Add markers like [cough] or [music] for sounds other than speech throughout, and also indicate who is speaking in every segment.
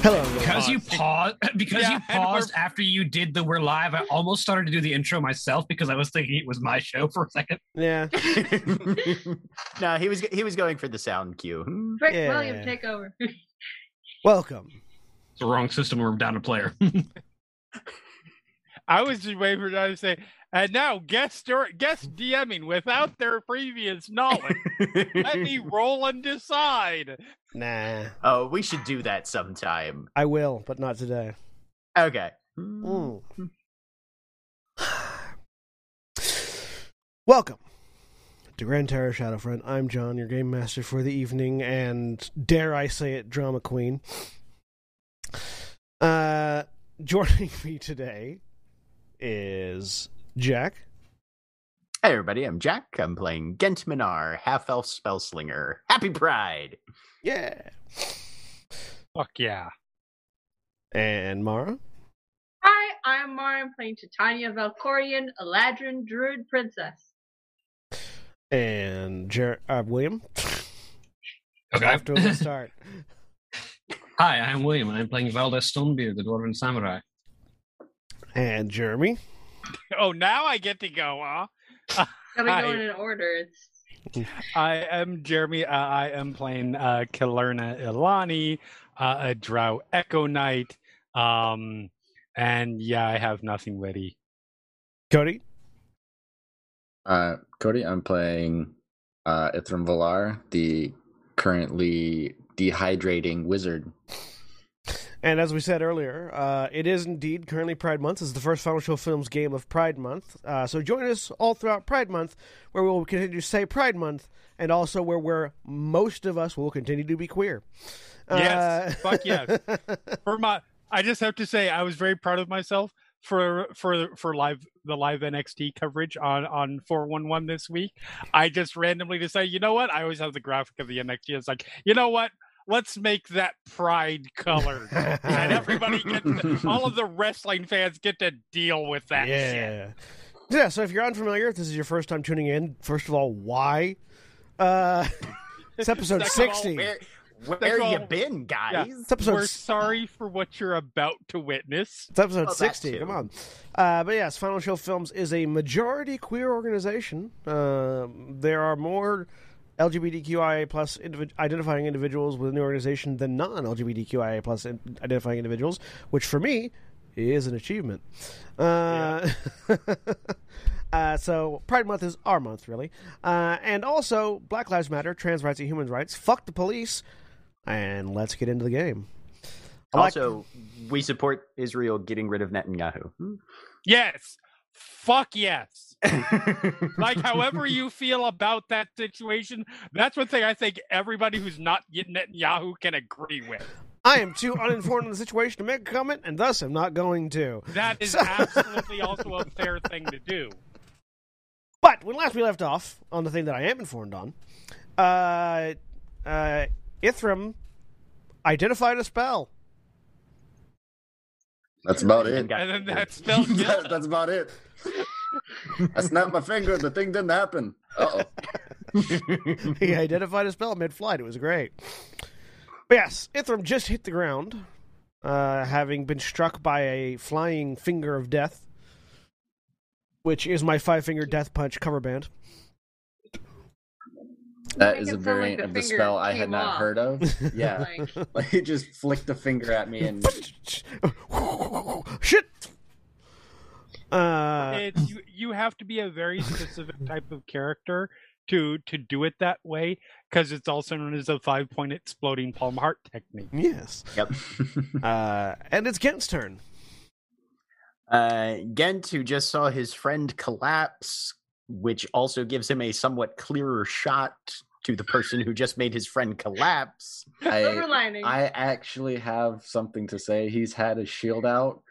Speaker 1: Hello,
Speaker 2: because you paused [laughs] because
Speaker 3: Yeah,
Speaker 2: you
Speaker 3: and we're-
Speaker 2: paused after you did the we're live i almost started to do the intro myself because i was thinking it was my show for a second
Speaker 1: yeah.
Speaker 3: no, he was he was going for the sound
Speaker 4: [laughs]
Speaker 3: cue.
Speaker 5: Rick
Speaker 1: Yeah.
Speaker 5: William, take over.
Speaker 1: Welcome.
Speaker 2: it's the wrong system we're down a player
Speaker 4: I was just waiting for them to say, and now guest dur- guest DMing without their previous knowledge. Let [laughs] me roll and decide.
Speaker 1: Nah,
Speaker 3: oh, we should do that sometime.
Speaker 1: I will, but not today.
Speaker 3: Okay.
Speaker 1: Mm. [sighs] Welcome to Grand Terror Shadowfront. I'm John, your game master for the evening, and dare I say it, drama queen. Uh, joining [laughs] me today is Jack.
Speaker 3: Hey everybody, I'm Jack. I'm playing Gent Minar, half elf spellslinger. Happy Pride.
Speaker 1: Yeah,
Speaker 4: Fuck yeah.
Speaker 1: and Mara.
Speaker 5: Hi, I'm Mara. I'm playing Titania Valkorian, Eladrin Druid Princess.
Speaker 1: And Jer- uh, William.
Speaker 2: Okay.
Speaker 1: Off to a good start.
Speaker 2: [laughs] hi i'm william and i'm playing valdez stonebeard the dwarven samurai
Speaker 1: and Jeremy.
Speaker 4: Oh, now I get to go, huh?
Speaker 5: Gotta
Speaker 4: Hi.
Speaker 5: go in an order. It's
Speaker 4: I am Jeremy. Uh, I am playing uh, Kalerna Ilani, uh, a Drow Echo Knight. Um, and yeah, I have nothing witty.
Speaker 1: Cody.
Speaker 6: Uh, Cody, I'm playing uh, Ithram Valar, the currently dehydrating wizard.
Speaker 1: And as we said earlier, uh, it is indeed currently Pride Month. It's the first Final Show Films game of Pride Month. Uh, so join us all throughout Pride Month, where we will continue to say Pride Month, and also where we're, most of us will continue to be queer. Uh,
Speaker 4: Yes,
Speaker 1: [laughs]
Speaker 4: fuck yes.
Speaker 1: yeah.
Speaker 4: for my I just have to say I was very proud of myself for for for live the live NXT coverage on on 411 this week. I just randomly decided, you know what? I always have the graphic of the NXT. It's like, you know what? Let's make that pride colored. and everybody gets all of the wrestling fans get to deal with that shit.
Speaker 1: yeah. Yeah, so if you're unfamiliar, if this is your first time tuning in, first of all, why? Uh, [laughs] it's episode
Speaker 4: Second of all,
Speaker 1: 60.
Speaker 3: Where
Speaker 4: That's
Speaker 3: where
Speaker 4: all-
Speaker 3: you been, guys?
Speaker 1: It's episode
Speaker 4: We're sorry for what you're about to witness.
Speaker 1: It's episode
Speaker 3: Oh, that
Speaker 1: 60.
Speaker 3: too.
Speaker 1: Come on. Uh, but yes, Final Show Films is a majority queer organization. Um there are more LGBTQIA plus individ- identifying individuals within the organization than non LGBTQIA plus in- identifying individuals, which for me is an achievement. Uh, [laughs] uh, so Pride Month is our month, really. Uh, and also Black Lives Matter, trans rights, and human rights. Fuck the police. And let's get into the game. I like-
Speaker 3: Also, we support Israel getting rid of Netanyahu. Hmm,
Speaker 4: Yes. Fuck
Speaker 6: [laughs]
Speaker 4: yes. like however you feel about that situation that's one thing i think everybody who's not getting it yahoo can agree with
Speaker 1: I am too uninformed on the situation to make a comment, and thus am not going to.
Speaker 4: that
Speaker 6: [laughs]
Speaker 4: is
Speaker 1: So-
Speaker 4: absolutely also a fair thing to do
Speaker 1: But when last we left off on the thing that I am informed on, uh, uh, Ithram identified a spell. [laughs]
Speaker 6: That's about it.
Speaker 3: Got-
Speaker 4: and then that spell
Speaker 6: [laughs] Yeah, That's about it. I snapped my finger. The thing didn't happen.
Speaker 5: [laughs]
Speaker 6: Uh
Speaker 1: he identified a spell mid-flight. It was great. But yes, Ithram just hit the ground uh, having been struck by a flying finger of death, which is my five finger death punch cover band. [laughs]
Speaker 5: Make
Speaker 6: That is
Speaker 5: it
Speaker 6: a
Speaker 5: sound like
Speaker 6: variant
Speaker 5: the
Speaker 6: of the
Speaker 5: finger
Speaker 6: spell I had
Speaker 5: came
Speaker 6: not
Speaker 5: off.
Speaker 6: heard
Speaker 5: [laughs]
Speaker 6: of. Yeah.
Speaker 5: Like,
Speaker 6: like he just flicked a finger at me
Speaker 5: [laughs]
Speaker 6: and
Speaker 1: Shit. Uh,
Speaker 4: it's you, you have to be a very specific type of character to to do it that way because it's also known as the five point exploding palm heart technique
Speaker 1: yes.
Speaker 3: Yep.
Speaker 1: Uh, and it's Gent's turn.
Speaker 3: Uh, Gent, who just saw his friend collapse, which also gives him a somewhat clearer shot to the person who just made his friend
Speaker 4: [laughs]
Speaker 3: collapse.
Speaker 5: silver
Speaker 6: [laughs] I
Speaker 5: lining.
Speaker 6: I actually have something to say. He's had his shield out.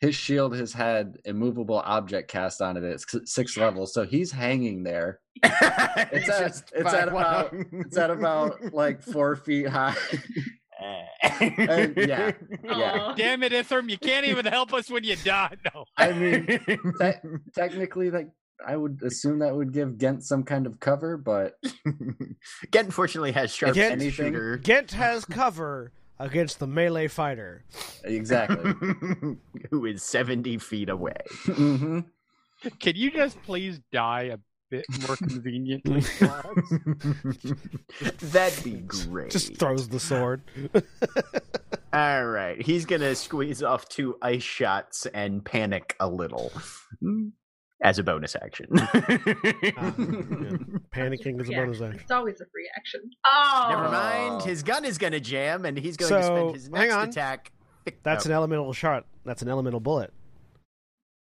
Speaker 6: His shield has had immovable object cast on it. It's s- six levels, so he's hanging there.
Speaker 3: it's
Speaker 6: at- it's at about- It's at about like four feet high. [laughs]
Speaker 3: and
Speaker 6: Uh, yeah. yeah.
Speaker 5: Aw.
Speaker 4: damn it itherm you can't even help us when you die [laughs] no
Speaker 6: I mean, te- [laughs] technically, like I would assume that would give Gent some kind of cover, but
Speaker 3: [laughs] Gent fortunately has sharp
Speaker 1: Gent-
Speaker 3: Gent, shooter.
Speaker 1: Gent has cover against the melee fighter.
Speaker 6: exactly. [laughs]
Speaker 3: [laughs] who is 70 feet away.
Speaker 6: hmm
Speaker 4: can you just please die a bit more conveniently [laughs] for us?
Speaker 3: [laughs] That'd be great.
Speaker 1: Just throws the
Speaker 3: [laughs]
Speaker 1: sword.
Speaker 3: All right. He's going to squeeze off two ice shots and panic a little [laughs] as a bonus action. [laughs]
Speaker 1: Panicking is a
Speaker 5: Yeah.
Speaker 1: bonus action.
Speaker 5: It's always a free action. Oh,
Speaker 3: Never mind. His gun is going to jam and he's going to
Speaker 1: So,
Speaker 3: spend his
Speaker 1: hang
Speaker 3: next
Speaker 1: on.
Speaker 3: attack.
Speaker 1: That's
Speaker 3: Oh,
Speaker 1: an elemental shot. That's an elemental bullet.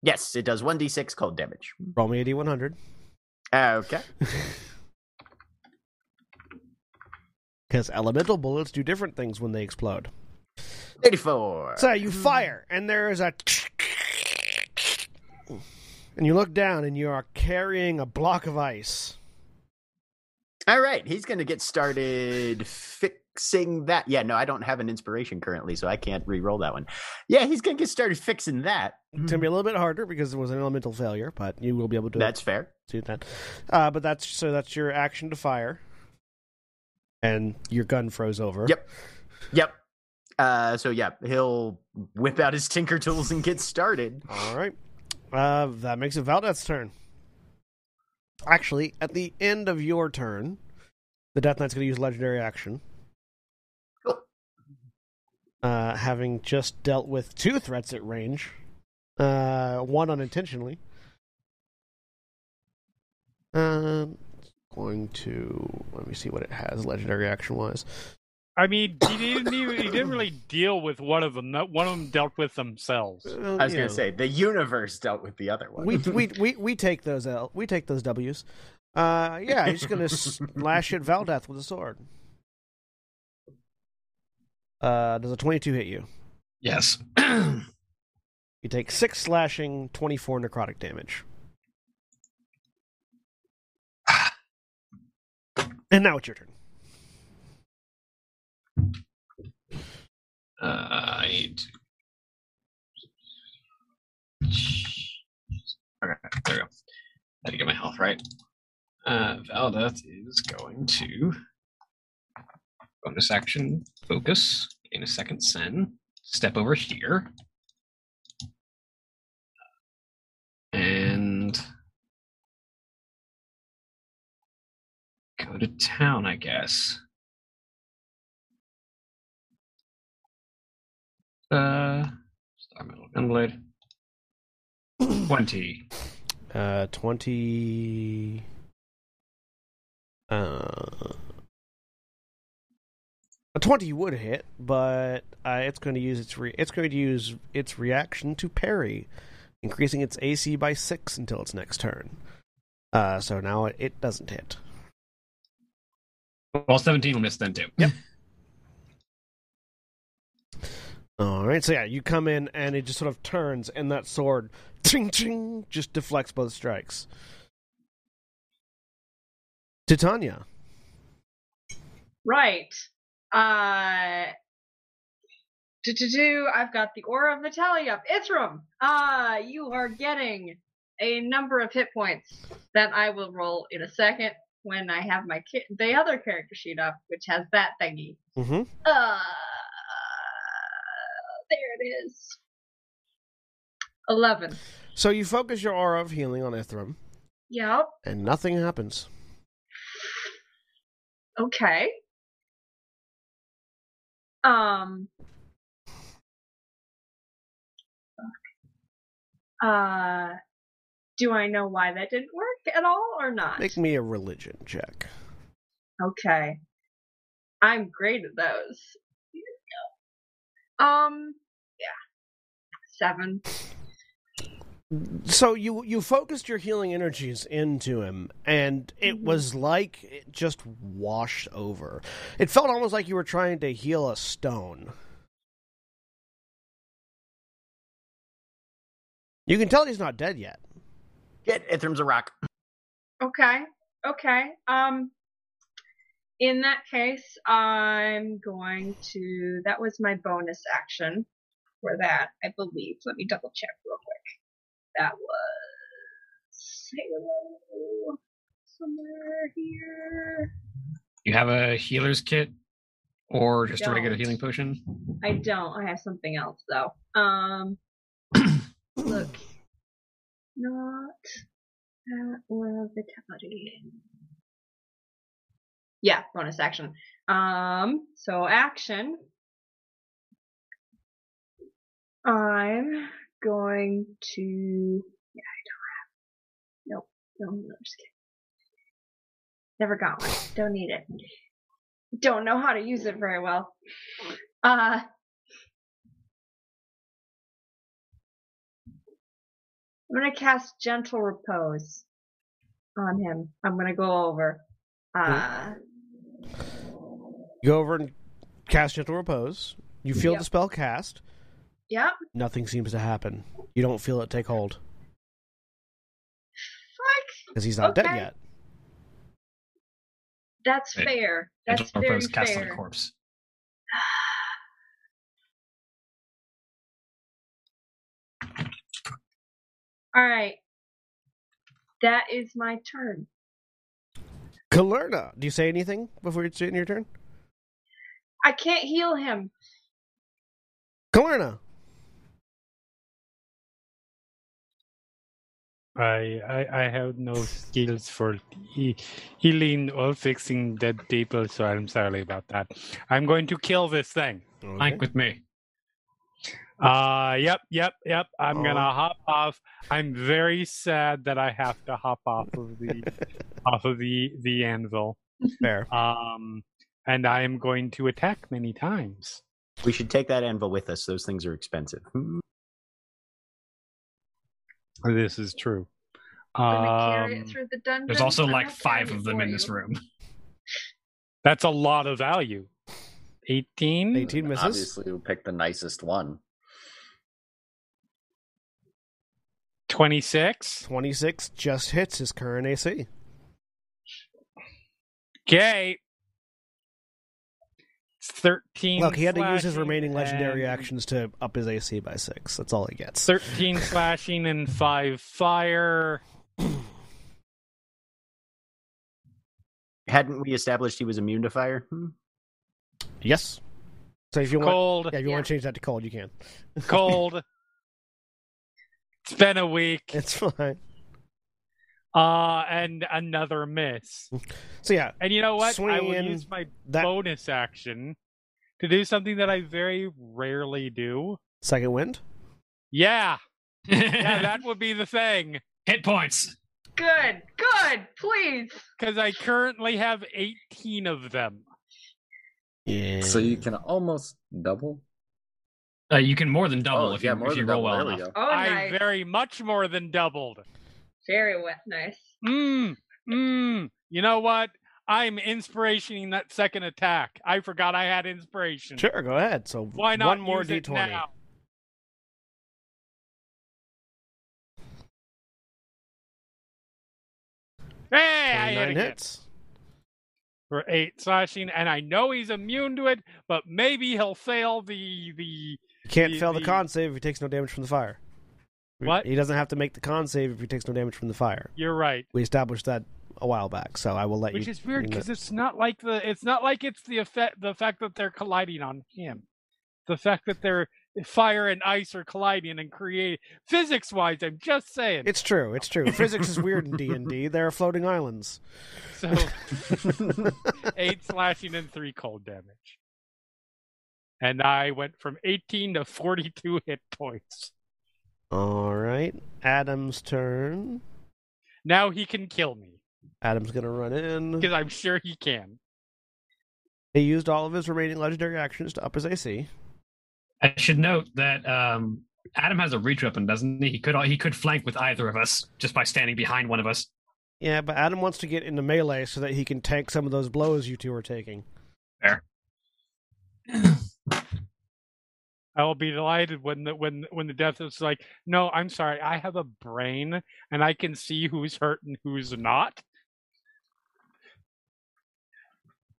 Speaker 3: Yes, it does 1d6 cold damage.
Speaker 1: Roll me a d100
Speaker 3: Okay.
Speaker 1: because elemental bullets do different things when they explode.
Speaker 3: 84.
Speaker 1: So you fire, and there is a. And you look down, and you are carrying a block of ice.
Speaker 3: All right, he's going to get started fixing that. Yeah, no, I don't have an inspiration currently, so I can't re-roll that one. Yeah, he's going to get started fixing that.
Speaker 1: It's gonna be a little bit harder because it was an elemental failure, but you will be able to
Speaker 3: [laughs] That's fair.
Speaker 1: do that. Uh, but that's so that's your action to fire, and your gun froze over.
Speaker 3: Yep. Yep. Uh, so yeah, he'll whip out his tinker tools and get started.
Speaker 1: All right. Uh, that makes it Valdeth's turn. Actually, at the end of your turn, the Death Knight's going to use legendary action.
Speaker 3: Cool.
Speaker 1: Uh, having just dealt with two threats at range, uh, one unintentionally. Um, going to let me see what it has legendary action wise.
Speaker 4: i mean he didn't even he didn't really deal with one of them Not- one of them dealt with themselves
Speaker 3: I was going to say the universe dealt with the other one. [laughs]
Speaker 1: we, we we we take those L. We take those W's. Uh, yeah, he's gonna
Speaker 3: [laughs]
Speaker 1: slash at Valdeth with a sword. Uh, does a twenty-two hit you?
Speaker 2: [clears throat] Yes.
Speaker 1: You take six slashing, twenty-four necrotic damage. And now it's your turn.
Speaker 2: Uh, I need to. Okay, there we go. Had to get my health right. Uh, Valdeth is going to bonus action focus in a second sen. Step over here. And go to town, I guess. Uh, star metal gunblade. Twenty.
Speaker 1: Uh, twenty. Uh, a twenty would hit, but uh, it's going to use its re- it's going to use its reaction to parry, increasing its AC by six until its next turn. Uh, so now it, it doesn't hit.
Speaker 2: Well, seventeen will miss then too.
Speaker 1: Yep. All right, so yeah, you come in and it just sort of turns, and that sword, ching ching, just deflects both strikes. Titania,
Speaker 5: right. Uh, do do do. I've got the aura of Natalia up. Ithram, uh, you are getting a number of hit points that I will roll in a second when I have my ki- the other character sheet up, which has that thingy.
Speaker 1: mm-hmm.
Speaker 5: Uh, There it is. Eleven.
Speaker 1: So you focus your aura of healing on Ithram,
Speaker 5: Yep.
Speaker 1: and nothing happens.
Speaker 5: Okay. Um. fuck. Uh, do I know why that didn't work at all or not?
Speaker 1: Make me a religion check.
Speaker 5: Okay. I'm great at those. Here we go. Um, yeah. Seven.
Speaker 1: So you you focused your healing energies into him, and it was like it just washed over. It felt almost like you were trying to heal a stone. You can tell he's not dead yet.
Speaker 3: Get Ithram's a rock.
Speaker 5: Okay. Okay. Um, in that case, I'm going to, that was my bonus action for that, I believe. Let me double check real quick. That was Halo somewhere here.
Speaker 2: You have a healer's kit or just a regular
Speaker 5: don't.
Speaker 2: healing potion?
Speaker 5: I don't. I have something else though. Um, look, not that well vitality. Yeah, bonus action. Um, so action. I'm going to. Yeah, I don't have. Nope. No, no, just kidding. Never got one. Don't need it. Don't know how to use it very well. Uh, I'm gonna cast Gentle Repose on him. I'm gonna go over. Uh,
Speaker 1: You go over and cast gentle repose. You feel
Speaker 5: Yep.
Speaker 1: the spell cast.
Speaker 5: yep.
Speaker 1: Nothing seems to happen. You don't feel it take hold
Speaker 5: Fuck.
Speaker 1: because he's not dead
Speaker 5: Okay.
Speaker 1: yet.
Speaker 5: That's
Speaker 2: Wait.
Speaker 5: fair. That's
Speaker 2: Angel
Speaker 5: very
Speaker 2: Rose cast on a
Speaker 5: fair.
Speaker 2: corpse.
Speaker 5: All right. That is my turn.
Speaker 1: Kalerna, do you say anything before it's in your turn?
Speaker 5: I can't heal him.
Speaker 1: Kalerna,
Speaker 4: I, I I have no skills for he- healing or fixing dead people, so I'm sorry about that. I'm going to kill this thing.
Speaker 2: Like with me.
Speaker 4: Uh yep, yep, yep. I'm
Speaker 1: Oh.
Speaker 4: gonna hop off. I'm very sad that I have to hop off of [laughs] the off of the the anvil.
Speaker 1: fair.
Speaker 4: Um, and I am going to attack many times.
Speaker 3: We should take that anvil with us. Those things are expensive. Hmm.
Speaker 4: This is true.
Speaker 5: Let me carry
Speaker 4: Um,
Speaker 5: it through the dungeon.
Speaker 2: There's also
Speaker 5: I'm
Speaker 2: like
Speaker 5: not
Speaker 2: five
Speaker 5: carrying
Speaker 2: of
Speaker 5: it
Speaker 2: them in
Speaker 5: for
Speaker 2: this
Speaker 5: you.
Speaker 2: room. [laughs]
Speaker 4: that's a lot of value. 18?
Speaker 1: 18 misses.
Speaker 6: Obviously, we picked the nicest one.
Speaker 4: 26?
Speaker 1: 26 just hits his current AC.
Speaker 4: Okay. It's 13.
Speaker 1: Look, he had to use his
Speaker 4: slashing
Speaker 1: remaining legendary
Speaker 4: and-
Speaker 1: actions to up his AC by 6. That's all he gets. [laughs]
Speaker 4: 13 slashing and 5 fire.
Speaker 3: Hadn't we established he was immune to fire? Hmm.
Speaker 1: Yes. So if you want
Speaker 4: Cold.
Speaker 1: yeah, if you
Speaker 5: Yeah.
Speaker 1: want to change that to cold, you can. [laughs]
Speaker 4: Cold. It's been a week.
Speaker 1: It's fine.
Speaker 4: Uh, and another miss.
Speaker 1: So yeah,
Speaker 4: And you know what? I will
Speaker 1: Swing.
Speaker 4: use my
Speaker 1: that
Speaker 4: bonus action to do something that I very rarely do.
Speaker 1: second wind.
Speaker 4: Yeah,
Speaker 5: [laughs]
Speaker 4: yeah, that would be the thing.
Speaker 2: Hit points.
Speaker 5: Good. Good. Please.
Speaker 4: Because I currently have 18 of them.
Speaker 1: Yeah.
Speaker 6: So you can almost double.
Speaker 2: Uh, you can more than double
Speaker 6: Oh,
Speaker 2: if you, if you roll well
Speaker 6: There we
Speaker 2: enough.
Speaker 6: go.
Speaker 5: Oh,
Speaker 4: I
Speaker 5: nice.
Speaker 4: very much more than doubled.
Speaker 5: Very wet. Nice.
Speaker 4: Mmm, mmm. You know what? I'm inspirationing that second attack. I forgot I had inspiration.
Speaker 1: Sure, go ahead. So
Speaker 4: Why not
Speaker 1: one more
Speaker 4: use it
Speaker 1: d20.
Speaker 4: now? Hey, I hit
Speaker 1: 29
Speaker 4: again.
Speaker 1: hits.
Speaker 4: for eight slashing, and I know he's immune to it, but maybe he'll fail the the.
Speaker 1: You can't
Speaker 4: The-
Speaker 1: fail the
Speaker 4: the-
Speaker 1: con save if he takes no damage from the fire.
Speaker 4: What?
Speaker 1: He doesn't have to make the con save if he takes no damage from the fire.
Speaker 4: You're right,
Speaker 1: We established that a while back, so I will let
Speaker 4: which
Speaker 1: you.
Speaker 4: is weird
Speaker 1: you know-
Speaker 4: because it's not like the it's not like it's the effect the fact that they're colliding on him, the fact that they're fire and ice are colliding and creating physics wise. I'm just saying.
Speaker 1: It's true. It's true. Physics is weird in D and
Speaker 4: [laughs]
Speaker 1: D. There are floating islands. [laughs]
Speaker 4: So eight slashing and three cold damage. And I went from 18 to 42 hit points.
Speaker 1: All right, Adam's turn.
Speaker 4: Now he can kill me
Speaker 1: Adam's gonna run in.
Speaker 4: because I'm sure he can.
Speaker 1: He used all of his remaining legendary actions to up his AC.
Speaker 2: I should note that um, Adam has a reach weapon, doesn't he? He could he could flank with either of us just by standing behind one of us.
Speaker 1: Yeah, but Adam wants to get into melee so that he can tank some of those blows you two are taking.
Speaker 4: I will be delighted when the when when the death is like, no, I'm sorry, I have a brain and I can see who's hurt and who's not.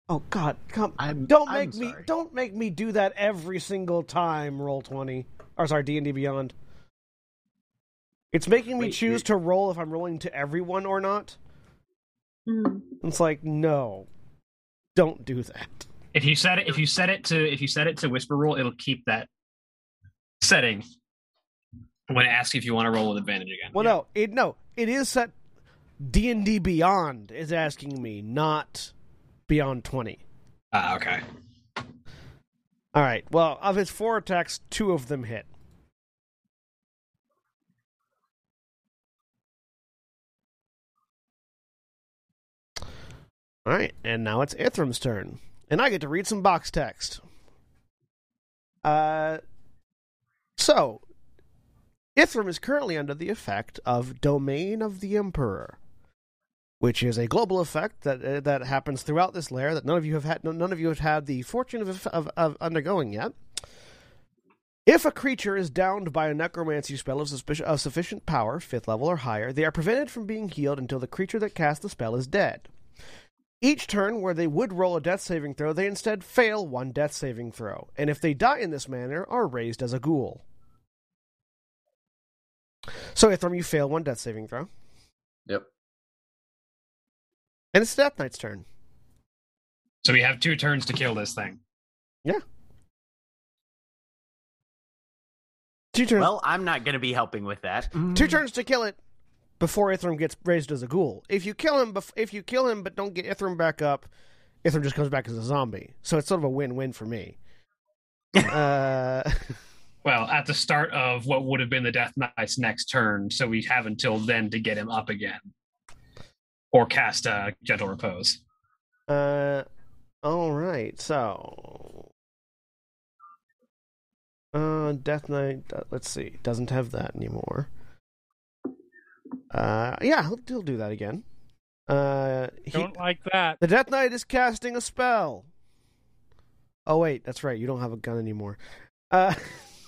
Speaker 1: Oh God, come!
Speaker 3: I'm,
Speaker 1: Don't
Speaker 3: I'm
Speaker 1: make me
Speaker 3: sorry.
Speaker 1: don't make me do that every single time. Roll twenty, or sorry, D and D Beyond. It's making me
Speaker 6: Wait,
Speaker 1: choose
Speaker 6: you-
Speaker 1: to roll if I'm rolling to everyone or not.
Speaker 5: Hmm.
Speaker 1: It's like no, don't do that.
Speaker 2: If you set it, if you set it to if you set it to whisper roll, it'll keep that setting. I'm going to ask if you want to roll with advantage again.
Speaker 1: Well, no, it no, it is set. D and D Beyond is asking me, not Beyond Twenty.
Speaker 2: Ah, okay.
Speaker 1: All right. Well, of his four attacks, two of them hit. All right, and now it's Ithram's turn, and I get to read some box text. Uh, so Ithram is currently under the effect of Domain of the Emperor, which is a global effect that uh, that happens throughout this layer that none of you have had none of you have had the fortune of of, of undergoing yet. If a creature is downed by a necromancy spell of, suspic- of sufficient power, fifth level or higher, they are prevented from being healed until the creature that cast the spell is dead. Each turn where they would roll a death saving throw, they instead fail one death saving throw, and if they die in this manner, are raised as a ghoul. So, Ithram, you fail one death saving throw.
Speaker 6: Yep.
Speaker 1: And it's Death Knight's turn.
Speaker 2: So we have two turns to kill this thing.
Speaker 1: Two turns.
Speaker 3: Well, I'm not going to be helping with that.
Speaker 1: two turns to kill it before Ithram gets raised as a ghoul. If you kill him, bef- if you kill him, but don't get Ithram back up, Ithram just comes back as a zombie. So it's sort of a win-win for me. uh,
Speaker 2: Well, at the start of what would have been the Death Knight's next turn, so we have until then to get him up again, or cast uh, Gentle Repose.
Speaker 1: uh, all right. So, uh, Death Knight. Uh, let's see. Doesn't have that anymore. Uh, yeah, he'll, he'll do that again. Uh, he-
Speaker 4: Don't like that.
Speaker 1: The Death Knight is casting a spell. Oh wait, that's right. You don't have a gun anymore. Uh,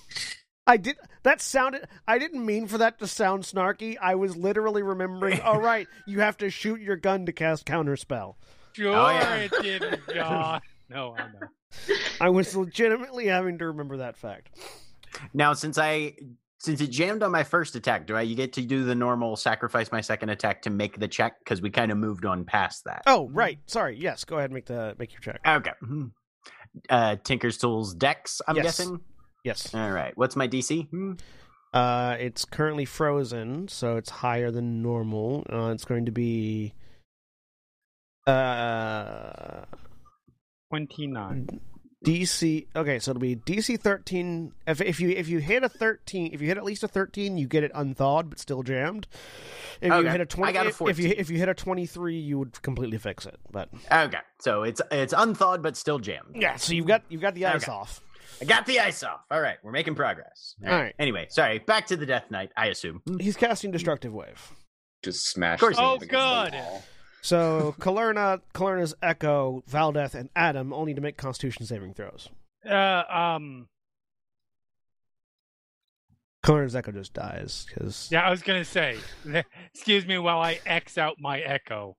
Speaker 1: [laughs] I did. That sounded. I didn't mean for that to sound snarky. I was literally remembering. All right, you have to shoot your gun to cast counterspell.
Speaker 4: Sure
Speaker 3: Oh, yeah.
Speaker 4: it didn't,
Speaker 3: [laughs]
Speaker 4: John. No, I know.
Speaker 1: I was legitimately having to remember that fact.
Speaker 3: Now, since I since it jammed on my first attack, do I you get to do the normal sacrifice my second attack to make the check because we kind of moved on past that?
Speaker 1: Oh right, sorry. Yes, go ahead. and Make the make your check.
Speaker 3: Okay. Mhm. Uh, Tinker's Tools Dex, I'm
Speaker 1: Yes.
Speaker 3: guessing.
Speaker 1: Yes.
Speaker 3: All right. What's my DC? Hmm.
Speaker 1: Uh, it's currently frozen, so it's higher than normal. Uh, it's going to be. Uh.
Speaker 4: 29.
Speaker 1: DC. Okay, so it'll be DC 13. If, if you if you hit a 13, if you hit at least a 13, you get it unthawed but still jammed. If you
Speaker 3: Okay,
Speaker 1: hit a 20,
Speaker 3: I got a
Speaker 1: if- if you
Speaker 3: 14.
Speaker 1: if you hit a 23, you would completely fix it. But
Speaker 3: Okay. So it's it's unthawed but still jammed.
Speaker 1: yeah, so you've got you've got the ice
Speaker 3: Okay.
Speaker 1: off.
Speaker 3: I got the ice off. All right. We're making progress.
Speaker 1: All right.
Speaker 3: Anyway, sorry. Back to the Death Knight. I assume. Hmm.
Speaker 1: He's casting destructive wave.
Speaker 6: Just smash.
Speaker 3: course.
Speaker 6: things
Speaker 4: Oh,
Speaker 6: against the
Speaker 4: good.
Speaker 6: wall.
Speaker 1: So Kalerna, Kalerna's Echo, Valdeth, and Adam all need to make Constitution saving throws.
Speaker 4: Uh, um,
Speaker 1: Kalerna's Echo just dies because
Speaker 4: yeah, I was going to say, excuse me while I X out my echo.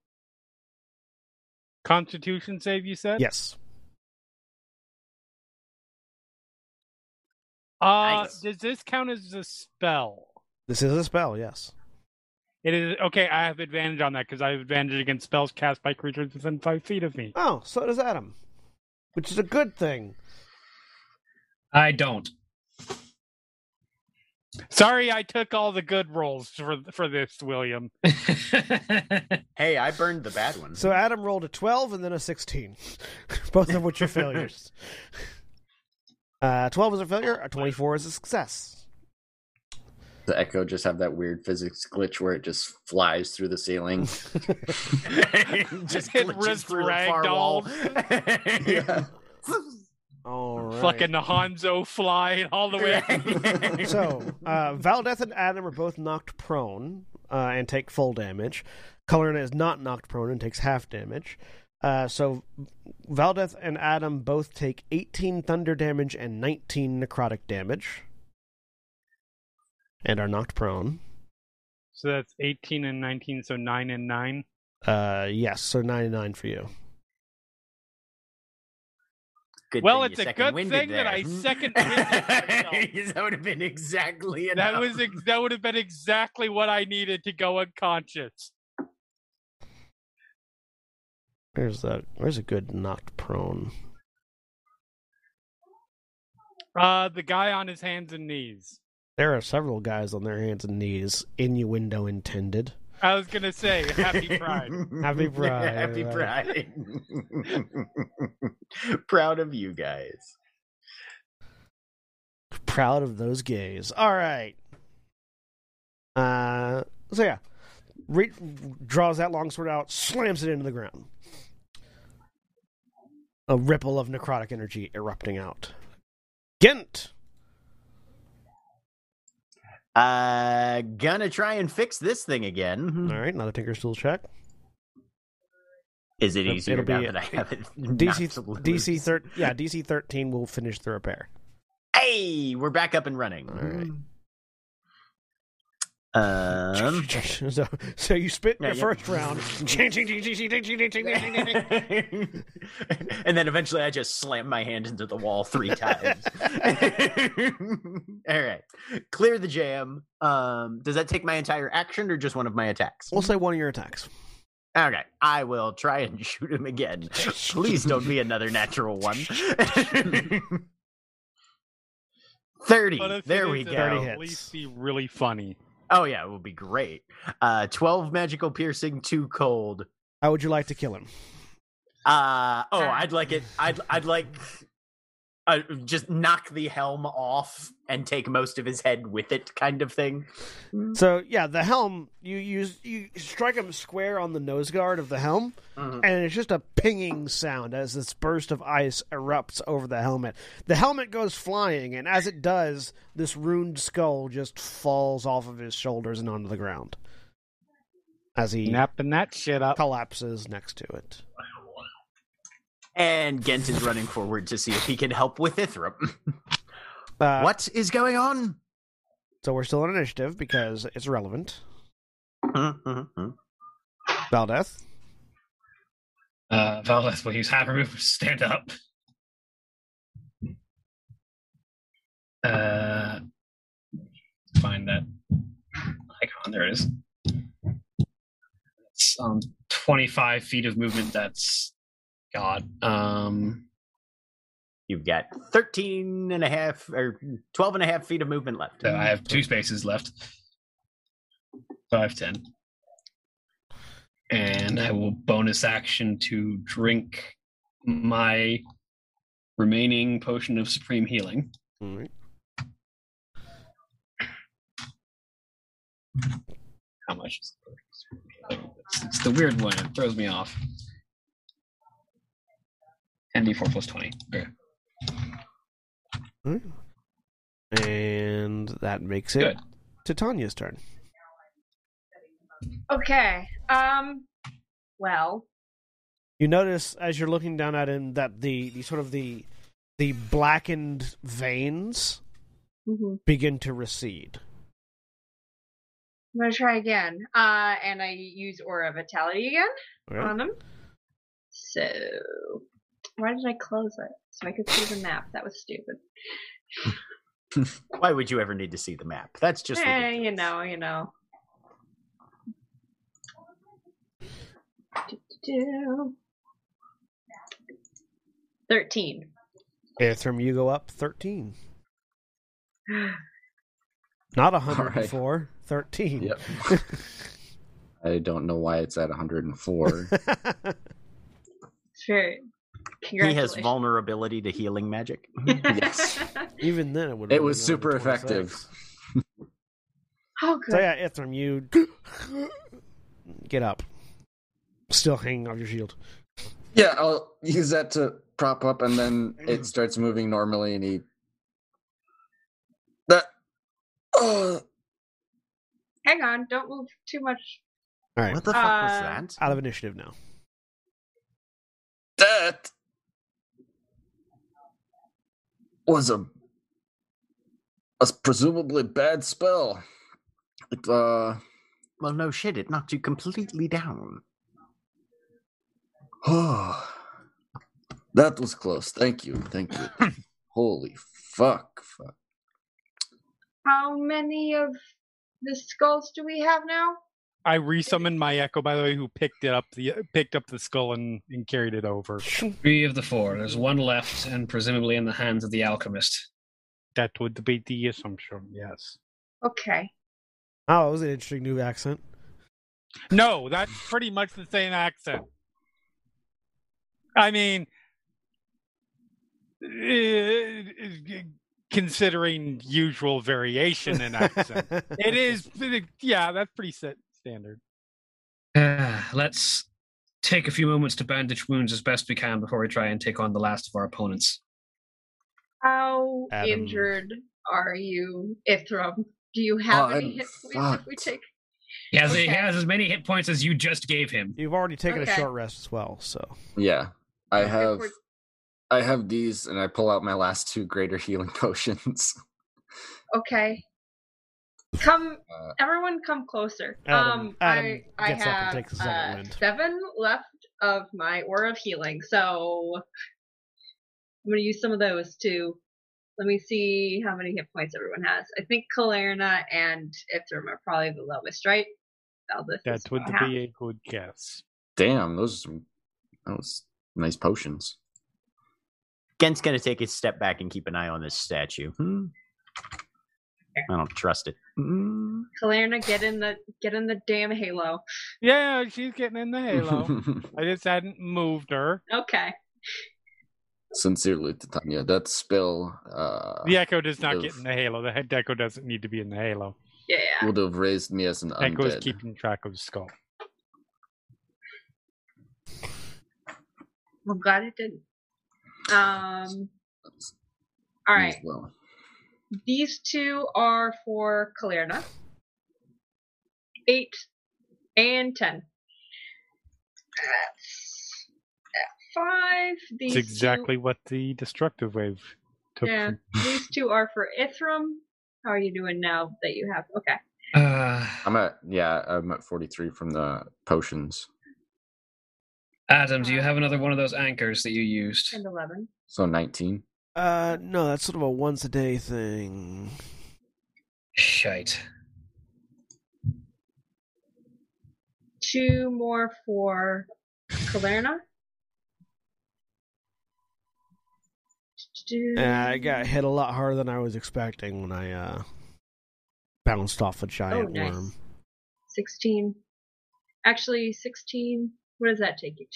Speaker 4: Constitution save, you said?
Speaker 1: yes,
Speaker 4: Uh,
Speaker 3: Nice.
Speaker 4: Does this count as a spell?
Speaker 1: this is a spell. Yes.
Speaker 4: It is okay. I have advantage on that because I have advantage against spells cast by creatures within five feet of me.
Speaker 1: Oh, so does Adam, which is a good thing.
Speaker 2: I don't. [laughs]
Speaker 4: Sorry, I took all the good rolls for for this, William.
Speaker 3: Hey, I burned the bad
Speaker 1: [laughs]
Speaker 3: one. [laughs]
Speaker 1: So Adam rolled a 12 and then a 16, [laughs] both of which are failures. Uh, 12 is a failure, a 24 is a success.
Speaker 6: The Echo just have that weird physics glitch where it just flies through the [laughs] ceiling.
Speaker 3: just
Speaker 4: It
Speaker 3: glitches
Speaker 4: wrist
Speaker 3: through the far wall. [laughs]
Speaker 1: [laughs]
Speaker 6: yeah.
Speaker 1: All right.
Speaker 4: Fucking Hanzo flying all the [laughs] way.
Speaker 1: So, uh, Valdeth and Adam are both knocked prone uh, and take full damage. Colorna is not knocked prone and takes half damage. Uh, so, Valdeth and Adam both take 18 thunder damage and 19 necrotic damage and are knocked prone.
Speaker 4: So that's 18 and 19, so 9 and 9.
Speaker 1: Uh, yes, so 99 for you.
Speaker 3: Good
Speaker 4: Well,
Speaker 3: thing
Speaker 4: it's
Speaker 3: you
Speaker 4: a
Speaker 3: second
Speaker 4: good
Speaker 3: winded
Speaker 4: thing
Speaker 3: [laughs]
Speaker 4: that
Speaker 3: there.
Speaker 4: I
Speaker 3: [laughs]
Speaker 4: second-winded
Speaker 3: that would have been exactly enough.
Speaker 4: That was ex- that would have been exactly what I needed to go unconscious.
Speaker 1: Where's that? Where's a good knocked prone?
Speaker 4: Uh, the guy on his hands and knees.
Speaker 1: There are several guys on their hands and knees. Innuendo intended.
Speaker 4: I was gonna say
Speaker 3: [laughs]
Speaker 4: happy [laughs] pride.
Speaker 1: Happy pride.
Speaker 3: Happy pride. [laughs] Proud of you guys.
Speaker 1: Proud of those gays. All right. Uh, so yeah, Re- draws that longsword out, slams it into the ground. A ripple of necrotic energy erupting out. Gent.
Speaker 3: Uh, gonna try and fix this thing again.
Speaker 1: All right, another Tinker's Tool check.
Speaker 3: Is it
Speaker 1: It'll
Speaker 3: easier now
Speaker 1: be-
Speaker 3: that I have it? [laughs]
Speaker 1: DC
Speaker 3: not to
Speaker 1: DC
Speaker 3: lose?
Speaker 1: thir- yeah DC thirteen will finish the repair.
Speaker 3: Hey, we're back up and running.
Speaker 1: All right. Hmm.
Speaker 3: Um.
Speaker 1: [laughs] so, so you spit
Speaker 3: Yeah,
Speaker 1: your
Speaker 3: yeah.
Speaker 1: first round.
Speaker 3: [laughs]
Speaker 1: Ching, ching, ching, ching, ching, ching, ching, ching, ching, ching, ching.
Speaker 3: and then eventually I just slammed my hand into the wall three times. [laughs] All right. Clear the jam. Um, does that take my entire action or just one of my attacks?
Speaker 1: We'll say one of your attacks.
Speaker 3: Okay. I will try and [laughs] shoot him again. Please don't be another natural one. 30.
Speaker 4: But if it
Speaker 3: There we
Speaker 4: is,
Speaker 3: go.
Speaker 4: it'll
Speaker 1: 30 hits.
Speaker 4: At least be really funny.
Speaker 3: Oh, yeah. It will be great. Uh, 12 magical piercing, 2 cold.
Speaker 1: How would you like to kill him?
Speaker 3: Uh oh,
Speaker 5: Ah.
Speaker 3: I'd like it. I'd I'd like uh, just knock the helm off and take most of his head with it, kind of thing.
Speaker 1: So yeah, the helm you use you strike him square on the nose guard of the helm,
Speaker 3: Mhm.
Speaker 1: and it's just a pinging sound as this burst of ice erupts over the helmet. The helmet goes flying, and as it does, this ruined skull just falls off of his shoulders and onto the ground as he
Speaker 4: Napping that shit up.
Speaker 1: collapses next to it.
Speaker 3: And Gent is running forward to see if he can help with Ithram.
Speaker 1: Uh,
Speaker 3: what is going on?
Speaker 1: So we're still on initiative because it's relevant.
Speaker 3: Mhm, mhm, mhm.
Speaker 1: Valdeth.
Speaker 2: Uh, Valdez will use half remove to stand up. Uh, find that icon. There it is. It's um, 25 feet of movement. That's God. Um,
Speaker 3: You've got 13 and a half or 12 and a half feet of movement left.
Speaker 2: so I have two spaces left. So I have 10. And I will bonus action to drink my remaining potion of supreme healing. how much is it? It's, it's the weird one. It throws me off. 10d4 plus 20. Okay.
Speaker 1: And that makes it
Speaker 2: Good.
Speaker 1: to Tanya's turn.
Speaker 5: Okay. Um. Well.
Speaker 1: You notice as you're looking down at him that the, the sort of the the blackened veins begin to recede.
Speaker 5: I'm gonna try again. Uh, and I use aura vitality again
Speaker 1: All right?
Speaker 5: on them. So why did I close it? So I could see the map. That was stupid.
Speaker 3: Why would you ever need to see the map? That's just
Speaker 5: Eh,
Speaker 3: ridiculous.
Speaker 5: you know, you know. Do-do-do. Thirteen.
Speaker 1: Aethrum, you go up 13. Not 104,
Speaker 6: All
Speaker 1: 13.
Speaker 6: Yep. [laughs] I don't know why it's at 104.
Speaker 1: [laughs]
Speaker 5: Sure.
Speaker 3: He has
Speaker 5: Congratulations. [laughs]
Speaker 3: vulnerability to healing [laughs] magic.
Speaker 6: yes.
Speaker 1: Even then, it would.
Speaker 6: It was super effective.
Speaker 5: oh,
Speaker 1: So
Speaker 5: good.
Speaker 1: yeah, Ithram, you get up, still hanging off your shield.
Speaker 6: Yeah, I'll use that to prop up, and then it starts moving normally, and he. That. Oh,
Speaker 5: Hang on, don't move too much.
Speaker 1: All right,
Speaker 3: What the fuck
Speaker 5: Uh,
Speaker 3: was that?
Speaker 1: out of initiative now.
Speaker 6: that was a, a presumably bad spell. It, uh,
Speaker 3: Well, no shit. It knocked you completely down.
Speaker 6: Oh, [sighs] that was close. Thank you. Thank you. Holy fuck. fuck.
Speaker 5: How many of the skulls do we have now?
Speaker 4: I resummoned my echo, by the way, who picked it up the picked up the skull and, and carried it over.
Speaker 2: Three of the four. There's one left, and presumably in the hands of the alchemist.
Speaker 4: That would be the assumption, yes.
Speaker 5: Okay.
Speaker 1: Oh, that was an interesting new accent.
Speaker 4: No, that's pretty much the same accent. I mean, eh, considering usual variation
Speaker 1: [laughs]
Speaker 4: in accent, it is. Yeah, that's pretty set standard.
Speaker 2: Uh, let's take a few moments to bandage wounds as best we can before we try and take on the last of our opponents.
Speaker 5: How
Speaker 1: Adam.
Speaker 5: injured are you, Ithram? Do you have
Speaker 6: Oh,
Speaker 5: any
Speaker 6: I'm
Speaker 5: hit points if we
Speaker 6: fucked.
Speaker 5: take?
Speaker 2: He has, he
Speaker 5: Okay.
Speaker 2: has as many hit points as you just gave him.
Speaker 1: You've already taken
Speaker 5: Okay.
Speaker 1: a short rest as well, so
Speaker 6: Yeah. I
Speaker 5: Okay,
Speaker 6: have
Speaker 5: we're-
Speaker 6: I have these and I pull out my last two greater [laughs] healing potions.
Speaker 5: Okay. Come,
Speaker 6: Uh,
Speaker 5: everyone, come closer.
Speaker 1: Adam-
Speaker 5: um,
Speaker 1: Adam
Speaker 5: I,
Speaker 1: gets
Speaker 5: I
Speaker 1: up and
Speaker 5: have
Speaker 1: takes a second
Speaker 5: uh,
Speaker 1: wind.
Speaker 5: seven left of my aura of healing, so I'm gonna use some of those too. Let me see how many hit points everyone has. I think Kalerna and Ithrim are probably the lowest, right? Aldous
Speaker 4: That
Speaker 5: is
Speaker 4: would
Speaker 5: about half.
Speaker 4: be a good guess.
Speaker 6: Damn, those that was nice potions.
Speaker 3: Gen's gonna take a step back and keep an eye on this statue. Hmm. I don't trust it. Hmm.
Speaker 5: Kalerna, get in the get in the damn halo.
Speaker 4: Yeah, she's getting in the
Speaker 6: [laughs]
Speaker 4: halo. I just hadn't moved her.
Speaker 5: Okay.
Speaker 6: Sincerely, Titania, that spell uh
Speaker 4: The echo does not
Speaker 6: Oof.
Speaker 4: get in the halo. The head echo doesn't need to be in the halo.
Speaker 5: Yeah.
Speaker 6: would have raised me as an
Speaker 4: Echo is
Speaker 6: undead.
Speaker 4: keeping track of the skull.
Speaker 5: I'm glad it didn't. Um. All
Speaker 6: Me as
Speaker 5: right.
Speaker 6: well.
Speaker 5: These two are for Kalerna. Eight and ten. That's at five. These
Speaker 4: It's exactly what the destructive wave
Speaker 5: Two,
Speaker 4: took.
Speaker 5: yeah.
Speaker 4: from- [laughs]
Speaker 5: these two are for Ithram. How are you doing now that you have? Okay.
Speaker 2: Uh,
Speaker 6: I'm at yeah, I'm at 43 from the potions.
Speaker 2: Adam,
Speaker 5: Uh,
Speaker 2: do you have another one of those anchors that you used?
Speaker 5: And eleven.
Speaker 6: So 19.
Speaker 1: uh, no, that's sort of a once a day thing.
Speaker 2: Shite.
Speaker 5: Two more for Kalerna.
Speaker 1: Uh, I
Speaker 5: Mm.
Speaker 1: got hit a lot harder than I was expecting when I uh bounced off a giant
Speaker 5: Oh, nice.
Speaker 1: worm.
Speaker 5: 16. Actually, 16. What does that take you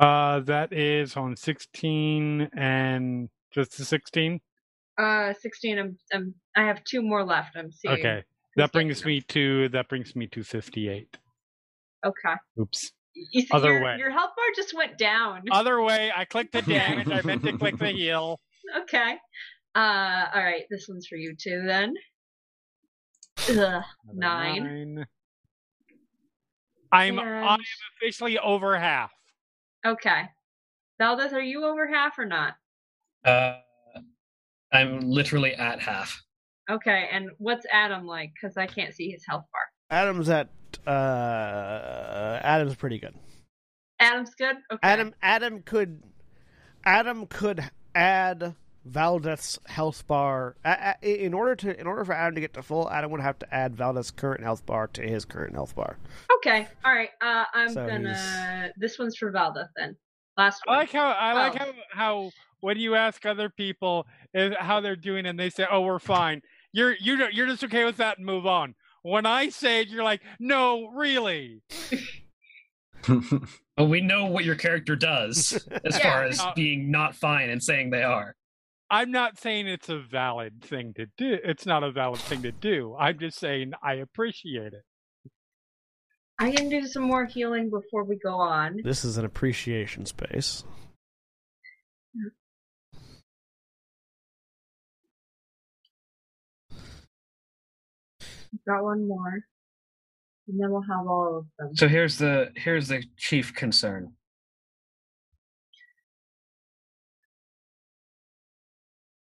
Speaker 5: to?
Speaker 4: Uh, that is on 16 and just the 16.
Speaker 5: Uh, 16. I'm, I'm, I have two more left. I'm seeing.
Speaker 4: Okay, that brings me to that brings me to 58.
Speaker 5: Okay.
Speaker 4: Oops.
Speaker 5: You see,
Speaker 4: Other
Speaker 5: your,
Speaker 4: way. Uh,
Speaker 5: your health bar just went down.
Speaker 4: Other way, I clicked the damage. I meant to [laughs] click the heal.
Speaker 5: [laughs] okay. Uh, all right. This one's for you too then. Ugh.
Speaker 4: Another
Speaker 5: Nine.
Speaker 4: nine. I'm
Speaker 5: And-
Speaker 4: I'm officially over half.
Speaker 5: Okay. Valdez, are you over half or not?
Speaker 2: Uh, I'm literally at half.
Speaker 5: Okay. And what's Adam like? Because I can't see his health bar.
Speaker 1: Adam's at uh Adam's pretty good.
Speaker 5: Adam's good. Okay.
Speaker 1: Adam Adam could Adam could add Valdeth's health bar a- a- in order to in order for Adam to get to full. Adam would have to add Valdeth's current health bar to his current health bar.
Speaker 5: Okay. All right. Uh, I'm
Speaker 1: So
Speaker 5: gonna. This one's for Valdez then. Last
Speaker 4: I
Speaker 5: one.
Speaker 4: like how I like
Speaker 5: Oh.
Speaker 4: eh, how how when you ask other people if, how they're doing and they say, "Oh, we're fine," You're you don't- you're just okay with that and move on. When I say it, you're like, no, really.
Speaker 7: But we know what your character
Speaker 5: [laughs]
Speaker 7: does as
Speaker 5: Yeah.
Speaker 7: far as
Speaker 4: Uh,
Speaker 7: being not fine and saying they are.
Speaker 4: I'm not saying it's a valid thing to do. It's not a valid thing to do. I'm just saying I appreciate it.
Speaker 5: I can do some more healing before we go on.
Speaker 1: This is an appreciation space.
Speaker 5: Got one more. And then we'll have all of them.
Speaker 7: So here's the here's the chief concern.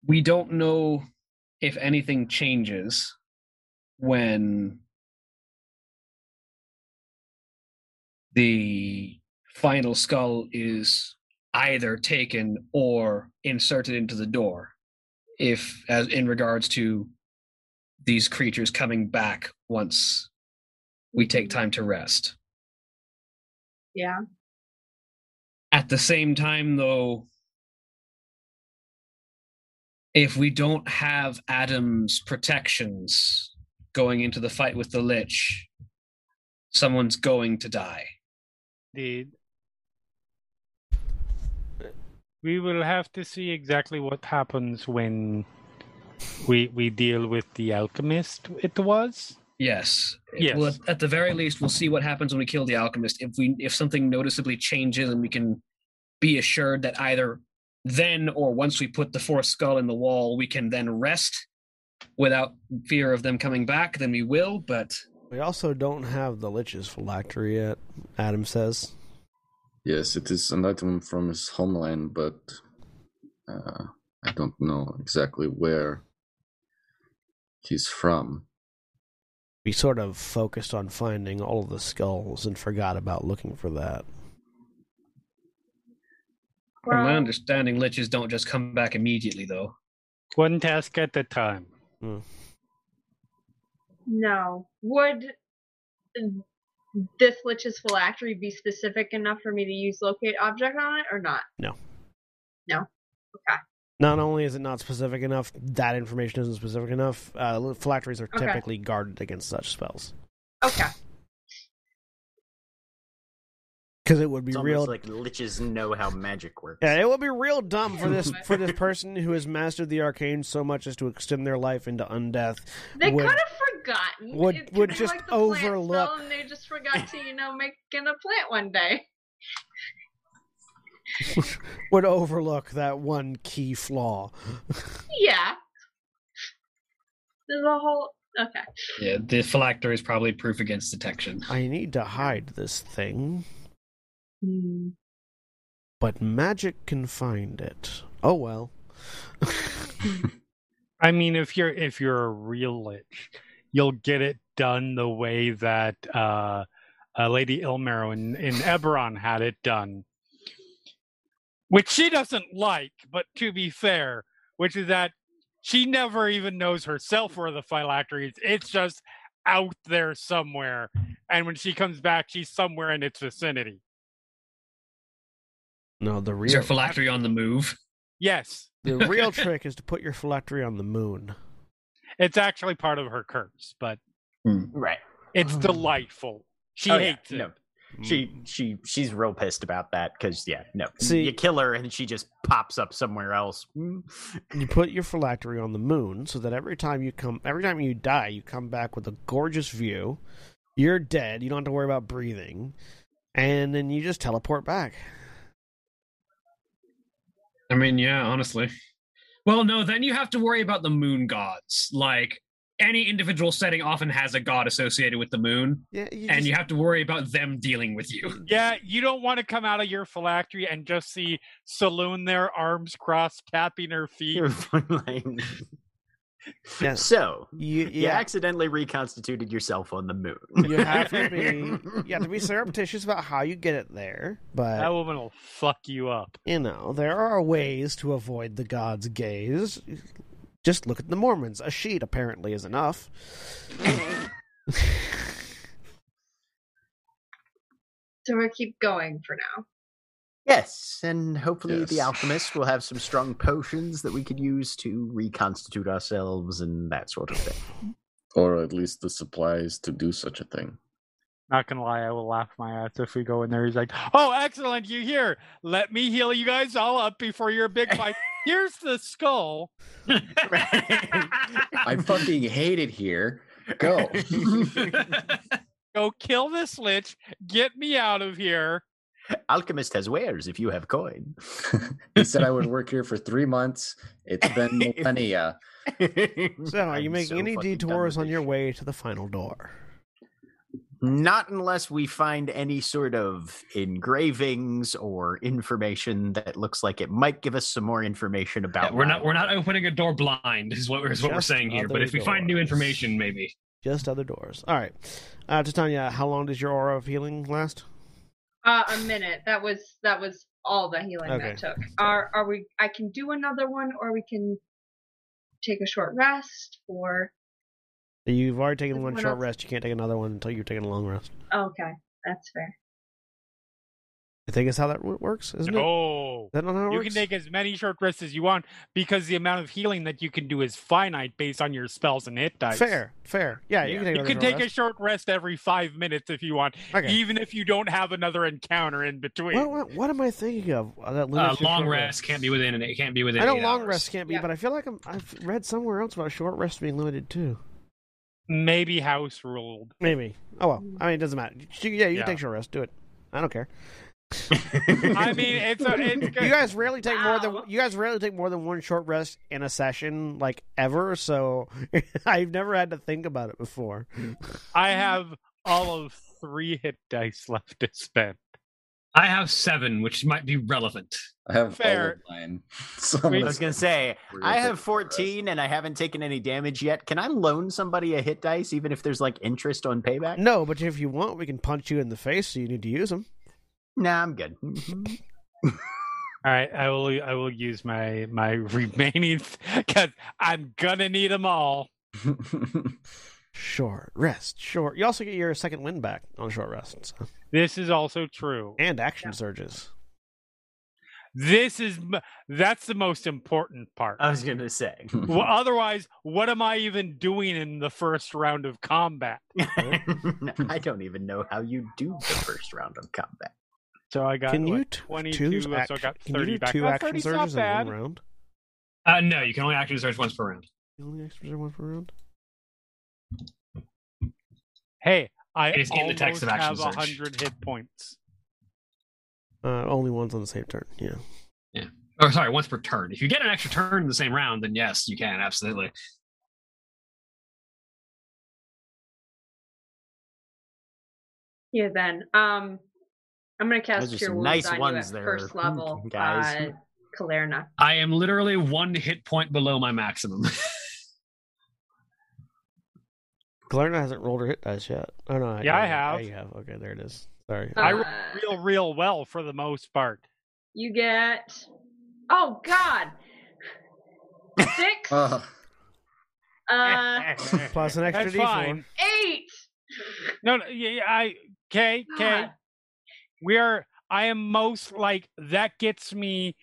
Speaker 7: We don't know if anything changes when the final skull is either taken or inserted into the door if as in regards to these creatures coming back once we take time to rest
Speaker 5: Yeah.
Speaker 7: At the same time, though, if we don't have Adam's protections going into the fight with the Lich, someone's going to die.
Speaker 4: Indeed. We will have to see exactly what happens when we we deal with the alchemist. It was.
Speaker 7: Yes. It- Well,
Speaker 4: Yes.
Speaker 7: at the very least, we'll see what happens when we kill the alchemist. If we if something noticeably changes, and we can be assured that either then or once we put the fourth skull in the wall, we can then rest without fear of them coming back, then we will. But
Speaker 1: We also don't have the Lich's phylactery yet, Adam says.
Speaker 6: [laughs] yes, it is an item from his homeland, but uh, I don't know exactly where he's from.
Speaker 1: We sort of focused on finding all of the skulls and forgot about looking for that.
Speaker 7: From my
Speaker 5: Well,
Speaker 7: understanding, liches don't just come back immediately, though.
Speaker 4: One task at a time.
Speaker 5: No. Would this Lich's phylactery be specific enough for me to use locate object on it or not?
Speaker 1: Not only is it not specific enough, that information isn't specific enough. Uh, phylacteries are
Speaker 5: Okay.
Speaker 1: typically guarded against such spells
Speaker 5: Okay.
Speaker 1: because it would be
Speaker 3: It's
Speaker 1: real.
Speaker 3: almost like liches know how magic works.
Speaker 1: yeah, it would be real dumb for
Speaker 3: [laughs]
Speaker 1: this for this person who has mastered the arcane so much as to extend their life into undeath.
Speaker 5: They
Speaker 1: Would-
Speaker 5: could have forgotten.
Speaker 1: would-
Speaker 5: It could
Speaker 1: would
Speaker 5: be
Speaker 1: just
Speaker 5: like the plant spell
Speaker 1: overlook-
Speaker 5: And they just forgot to, you know, make in a plant
Speaker 1: [laughs]
Speaker 5: one day.
Speaker 1: would overlook that one key flaw.
Speaker 5: Yeah. There's a whole. Okay.
Speaker 7: Yeah, the phylactery is probably proof against detection.
Speaker 1: I need to hide this thing,
Speaker 5: Hmm.
Speaker 1: but magic can find it. Oh well.
Speaker 4: I mean, if you're if you're a real lich, you'll get it done the way that uh, uh, Lady Ilmero in in Eberron had it done, which she doesn't like. But to be fair, which is that she never even knows herself where the phylactery is. It's just out there somewhere, and when she comes back, she's somewhere in its vicinity.
Speaker 1: No, the
Speaker 7: Is
Speaker 1: real
Speaker 7: your phylactery on the move?
Speaker 4: Yes,
Speaker 1: the real trick is to put your phylactery on the moon.
Speaker 4: it's actually part of her curse, but
Speaker 3: Right.
Speaker 4: it's delightful. She
Speaker 3: Oh, yeah,
Speaker 4: hates it.
Speaker 3: No. She she she's real pissed about that because yeah no
Speaker 1: See-
Speaker 3: you kill her and she just pops up somewhere else. Mm.
Speaker 1: You put your phylactery on the moon so that every time you come, every time you die, you come back with a gorgeous view. You're dead. You don't have to worry about breathing, and then you just teleport back.
Speaker 7: I mean, yeah, honestly. Well, no, then you have to worry about the moon gods. Like, any individual setting often has a god associated with the moon,
Speaker 1: Yeah, you
Speaker 7: and
Speaker 1: just-
Speaker 7: you have to worry about them dealing with you.
Speaker 4: Yeah, you don't want to come out of your phylactery and just see Saloon there, arms crossed, tapping her feet.
Speaker 3: You're like-
Speaker 1: [laughs] yes,
Speaker 3: so
Speaker 1: you,
Speaker 3: you
Speaker 1: yeah,
Speaker 3: accidentally reconstituted yourself on the moon.
Speaker 1: you have to
Speaker 3: [laughs]
Speaker 1: be, you have to be surreptitious about how you get it there. But
Speaker 4: That woman will fuck you up.
Speaker 1: you know, there are ways to avoid the god's gaze. Just look at the Mormons. A sheet apparently is enough.
Speaker 5: So we'll keep going for now.
Speaker 3: Yes, and hopefully
Speaker 1: [laughs]
Speaker 3: the
Speaker 6: Yes.
Speaker 3: alchemist will have some strong potions that we could use to reconstitute ourselves and that sort of thing.
Speaker 6: Or at least the supplies to do such a thing.
Speaker 4: Not gonna lie, I will laugh my ass if we go in there. He's like, "Oh, excellent, you here? Let me heal you guys all up before your big
Speaker 1: [laughs]
Speaker 4: fight. Here's the skull.
Speaker 6: I fucking hate it here. Go.
Speaker 4: Go kill this lich. Get me out of here."
Speaker 3: Alchemist has wares if you have coin.
Speaker 6: [laughs]
Speaker 3: [laughs]
Speaker 6: he said I would work here for three months. It's been millennia.
Speaker 1: So, are you
Speaker 3: I'm
Speaker 1: making
Speaker 3: so
Speaker 1: any
Speaker 3: fucking done
Speaker 1: detours
Speaker 3: with
Speaker 1: on
Speaker 3: this
Speaker 1: your
Speaker 3: shit.
Speaker 1: way to the final door?
Speaker 3: Not unless we find any sort of engravings or information that looks like it might give us some more information about.
Speaker 2: Yeah, we're not
Speaker 3: Lyle.
Speaker 2: we're not opening a door blind is what is what we're
Speaker 1: Just
Speaker 2: saying here. But
Speaker 1: other
Speaker 2: if we find new
Speaker 1: doors.
Speaker 2: information, maybe
Speaker 1: Just other doors. All right. Uh, Titania, how long does your aura of healing last?
Speaker 5: Uh, a minute. That was that was all the healing
Speaker 1: Okay.
Speaker 5: that took. Are are we? I can do another one, or we can take a short rest, or
Speaker 1: You've already taken
Speaker 5: Does
Speaker 1: one
Speaker 5: anyone
Speaker 1: short
Speaker 5: else-
Speaker 1: rest. You can't take another one until you've taken a long rest.
Speaker 5: okay, that's fair.
Speaker 1: I think that's how that w- works, isn't it?
Speaker 4: No,
Speaker 1: Is that not how it
Speaker 4: you
Speaker 1: works?
Speaker 4: can take as many short rests as you want because the amount of healing that you can do is finite based on your spells and hit dice.
Speaker 1: Fair, fair. Yeah, you
Speaker 6: Yeah.
Speaker 1: can take
Speaker 4: You
Speaker 1: another
Speaker 4: can take
Speaker 1: short
Speaker 4: a short rest every five minutes if you want,
Speaker 1: rest. Okay.
Speaker 4: even if you don't have another encounter in between.
Speaker 1: What, what, what am I thinking of? Uh, that
Speaker 2: uh,
Speaker 1: limits your
Speaker 2: long
Speaker 1: short
Speaker 2: rest can't be within an- it can't be within.
Speaker 1: I know
Speaker 2: eight
Speaker 1: long
Speaker 2: hours.
Speaker 1: rest can't be,
Speaker 5: Yeah.
Speaker 1: but I feel like I'm, I've read somewhere else about short rest being limited too.
Speaker 4: Maybe house
Speaker 1: [laughs]
Speaker 4: ruled.
Speaker 1: Maybe. Oh well. I mean, it doesn't matter. You- Yeah, you
Speaker 4: Yeah.
Speaker 1: can take short rest. Do it. I don't care.
Speaker 4: I mean, it's a, it's
Speaker 1: You
Speaker 4: good.
Speaker 1: guys rarely take more
Speaker 5: Wow.
Speaker 1: than you guys rarely take more than one short rest in a session, like ever. So [laughs] I've never had to think about it before.
Speaker 4: I have all of three hit dice left to spend.
Speaker 2: I have seven, which might be relevant.
Speaker 6: I have all of
Speaker 4: Fair.
Speaker 6: mine. [laughs] So I'm
Speaker 4: Wait,
Speaker 3: I was gonna say
Speaker 6: We're gonna
Speaker 3: I
Speaker 6: take
Speaker 4: a
Speaker 3: have
Speaker 6: [laughs]
Speaker 3: fourteen and I haven't taken any damage yet. Can I loan somebody a hit dice even if there's like interest on payback?
Speaker 1: No, but if you want, we can punch you in the face. So you need to use them.
Speaker 3: Nah, I'm good. Mm-hmm.
Speaker 4: All right, I will I will use my my [laughs] remaining because I'm gonna need them all.
Speaker 1: Short rest. Short. You also get your second win back on short rest so-
Speaker 4: This is also true.
Speaker 1: and action surges.
Speaker 4: This is m- that's the most important part.
Speaker 3: I was gonna [laughs] say.
Speaker 4: Well, otherwise, what am I even doing in the first round of combat?
Speaker 3: [laughs] I don't even know how you do the first round of
Speaker 4: [laughs]
Speaker 3: combat.
Speaker 4: So I got
Speaker 1: Can you
Speaker 4: what,
Speaker 1: t-
Speaker 4: 22,
Speaker 1: two
Speaker 4: so
Speaker 1: act-
Speaker 4: I got
Speaker 1: can you
Speaker 4: 30
Speaker 1: do
Speaker 4: back.
Speaker 1: two
Speaker 4: Oh,
Speaker 1: action
Speaker 4: 30's not
Speaker 1: surges in one
Speaker 4: bad.
Speaker 1: round?
Speaker 2: Uh, no, you can only actually search once per round.
Speaker 1: You only action surge one per round.
Speaker 4: Hey, I
Speaker 2: It is in the
Speaker 4: almost
Speaker 2: text of action
Speaker 4: have
Speaker 2: search.
Speaker 4: 100 hit points.
Speaker 1: Uh, only once on the same turn. Yeah.
Speaker 2: Or Oh, sorry, once per turn. If you get an extra turn in the same round, then yes, you can absolutely.
Speaker 5: Yeah, then um, I'm gonna cast
Speaker 3: Those are
Speaker 5: Cure
Speaker 3: some
Speaker 5: Wounds
Speaker 3: nice
Speaker 5: on you
Speaker 3: ones
Speaker 5: at
Speaker 3: there, hmm,
Speaker 5: first level,
Speaker 3: [laughs] guys.
Speaker 5: uh, Kalerna.
Speaker 2: I am literally one hit point below my maximum. [laughs]
Speaker 1: Glarna hasn't rolled her hit dice yet. Oh no.
Speaker 4: Yeah, I
Speaker 1: you Yeah,
Speaker 4: have.
Speaker 1: you have. Okay, there it is. Sorry.
Speaker 4: I rolled
Speaker 5: Uh,
Speaker 4: real, real well for the most part.
Speaker 5: You get. Oh God.
Speaker 3: [laughs]
Speaker 5: Six. uh,
Speaker 6: Ugh.
Speaker 1: Plus an extra
Speaker 4: That's
Speaker 1: D4.
Speaker 4: fine.
Speaker 5: eight.
Speaker 4: No, no, yeah, yeah, I, okay, okay.
Speaker 5: God.
Speaker 4: We are, I am most like, that gets me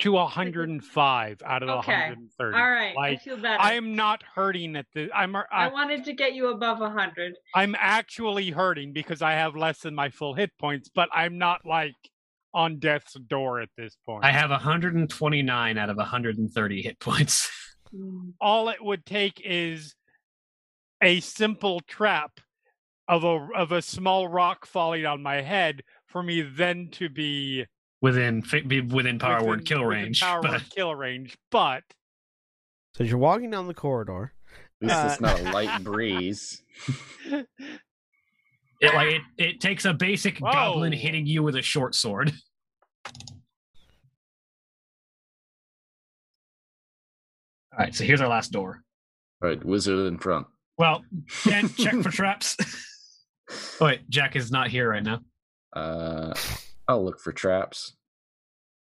Speaker 4: to 105 out of the
Speaker 5: Okay.
Speaker 4: 130.
Speaker 5: All right. I
Speaker 4: Like,
Speaker 5: feel better.
Speaker 4: I am not hurting at the, I'm,
Speaker 5: I
Speaker 4: I,
Speaker 5: wanted to get you above a hundred.
Speaker 4: I'm actually hurting because I have less than my full hit points, but I'm not like on death's door at this point.
Speaker 2: I have 129 out of 130 hit points. [laughs]
Speaker 5: Hmm.
Speaker 4: all it would take is a simple trap of a of a small rock falling on my head for me then to be
Speaker 2: within fi- be within power word
Speaker 4: within-
Speaker 2: kill
Speaker 4: within
Speaker 2: range.
Speaker 4: Power
Speaker 2: but
Speaker 4: word kill range, but
Speaker 1: So as you're walking down the corridor.
Speaker 6: At least
Speaker 1: Uh,
Speaker 6: it's not a light breeze. [laughs]
Speaker 2: it, like it, it takes a basic
Speaker 4: Whoa.
Speaker 2: goblin hitting you with a short sword. [laughs] All right, so here's our last door.
Speaker 6: All right, wizard in front.
Speaker 2: Well, Dan, check
Speaker 4: [laughs]
Speaker 2: for traps. [laughs] oh, wait, Jack is not here right now.
Speaker 6: [laughs] Uh, I'll look for traps.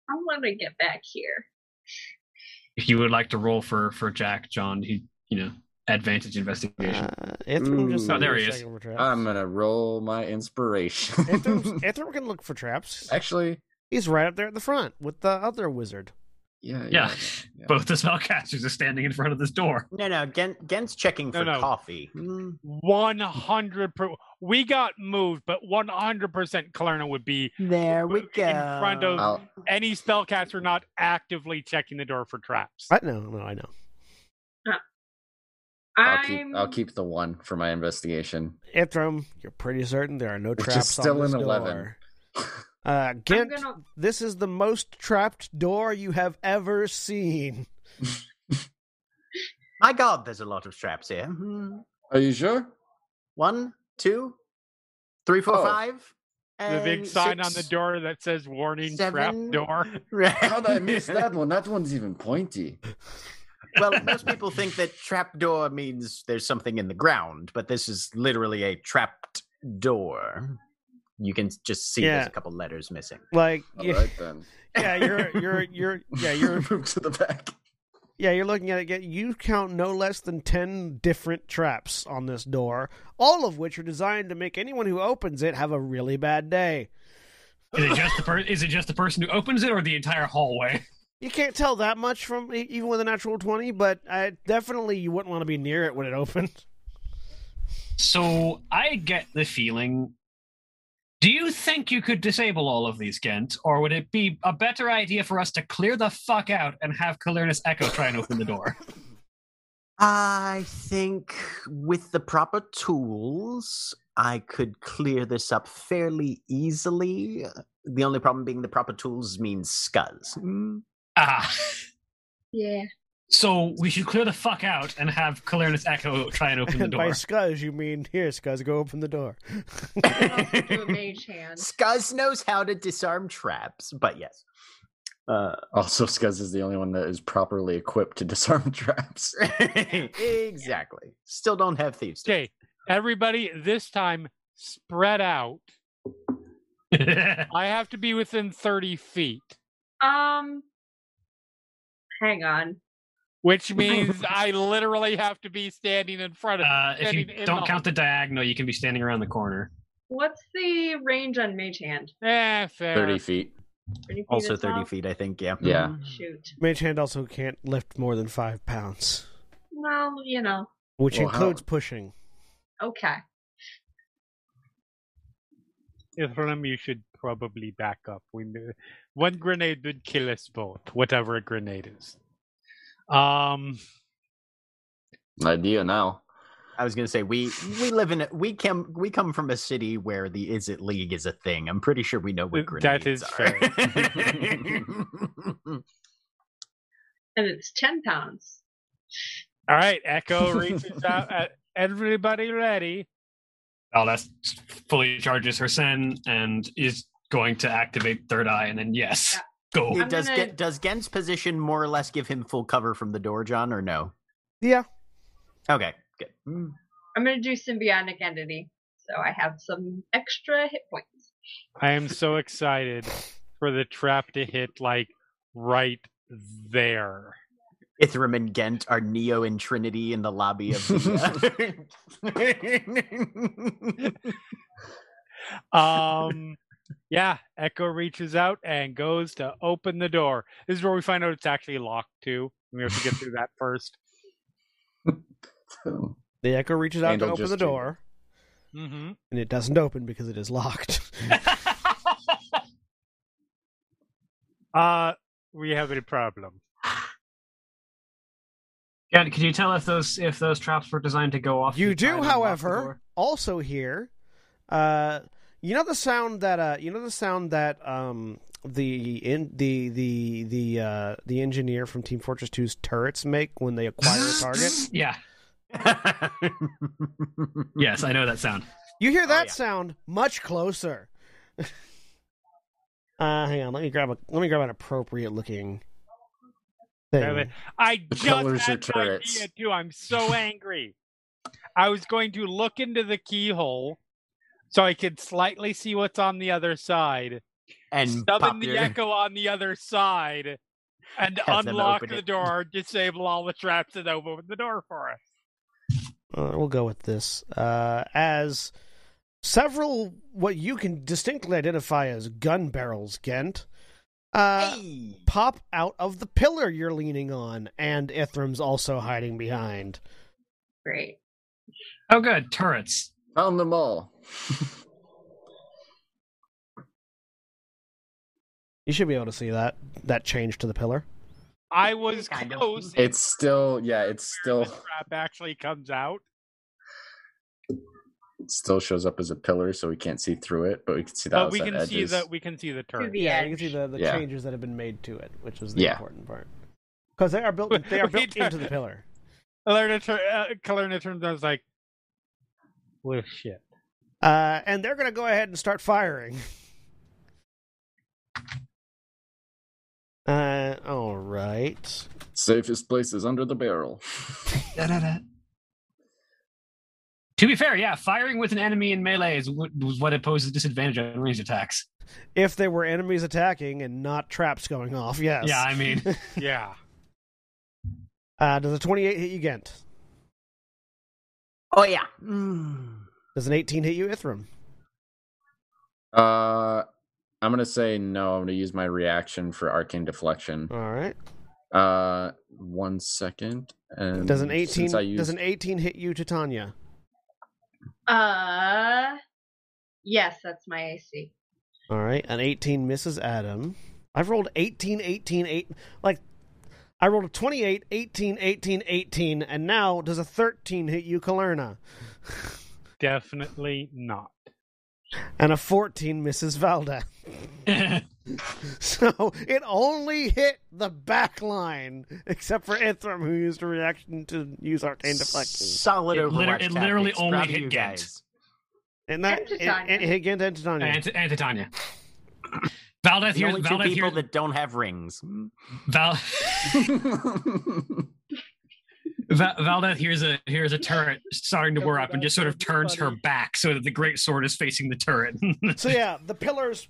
Speaker 5: I want to get back here.
Speaker 2: If you would like to roll for for Jack, John, he you know advantage investigation.
Speaker 1: Uh, Ithrim just
Speaker 6: Ooh. Oh,
Speaker 2: there he
Speaker 1: he's
Speaker 2: is.
Speaker 1: checking
Speaker 6: Um,
Speaker 1: For traps.
Speaker 6: I'm gonna roll my inspiration. [laughs]
Speaker 1: Ithrim's- Ithrim can look for traps.
Speaker 6: Actually,
Speaker 1: He's right up there at the front with the other wizard.
Speaker 6: Yeah,
Speaker 2: Yeah. [laughs] Both the spellcasters are standing in front of this door.
Speaker 3: No, no. Gen, Gen's checking
Speaker 4: No,
Speaker 3: for
Speaker 4: no.
Speaker 3: coffee. Mm,
Speaker 4: One hundred per. We got moved, but one hundred percent, Kalerna would be
Speaker 3: There we
Speaker 4: in
Speaker 3: go.
Speaker 4: front of-
Speaker 6: I'll,
Speaker 4: any spellcaster not actively checking the door for traps.
Speaker 1: I know, no, I know.
Speaker 6: I'll keep.
Speaker 5: I'm.
Speaker 6: I'll keep the one for my investigation.
Speaker 1: Ithram, you're pretty certain there are no
Speaker 6: Which is
Speaker 1: traps
Speaker 6: still
Speaker 1: on this
Speaker 6: an 11.
Speaker 1: door. [laughs] Uh,
Speaker 5: I'm
Speaker 1: Gint,
Speaker 5: gonna.
Speaker 1: this is the most trapped door you have ever seen.
Speaker 3: My God, there's a lot of traps here. Mm.
Speaker 6: Are you sure?
Speaker 3: One, two, three, four,
Speaker 6: Oh.
Speaker 3: five.
Speaker 4: The big
Speaker 3: and
Speaker 4: sign on
Speaker 3: [laughs]
Speaker 4: the
Speaker 3: six,
Speaker 4: door that says "Warning:
Speaker 3: seven.
Speaker 4: Trap Door."
Speaker 6: How did
Speaker 4: [laughs]
Speaker 6: I miss that one? That one's even pointy.
Speaker 3: well,
Speaker 6: [laughs]
Speaker 3: most people think that trapdoor means there's something in the ground, but this is literally a trapped door. You can just see
Speaker 1: Yeah.
Speaker 3: there's a couple letters missing.
Speaker 1: Like,
Speaker 6: All
Speaker 1: yeah,
Speaker 6: right then.
Speaker 1: yeah, you're, you're, you're, yeah,
Speaker 3: [laughs]
Speaker 1: you're,
Speaker 6: move to the back.
Speaker 1: yeah, you're looking at it. again. You count no less than ten different traps on this door, all of which are designed to make anyone who opens it have a really bad day.
Speaker 2: Is it just the per- is it just the person who opens it, or the entire hallway?
Speaker 1: You can't tell that much from e- even with a natural twenty, but I, definitely you wouldn't want to be near it when it opened.
Speaker 2: So I get the feeling. Do you think you could disable all of these, Gent, or would it be a better idea for us to clear the fuck out and have Calernus Echo try and open the [laughs] door?
Speaker 3: I think with the proper tools, I could clear this up fairly easily. uh, The only problem being the proper tools means scuzz. Mm.
Speaker 2: ah,
Speaker 5: Yeah.
Speaker 2: so we should clear the fuck out and have Calernus Echo try and open the
Speaker 1: [laughs] And by
Speaker 2: door.
Speaker 1: scuzz, you mean here, scuzz, go open the door. [laughs]
Speaker 3: [laughs]
Speaker 5: I'll do a
Speaker 6: [laughs]
Speaker 5: mage hand.
Speaker 3: Scuzz knows how to disarm traps, but yes. Uh, [laughs]
Speaker 6: Also, Skuz is the only one that is properly equipped to
Speaker 4: [laughs]
Speaker 6: disarm [laughs] traps.
Speaker 3: exactly. Still don't have thieves. tools.
Speaker 4: Okay, everybody, this time spread out.
Speaker 2: [laughs] Uh,
Speaker 4: I have to be within thirty feet,
Speaker 5: Um. Hang on.
Speaker 6: [laughs]
Speaker 4: which means I literally have to be standing in front of.
Speaker 2: uh, if
Speaker 4: Standing
Speaker 2: you
Speaker 4: in
Speaker 2: don't
Speaker 4: the-
Speaker 2: count the diagonal, you can be standing around the corner.
Speaker 5: What's the range on mage hand?
Speaker 4: Eh, fair.
Speaker 6: Thirty feet.
Speaker 5: 30 feet
Speaker 3: Also
Speaker 5: as
Speaker 3: 30
Speaker 5: well?
Speaker 3: feet, I think, yeah.
Speaker 6: Yeah.
Speaker 5: Shoot.
Speaker 1: Mage hand also can't lift more than five pounds,
Speaker 5: Well, you know.
Speaker 1: which
Speaker 6: Well, how-
Speaker 1: includes pushing.
Speaker 5: Okay.
Speaker 4: Ithram, you should probably back up. We knew- one grenade would kill us both, whatever a grenade is. Um,
Speaker 6: Idea now.
Speaker 3: I was gonna say we we live in a, we come we come from a city where the Is It League is a thing. I'm pretty sure we know what
Speaker 4: Th-
Speaker 3: grenades
Speaker 4: that
Speaker 3: [laughs]
Speaker 4: is
Speaker 3: are.
Speaker 5: And it's 10 pounds.
Speaker 4: all right,
Speaker 6: [laughs]
Speaker 4: Echo reaches out. At, everybody ready?
Speaker 2: Oh, that's fully charges her sen and is going to activate third eye, and then yes,
Speaker 5: Yeah.
Speaker 2: go.
Speaker 3: It
Speaker 5: I'm
Speaker 3: does
Speaker 5: gonna-
Speaker 3: get does Gen's position more or less give him full cover from the door, John, or no?
Speaker 1: Yeah.
Speaker 3: Okay, good. Mm.
Speaker 5: I'm going to do symbiotic entity. So I have some extra hit points.
Speaker 4: I am so excited for the trap to hit like right there.
Speaker 3: Ithram and Gent are Neo and Trinity in the lobby of [laughs] the. uh,
Speaker 4: Um, yeah, Echo reaches out and goes to open the door. This is where we find out it's actually locked too. We have to get through that first.
Speaker 6: So,
Speaker 1: The echo reaches out
Speaker 6: Handle
Speaker 1: to open
Speaker 6: just
Speaker 1: the
Speaker 6: changed.
Speaker 1: door,
Speaker 4: Mm-hmm.
Speaker 1: and it doesn't open because it is locked. [laughs]
Speaker 4: Uh, we have a problem.
Speaker 2: Gent, could you tell if those if those traps were designed to go off?
Speaker 1: you
Speaker 2: if try
Speaker 1: do,
Speaker 2: and unlock the
Speaker 1: however,
Speaker 2: door?
Speaker 1: also hear, uh, you know the sound that uh, you know the sound that um, the in the the the uh, the engineer from Team Fortress 2's turrets make when they acquire a target.
Speaker 2: Yeah. Yes, I know that sound.
Speaker 1: You
Speaker 2: Oh,
Speaker 1: hear that
Speaker 3: yeah.
Speaker 1: sound much closer. [laughs] uh, hang on, let me grab a let me grab an appropriate looking
Speaker 4: Grab
Speaker 1: thing.
Speaker 4: it. I
Speaker 6: The
Speaker 4: just
Speaker 6: colors are
Speaker 4: had an
Speaker 6: turrets.
Speaker 4: idea too. I'm so angry. I was going to look into the keyhole so I could slightly see what's on the other side.
Speaker 3: and
Speaker 4: Summon
Speaker 3: pop
Speaker 4: the
Speaker 3: your- [laughs]
Speaker 4: echo on the other side and
Speaker 3: Have them
Speaker 4: unlock
Speaker 3: open
Speaker 4: the
Speaker 3: it.
Speaker 4: door, disable all the traps, and open the door for us.
Speaker 1: Uh, we'll go with this uh, as several what you can distinctly identify as gun barrels, Gent, Uh,
Speaker 3: hey.
Speaker 1: pop out of the pillar you're leaning on, and Ithram's also hiding behind.
Speaker 5: Great.
Speaker 7: Oh, good. Turrets.
Speaker 6: [laughs] Found them all.
Speaker 1: You should be able to see that that change to the pillar.
Speaker 4: I was
Speaker 3: Kind of.
Speaker 4: close.
Speaker 6: It's still, yeah, it's
Speaker 4: The
Speaker 6: still,
Speaker 4: trap actually comes out.
Speaker 6: it still shows up as a pillar, so we can't see through it, but we can see the
Speaker 4: but we
Speaker 6: outside
Speaker 4: can see
Speaker 6: edges.
Speaker 4: the we can see the
Speaker 5: To
Speaker 4: turret.
Speaker 5: the
Speaker 1: yeah,
Speaker 5: edge.
Speaker 1: you can see the, the
Speaker 6: Yeah.
Speaker 1: changes that have been made to it, which is the
Speaker 6: Yeah.
Speaker 1: important part. Because they are built they are
Speaker 4: We
Speaker 1: built
Speaker 4: don't-
Speaker 1: into the pillar.
Speaker 4: Kalerna, tur- uh, Kalerna turns out and is like, well, shit.
Speaker 1: Uh, and they're going to go ahead and start firing. Uh, all right.
Speaker 6: Safest place is under the barrel.
Speaker 7: To be fair, yeah, firing with an enemy in melee is wh- was what imposes disadvantage on ranged attacks.
Speaker 1: If there were enemies attacking and not traps going off, yes.
Speaker 7: Yeah,
Speaker 1: [laughs]
Speaker 7: I mean,
Speaker 4: Yeah.
Speaker 1: Uh, does a 28 hit you, Gent?
Speaker 3: Oh yeah. Mm.
Speaker 1: Does an 18 hit you, Ithram?
Speaker 6: Uh, I'm gonna say no. I'm gonna use my reaction for arcane deflection.
Speaker 1: All right.
Speaker 6: Uh, one second. And
Speaker 1: Does an
Speaker 6: since
Speaker 1: 18
Speaker 6: I used,
Speaker 1: does an 18 hit you, Titania?
Speaker 5: Uh, yes, that's my AC.
Speaker 1: All right. An 18 misses Adam. I've rolled 18 18 8 like I rolled a 28 18 18 18 and now does a 13 hit you, Kalerna?
Speaker 4: Definitely not.
Speaker 1: And a 14 misses Valda. So it only hit the back line, except for Ithram, who used a reaction to use Arcane Deflection.
Speaker 3: Solid
Speaker 7: It
Speaker 3: Overwatch
Speaker 7: liter- it literally
Speaker 3: tactics.
Speaker 7: only
Speaker 3: Proud of
Speaker 7: hit
Speaker 3: you
Speaker 7: Ghent.
Speaker 3: guys.
Speaker 1: And that
Speaker 5: And
Speaker 1: it,
Speaker 5: Titania.
Speaker 1: it hit again to Titania.
Speaker 7: and, and Titania. Valdeth
Speaker 3: The
Speaker 7: hears
Speaker 3: only two
Speaker 7: Valdeth
Speaker 3: people
Speaker 7: hears
Speaker 3: that don't have rings.
Speaker 7: Val, Va- Valdeth hears a hears a turret starting to whir up and just sort of turns her back so that the great sword is facing the turret. [laughs] Oh,
Speaker 1: So yeah, the pillars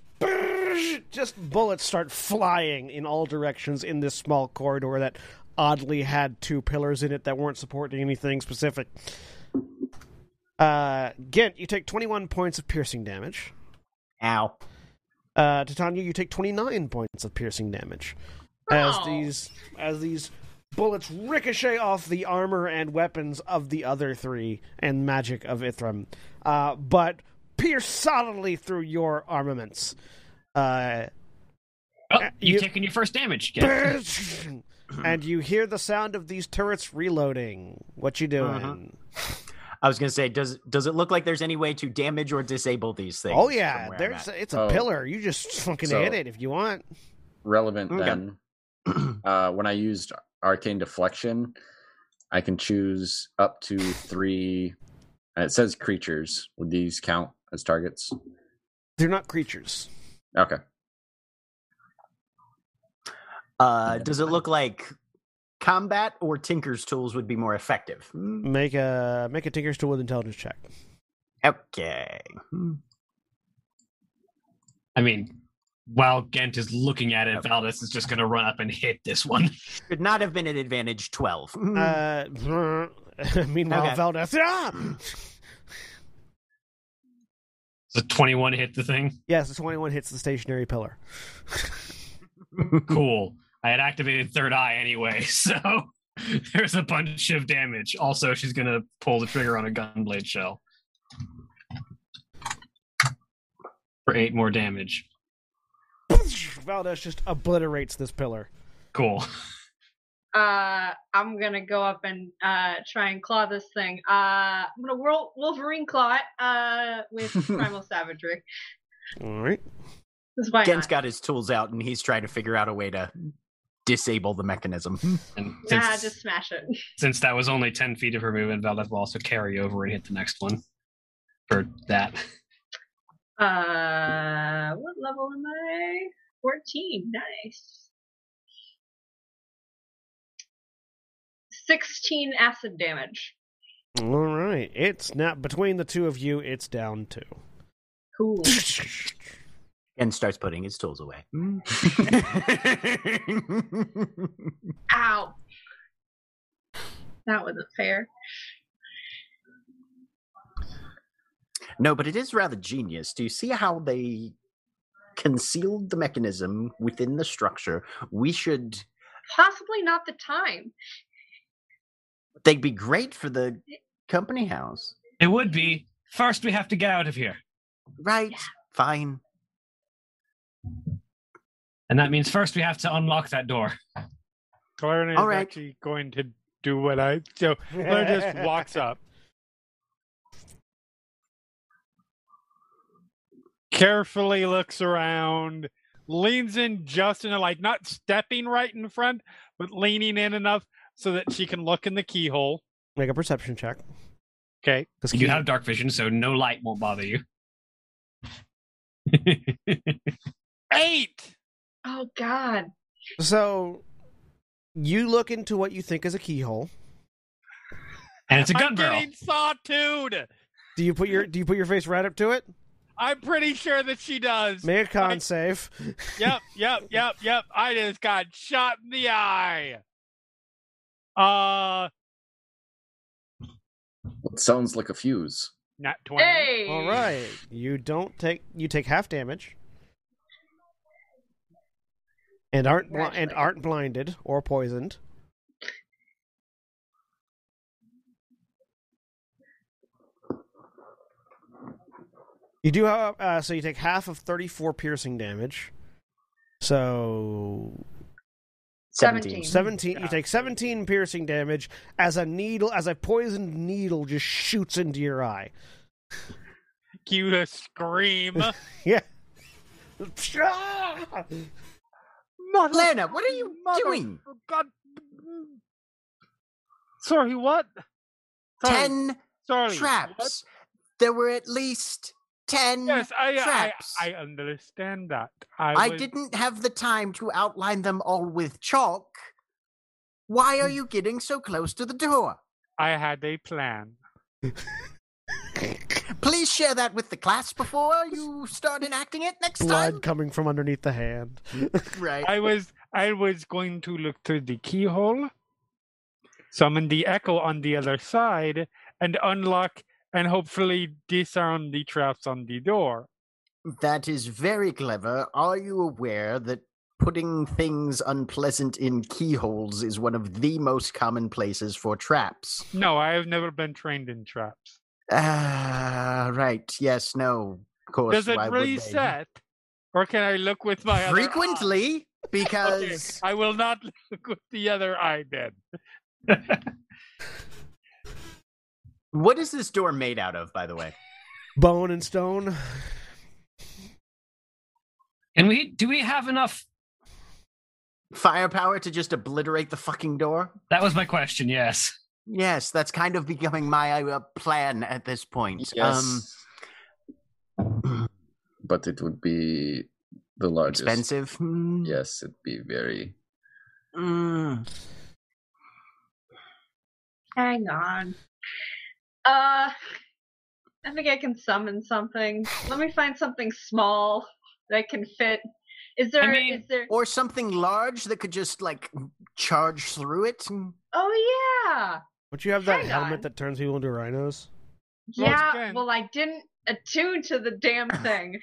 Speaker 1: just bullets start flying in all directions in this small corridor that oddly had two pillars in it that weren't supporting anything specific. Uh Gent, you take 21 points of piercing damage.
Speaker 3: Ow.
Speaker 1: Uh Titania, you take 29 points of piercing damage as
Speaker 5: Oh.
Speaker 1: these as these bullets ricochet off the armor and weapons of the other three and magic of Ithram, uh, but pierce solidly through your armaments. Uh,
Speaker 7: oh,
Speaker 1: Uh,
Speaker 7: you've
Speaker 1: you-
Speaker 7: taken your first damage. Ghent.
Speaker 1: [laughs] and you hear the sound of these turrets reloading. What you doing?
Speaker 3: I was gonna say, does does it look like there's any way to damage or disable these things?
Speaker 1: Oh
Speaker 3: from
Speaker 1: yeah,
Speaker 3: where I'm
Speaker 1: there's
Speaker 3: at?
Speaker 1: it's a
Speaker 6: Oh.
Speaker 1: pillar. You just fucking
Speaker 6: So-
Speaker 1: hit it if you want.
Speaker 6: [laughs] relevant
Speaker 3: Okay.
Speaker 6: then. Uh, when I used arcane deflection, I can choose up to three. uh, It says creatures. Would these count as targets?
Speaker 1: They're not creatures.
Speaker 6: Okay.
Speaker 3: Uh, does it look like combat or Tinker's tools would be more effective? Mm,
Speaker 1: Make a make a Tinker's Tool with intelligence check.
Speaker 3: Okay. Mm,
Speaker 7: I mean, while Ghent is looking at it, Valdeth is just going to run up and hit this one.
Speaker 3: Should not have been at advantage twelve. Mm, [laughs]
Speaker 1: Uh, [laughs] meanwhile,
Speaker 3: Okay.
Speaker 1: Valdez. Ah!
Speaker 7: So twenty-one hit
Speaker 1: [laughs]
Speaker 7: the thing.
Speaker 1: Yes, the 21 hits the stationary pillar.
Speaker 7: Cool. I had activated third eye anyway, [laughs] so there's a bunch of damage. Also, she's going to pull the trigger on a gunblade shell for eight more damage.
Speaker 1: Valdez just obliterates this pillar.
Speaker 7: Cool.
Speaker 5: Uh, I'm gonna go up and uh try and claw this thing. Uh, I'm gonna whirl- Wolverine claw it uh with primal savagery.
Speaker 1: All right.
Speaker 5: This is why
Speaker 3: Gen's
Speaker 5: not.
Speaker 3: got his tools out and he's trying to figure out a way to disable the mechanism. hmm,
Speaker 7: And since,
Speaker 5: Nah, just smash it.
Speaker 7: since that was only 10 feet of her movement, Valdez will also carry over and hit the next one for that.
Speaker 5: Uh, what level am I? 14. Nice. 16 acid damage.
Speaker 1: All right. It's now between the two of you, it's down to. [laughs]
Speaker 5: Cool.
Speaker 3: Gen starts putting his tools away.
Speaker 1: [laughs]
Speaker 3: [laughs] Mm.
Speaker 5: Ow. That wasn't fair.
Speaker 3: no, but it is rather genius. Do you see how they concealed the mechanism within the structure, we should.
Speaker 5: Possibly not the time.
Speaker 3: They'd be great for the company house.
Speaker 8: It would be. First, we have to get out of here.
Speaker 3: Right. Fine.
Speaker 8: And that means first we have to unlock that door.
Speaker 4: Clarina is
Speaker 3: All right.
Speaker 4: actually going to do what I so Clarina just walks up. Carefully looks around, leans in just enough, like not stepping right in front, but leaning in enough so that she can look in the keyhole.
Speaker 1: Make a perception check.
Speaker 4: Okay.
Speaker 1: Because
Speaker 2: You have dark vision, so no light won't bother
Speaker 7: [laughs]
Speaker 2: you.
Speaker 4: Eight!
Speaker 5: Oh God.
Speaker 1: So you look into what you think is a keyhole.
Speaker 2: and it's a gun
Speaker 4: I'm
Speaker 2: barrel.
Speaker 4: getting sawtooed.
Speaker 1: Do you put your do you put your face right up to it?
Speaker 4: I'm pretty sure that she does.
Speaker 1: Make a con
Speaker 4: Right.
Speaker 1: save.
Speaker 4: yep, yep, yep, yep. I just got shot in the eye. Uh,
Speaker 6: It sounds like a fuse.
Speaker 4: not 20.
Speaker 5: Hey. [laughs]
Speaker 1: All right. You don't take you take half damage. And aren't bl- and
Speaker 5: Congratulations.
Speaker 1: aren't blinded or poisoned. You do have uh, so you take half of 34 piercing damage. So
Speaker 5: 17.
Speaker 1: 17 you take 17 piercing damage as a needle as a poisoned needle just shoots into your eye
Speaker 4: Cue a scream.
Speaker 1: yeah Ah!
Speaker 4: Mother,
Speaker 3: Lana, what are you
Speaker 4: mother-
Speaker 3: doing?
Speaker 4: God. Sorry, what? Sorry,
Speaker 3: Ten
Speaker 4: sorry, what?
Speaker 3: traps. There were at least ten.
Speaker 4: Yes, I,
Speaker 3: traps.
Speaker 4: I, I understand that. I,
Speaker 3: I
Speaker 4: was-
Speaker 3: didn't have the time to outline them all with chalk. Why are you getting so close to the door?
Speaker 4: I had a plan.
Speaker 3: Please share that with the class before you start enacting it next
Speaker 1: blood coming from underneath the hand
Speaker 3: time. Right.
Speaker 4: I was I was going to look through the keyhole, summon the echo on the other side, and unlock and hopefully disarm the traps on the door.
Speaker 3: That is very clever. Are you aware that putting things unpleasant in keyholes is one of the most common places for traps?
Speaker 4: No, I have never been trained in traps.
Speaker 3: Ah, right. Yes, no. Of course.
Speaker 4: Does it
Speaker 3: why would they?
Speaker 4: reset? Or can I look with my other eye?
Speaker 3: Frequently,
Speaker 4: [laughs] Okay,
Speaker 3: because
Speaker 4: I will not [laughs] look with the other eye then.
Speaker 3: what is this door made out of, by the way?
Speaker 1: bone and stone
Speaker 7: And we do we have enough?
Speaker 3: Firepower to just obliterate the fucking door?
Speaker 8: That was my question, yes.
Speaker 3: Yes, that's kind of becoming my uh, plan at this point.
Speaker 1: [clears throat]
Speaker 3: Um,
Speaker 6: but it would be the largest.
Speaker 3: expensive. Hmm.
Speaker 6: Yes, it'd be very.
Speaker 3: Mm.
Speaker 5: Hang on. Uh, I think I can summon something. Let me find something small that I can fit. Is there? Is
Speaker 8: I mean-
Speaker 5: there?
Speaker 3: Or something large that could just like charge through it. Mm.
Speaker 5: Oh yeah,
Speaker 1: don't you have that
Speaker 5: Hang
Speaker 1: helmet
Speaker 5: on.
Speaker 1: that turns people into rhinos
Speaker 4: Well, it's
Speaker 5: yeah.
Speaker 4: been-
Speaker 5: well, I didn't attune to the
Speaker 1: [sighs]
Speaker 5: damn thing.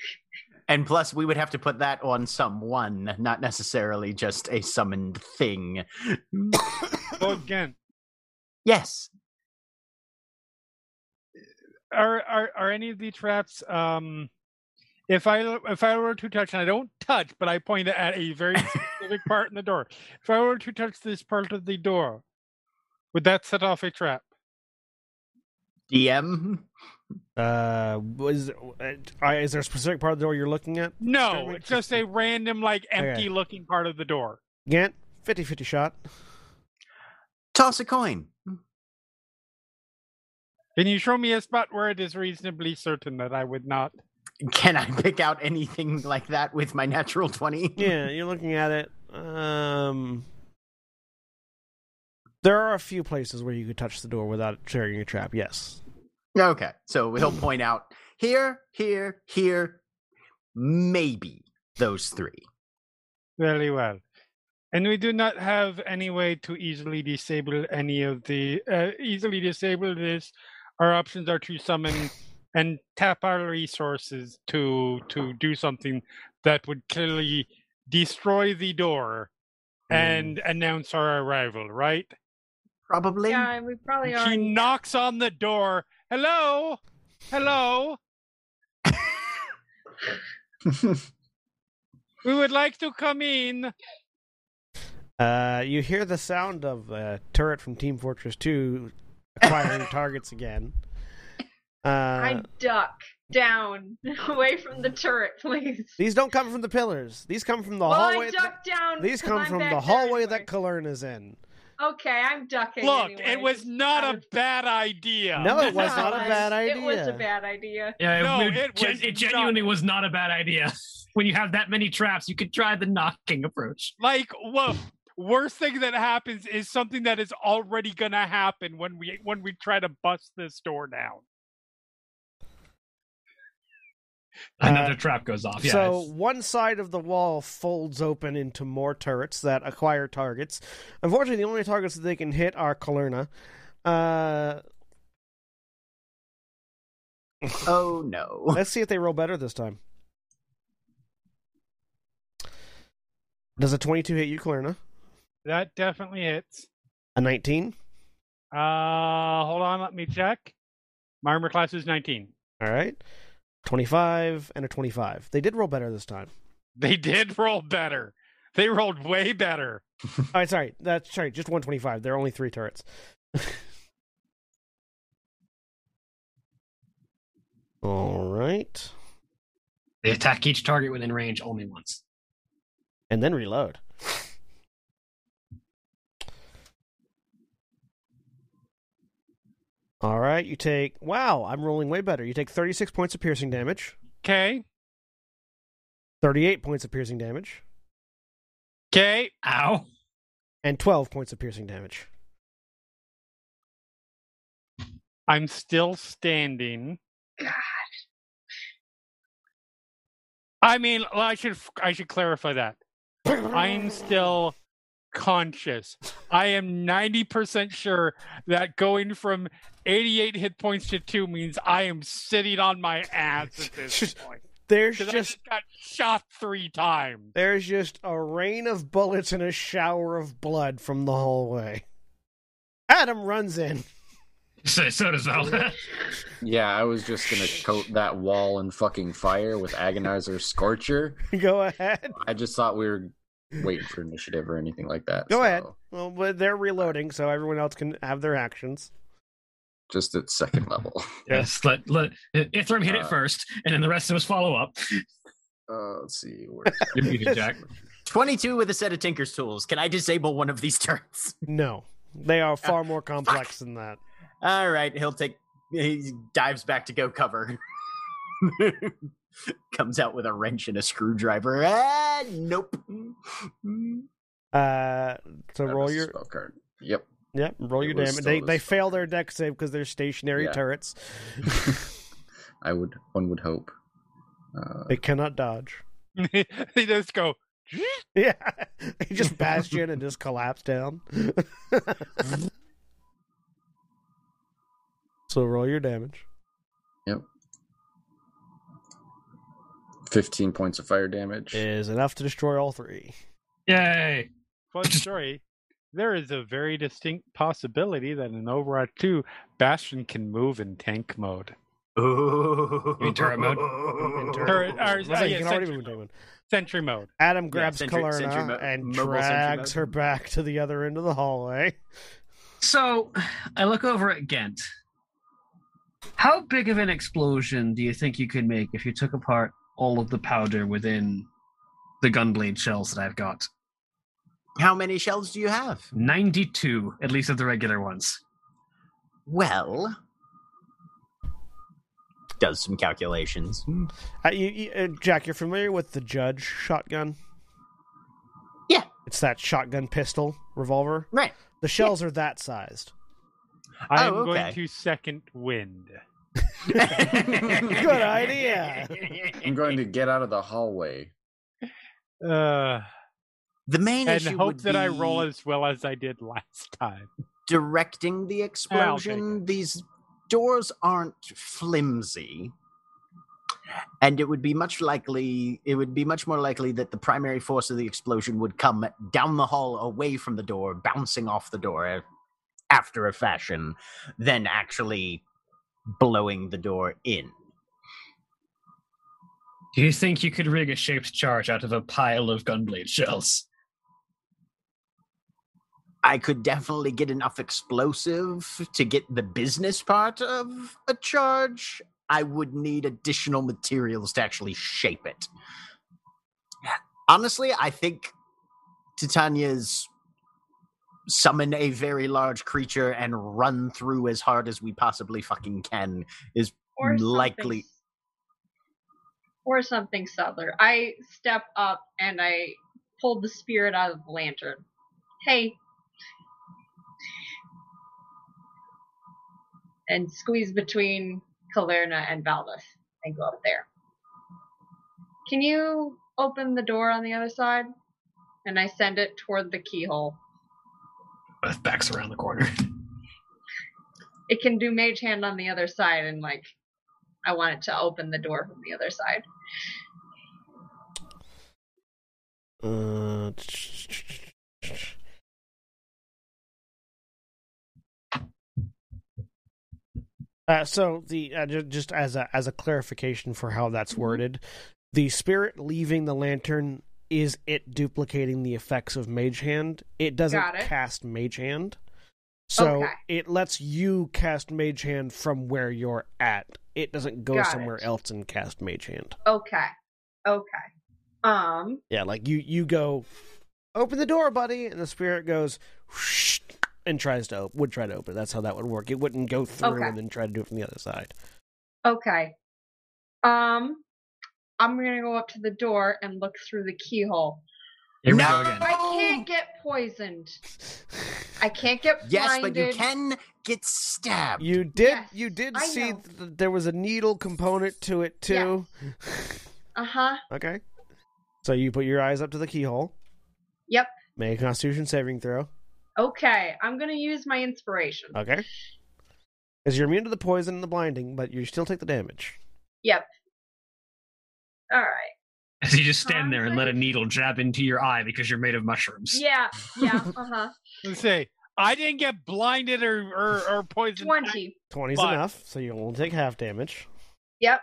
Speaker 3: And plus, we would have to put that on someone, not necessarily just a summoned thing.
Speaker 4: Well, again,
Speaker 3: yes.
Speaker 4: are are are any of the traps um if I if I were to touch and I don't touch, but I point at a [laughs] very specific part in the door. If I were to touch this part of the door, would that set off a trap?
Speaker 3: DM.
Speaker 1: uh is, uh, is there a specific part of the door you're looking at
Speaker 4: No,
Speaker 1: Sure.
Speaker 4: it's just a random, like
Speaker 1: Okay.
Speaker 4: empty looking part of the door.
Speaker 1: Gant 50-50 shot
Speaker 3: Toss a coin.
Speaker 4: Can you show me a spot where it is reasonably certain that I would not?
Speaker 3: Can I pick out anything like that with my natural 20?
Speaker 1: yeah [laughs] you're looking at it um there are a few places where you could touch the door without triggering a trap yes
Speaker 3: Okay. So he'll point out here, here, here, maybe those three.
Speaker 4: Very well. And we do not have any way to easily disable any of the uh, easily disable this. Our options are to summon and tap our resources to to do something that would clearly destroy the door and announce our arrival, right?
Speaker 3: Probably.
Speaker 5: Yeah, we probably are.
Speaker 4: She knocks on the door. Hello?
Speaker 5: [laughs]
Speaker 4: Hello? We would like to come in.
Speaker 1: Uh, you hear the sound of a turret from Team Fortress 2
Speaker 4: [laughs]
Speaker 1: acquiring targets again. Uh,
Speaker 5: I duck down [laughs] away from the turret, please.
Speaker 1: These don't come from the pillars. These come from the
Speaker 5: well,
Speaker 1: hallway.
Speaker 5: I duck down.
Speaker 1: these
Speaker 5: 'cause
Speaker 1: come
Speaker 5: I'm
Speaker 1: from
Speaker 5: back
Speaker 1: the
Speaker 5: there
Speaker 1: hallway
Speaker 5: anyway.
Speaker 1: that Kalern is in.
Speaker 5: Okay, I'm ducking.
Speaker 4: Look,
Speaker 5: anyway.
Speaker 4: it was not
Speaker 5: I
Speaker 4: a
Speaker 5: was-
Speaker 4: bad idea.
Speaker 1: No, [laughs]
Speaker 5: [laughs]
Speaker 1: it was not a
Speaker 5: Guys,
Speaker 1: bad
Speaker 5: It was a
Speaker 1: idea.
Speaker 5: bad idea.
Speaker 8: Yeah,
Speaker 4: No,
Speaker 8: it, would-
Speaker 4: it
Speaker 8: gen-
Speaker 4: was
Speaker 8: it genuinely was not a bad idea. [laughs] When you have that many traps, you could try the knocking approach.
Speaker 4: Like, whoa. Worst thing that happens is something that is already gonna happen when we when we try to bust this door down.
Speaker 1: Uh,
Speaker 8: Another trap goes off. Yeah,
Speaker 1: So
Speaker 8: it's-
Speaker 1: one side of the wall folds open into more turrets that acquire targets. Unfortunately, the only targets that they can hit are Kalerna. Uh,
Speaker 3: Oh no. [laughs]
Speaker 1: let's see if they roll better this time. Does a 22 hit you, Kalerna?
Speaker 4: That definitely hits.
Speaker 1: A 19?
Speaker 4: Uh hold on, let me check. My armor class is nineteen.
Speaker 1: All right. 25 and a 25. They did roll better this time.
Speaker 4: They did [laughs] roll better. They rolled way better.
Speaker 1: All right, sorry. That's sorry, just 125. There are only 3 turrets. [laughs] All right.
Speaker 8: they attack each target within range only once.
Speaker 1: and then reload. All right, you take. Wow, I'm rolling way better. You take 36 points of piercing damage,
Speaker 4: Okay.
Speaker 1: 38 points of piercing damage,
Speaker 4: Okay.
Speaker 8: Ow.
Speaker 1: and 12 points of piercing damage.
Speaker 4: I'm still standing.
Speaker 5: God.
Speaker 4: I mean, well, I should I should clarify that. I'm still conscious. I am 90% sure that going from 88 hit points to 2 means I am sitting on my ass at this point.
Speaker 1: There's
Speaker 4: 'Cause I
Speaker 1: just
Speaker 4: just got shot 3 times. [laughs]
Speaker 1: there's just a rain of bullets and a shower of blood from the hallway. Adam runs in. [laughs]
Speaker 8: So, so does Val. [laughs]
Speaker 6: yeah, I was just gonna coat that wall in fucking fire with agonizer scorcher.
Speaker 1: Go ahead.
Speaker 6: I just thought we were waiting for initiative or anything like that.
Speaker 1: Go
Speaker 6: so
Speaker 1: ahead. Well, but they're reloading, so everyone else can have their actions.
Speaker 6: Just at second level. [laughs]
Speaker 8: yes, let, let Ithram hit it
Speaker 6: Uh,
Speaker 8: first, and then the rest of us follow up.
Speaker 6: Uh, let's see.
Speaker 1: [laughs]
Speaker 6: Where...
Speaker 8: You're muted, Jack.
Speaker 3: Twenty-two with a set of Tinker's tools. Can I disable one of these turns?
Speaker 1: No, they are
Speaker 6: Ah,
Speaker 1: far more complex than that.
Speaker 3: All right, he'll take. He dives back to go cover. [laughs] Comes out with a wrench and a screwdriver. Ah, nope.
Speaker 1: Uh, so roll your
Speaker 6: spell card.
Speaker 1: [laughs]
Speaker 6: Yep.
Speaker 1: yep, roll
Speaker 6: It
Speaker 1: your
Speaker 6: was
Speaker 1: damage.
Speaker 6: still
Speaker 1: They
Speaker 6: the
Speaker 1: they
Speaker 6: spell
Speaker 1: fail their deck save because they're stationary
Speaker 6: Yeah. [laughs]
Speaker 1: turrets.
Speaker 6: I would. One would hope. Uh,
Speaker 1: They cannot dodge. [laughs]
Speaker 4: they just go
Speaker 1: Yeah, they just bastion and just collapse
Speaker 6: [laughs]
Speaker 1: down. [laughs] so roll your damage.
Speaker 6: Fifteen points of fire damage.
Speaker 1: Is enough to destroy all three.
Speaker 8: [laughs] Yay.
Speaker 3: [laughs]
Speaker 4: Fun story. There is a very distinct possibility that in Overwatch 2, Bastion can move in tank mode.
Speaker 3: Ooh.
Speaker 8: mean turret mode?
Speaker 4: Turret- or-
Speaker 1: Looks like
Speaker 4: uh,
Speaker 1: you
Speaker 4: yeah,
Speaker 1: can already
Speaker 4: sentry
Speaker 1: move damage.
Speaker 4: Sentry mode.
Speaker 1: Adam grabs
Speaker 3: sentry-
Speaker 1: Kalerna
Speaker 3: sentry mo-
Speaker 1: and
Speaker 3: mobile sentry
Speaker 1: drags
Speaker 3: mode.
Speaker 1: her back to the other end of the hallway.
Speaker 8: So I look over at Ghent. How big of an explosion do you think you could make if you took apart all of the powder within the gunblade shells that I've got?
Speaker 3: How many shells do you have?
Speaker 8: 92, at least of the regular ones.
Speaker 3: Well, does some calculations.
Speaker 1: Uh, you, you, uh, Jack, you're familiar with the Judge shotgun?
Speaker 3: Yeah.
Speaker 1: It's that shotgun pistol revolver.
Speaker 3: Right. [laughs]
Speaker 1: The shells are that sized.
Speaker 4: I am
Speaker 3: Oh, okay.
Speaker 4: going to second wind.
Speaker 1: Good idea.
Speaker 6: I'm going to get out of
Speaker 3: [laughs]
Speaker 6: the hallway.
Speaker 4: Uh,
Speaker 3: The main
Speaker 4: and
Speaker 3: issue
Speaker 4: hope
Speaker 3: would
Speaker 4: that I roll
Speaker 3: be
Speaker 4: as well as I did last [laughs] time.
Speaker 3: directing the explosion. These doors aren't flimsy. and it would be much likely it would be much more likely that the primary force of the explosion would come down the hall away from the door bouncing off the door after a fashion than actually blowing the door in
Speaker 7: Do you think you could rig a shaped charge out of a pile of gunblade shells?
Speaker 3: i could definitely get enough explosive to get the business part of a charge i would need additional materials to actually shape it honestly i think titania's summon a very large creature and run through as hard as we possibly fucking can is
Speaker 5: Or something-
Speaker 3: likely
Speaker 5: Or something subtler. I step up and I pull the spirit out of the lantern. Hey. And squeeze between Kalerna and Valdis and go up there. Can you open the door on the other side? And I send it toward the keyhole.
Speaker 2: Both backs around the corner.
Speaker 5: It can do mage hand on the other side and like I want it to open the door from the other side.
Speaker 1: Uh, Uh, so the uh, ju- just as a as a clarification for how
Speaker 5: Mm-hmm.
Speaker 1: that's worded, the spirit leaving the lantern is it duplicating the effects of Mage Hand. It doesn't
Speaker 5: Got it.
Speaker 1: cast Mage Hand, so
Speaker 5: Okay.
Speaker 1: it lets you cast Mage Hand from where you're at. It doesn't go
Speaker 5: Got
Speaker 1: somewhere
Speaker 5: it.
Speaker 1: else and cast Mage Hand.
Speaker 5: Okay. Okay. Um
Speaker 1: Yeah, like you you go open the door, buddy, and the spirit goes whoosh, and tries to op- would try to open. it. That's how that would work. It wouldn't go through
Speaker 5: Okay.
Speaker 1: and then try to do it from the other side.
Speaker 5: okay. Um I'm gonna go up to the door and look through the keyhole.
Speaker 7: Here we
Speaker 3: No!
Speaker 7: go again.
Speaker 5: I can't get poisoned. I can't get
Speaker 3: [laughs] yes
Speaker 5: blinded.
Speaker 3: but you can get stabbed
Speaker 1: You did.
Speaker 5: Yes,
Speaker 1: you did
Speaker 5: I
Speaker 1: see
Speaker 5: know.
Speaker 1: th- there was a needle component to it too.
Speaker 5: Uh huh.
Speaker 1: Okay. So you put your eyes up to the keyhole.
Speaker 5: Yep.
Speaker 1: Make a Constitution saving throw.
Speaker 5: Okay. I'm gonna use my inspiration.
Speaker 1: Okay. Because you're immune to the poison and the blinding, but you still take the damage.
Speaker 5: All right.
Speaker 7: As you just stand there and let a needle jab into your eye because you're made of mushrooms.
Speaker 5: Yeah. Yeah. Uh huh.
Speaker 4: Let's say I didn't get blinded or or, or poisoned.
Speaker 5: Twenty.
Speaker 1: Twenty's
Speaker 4: Fine.
Speaker 1: enough, so you only take half damage.
Speaker 5: Yep.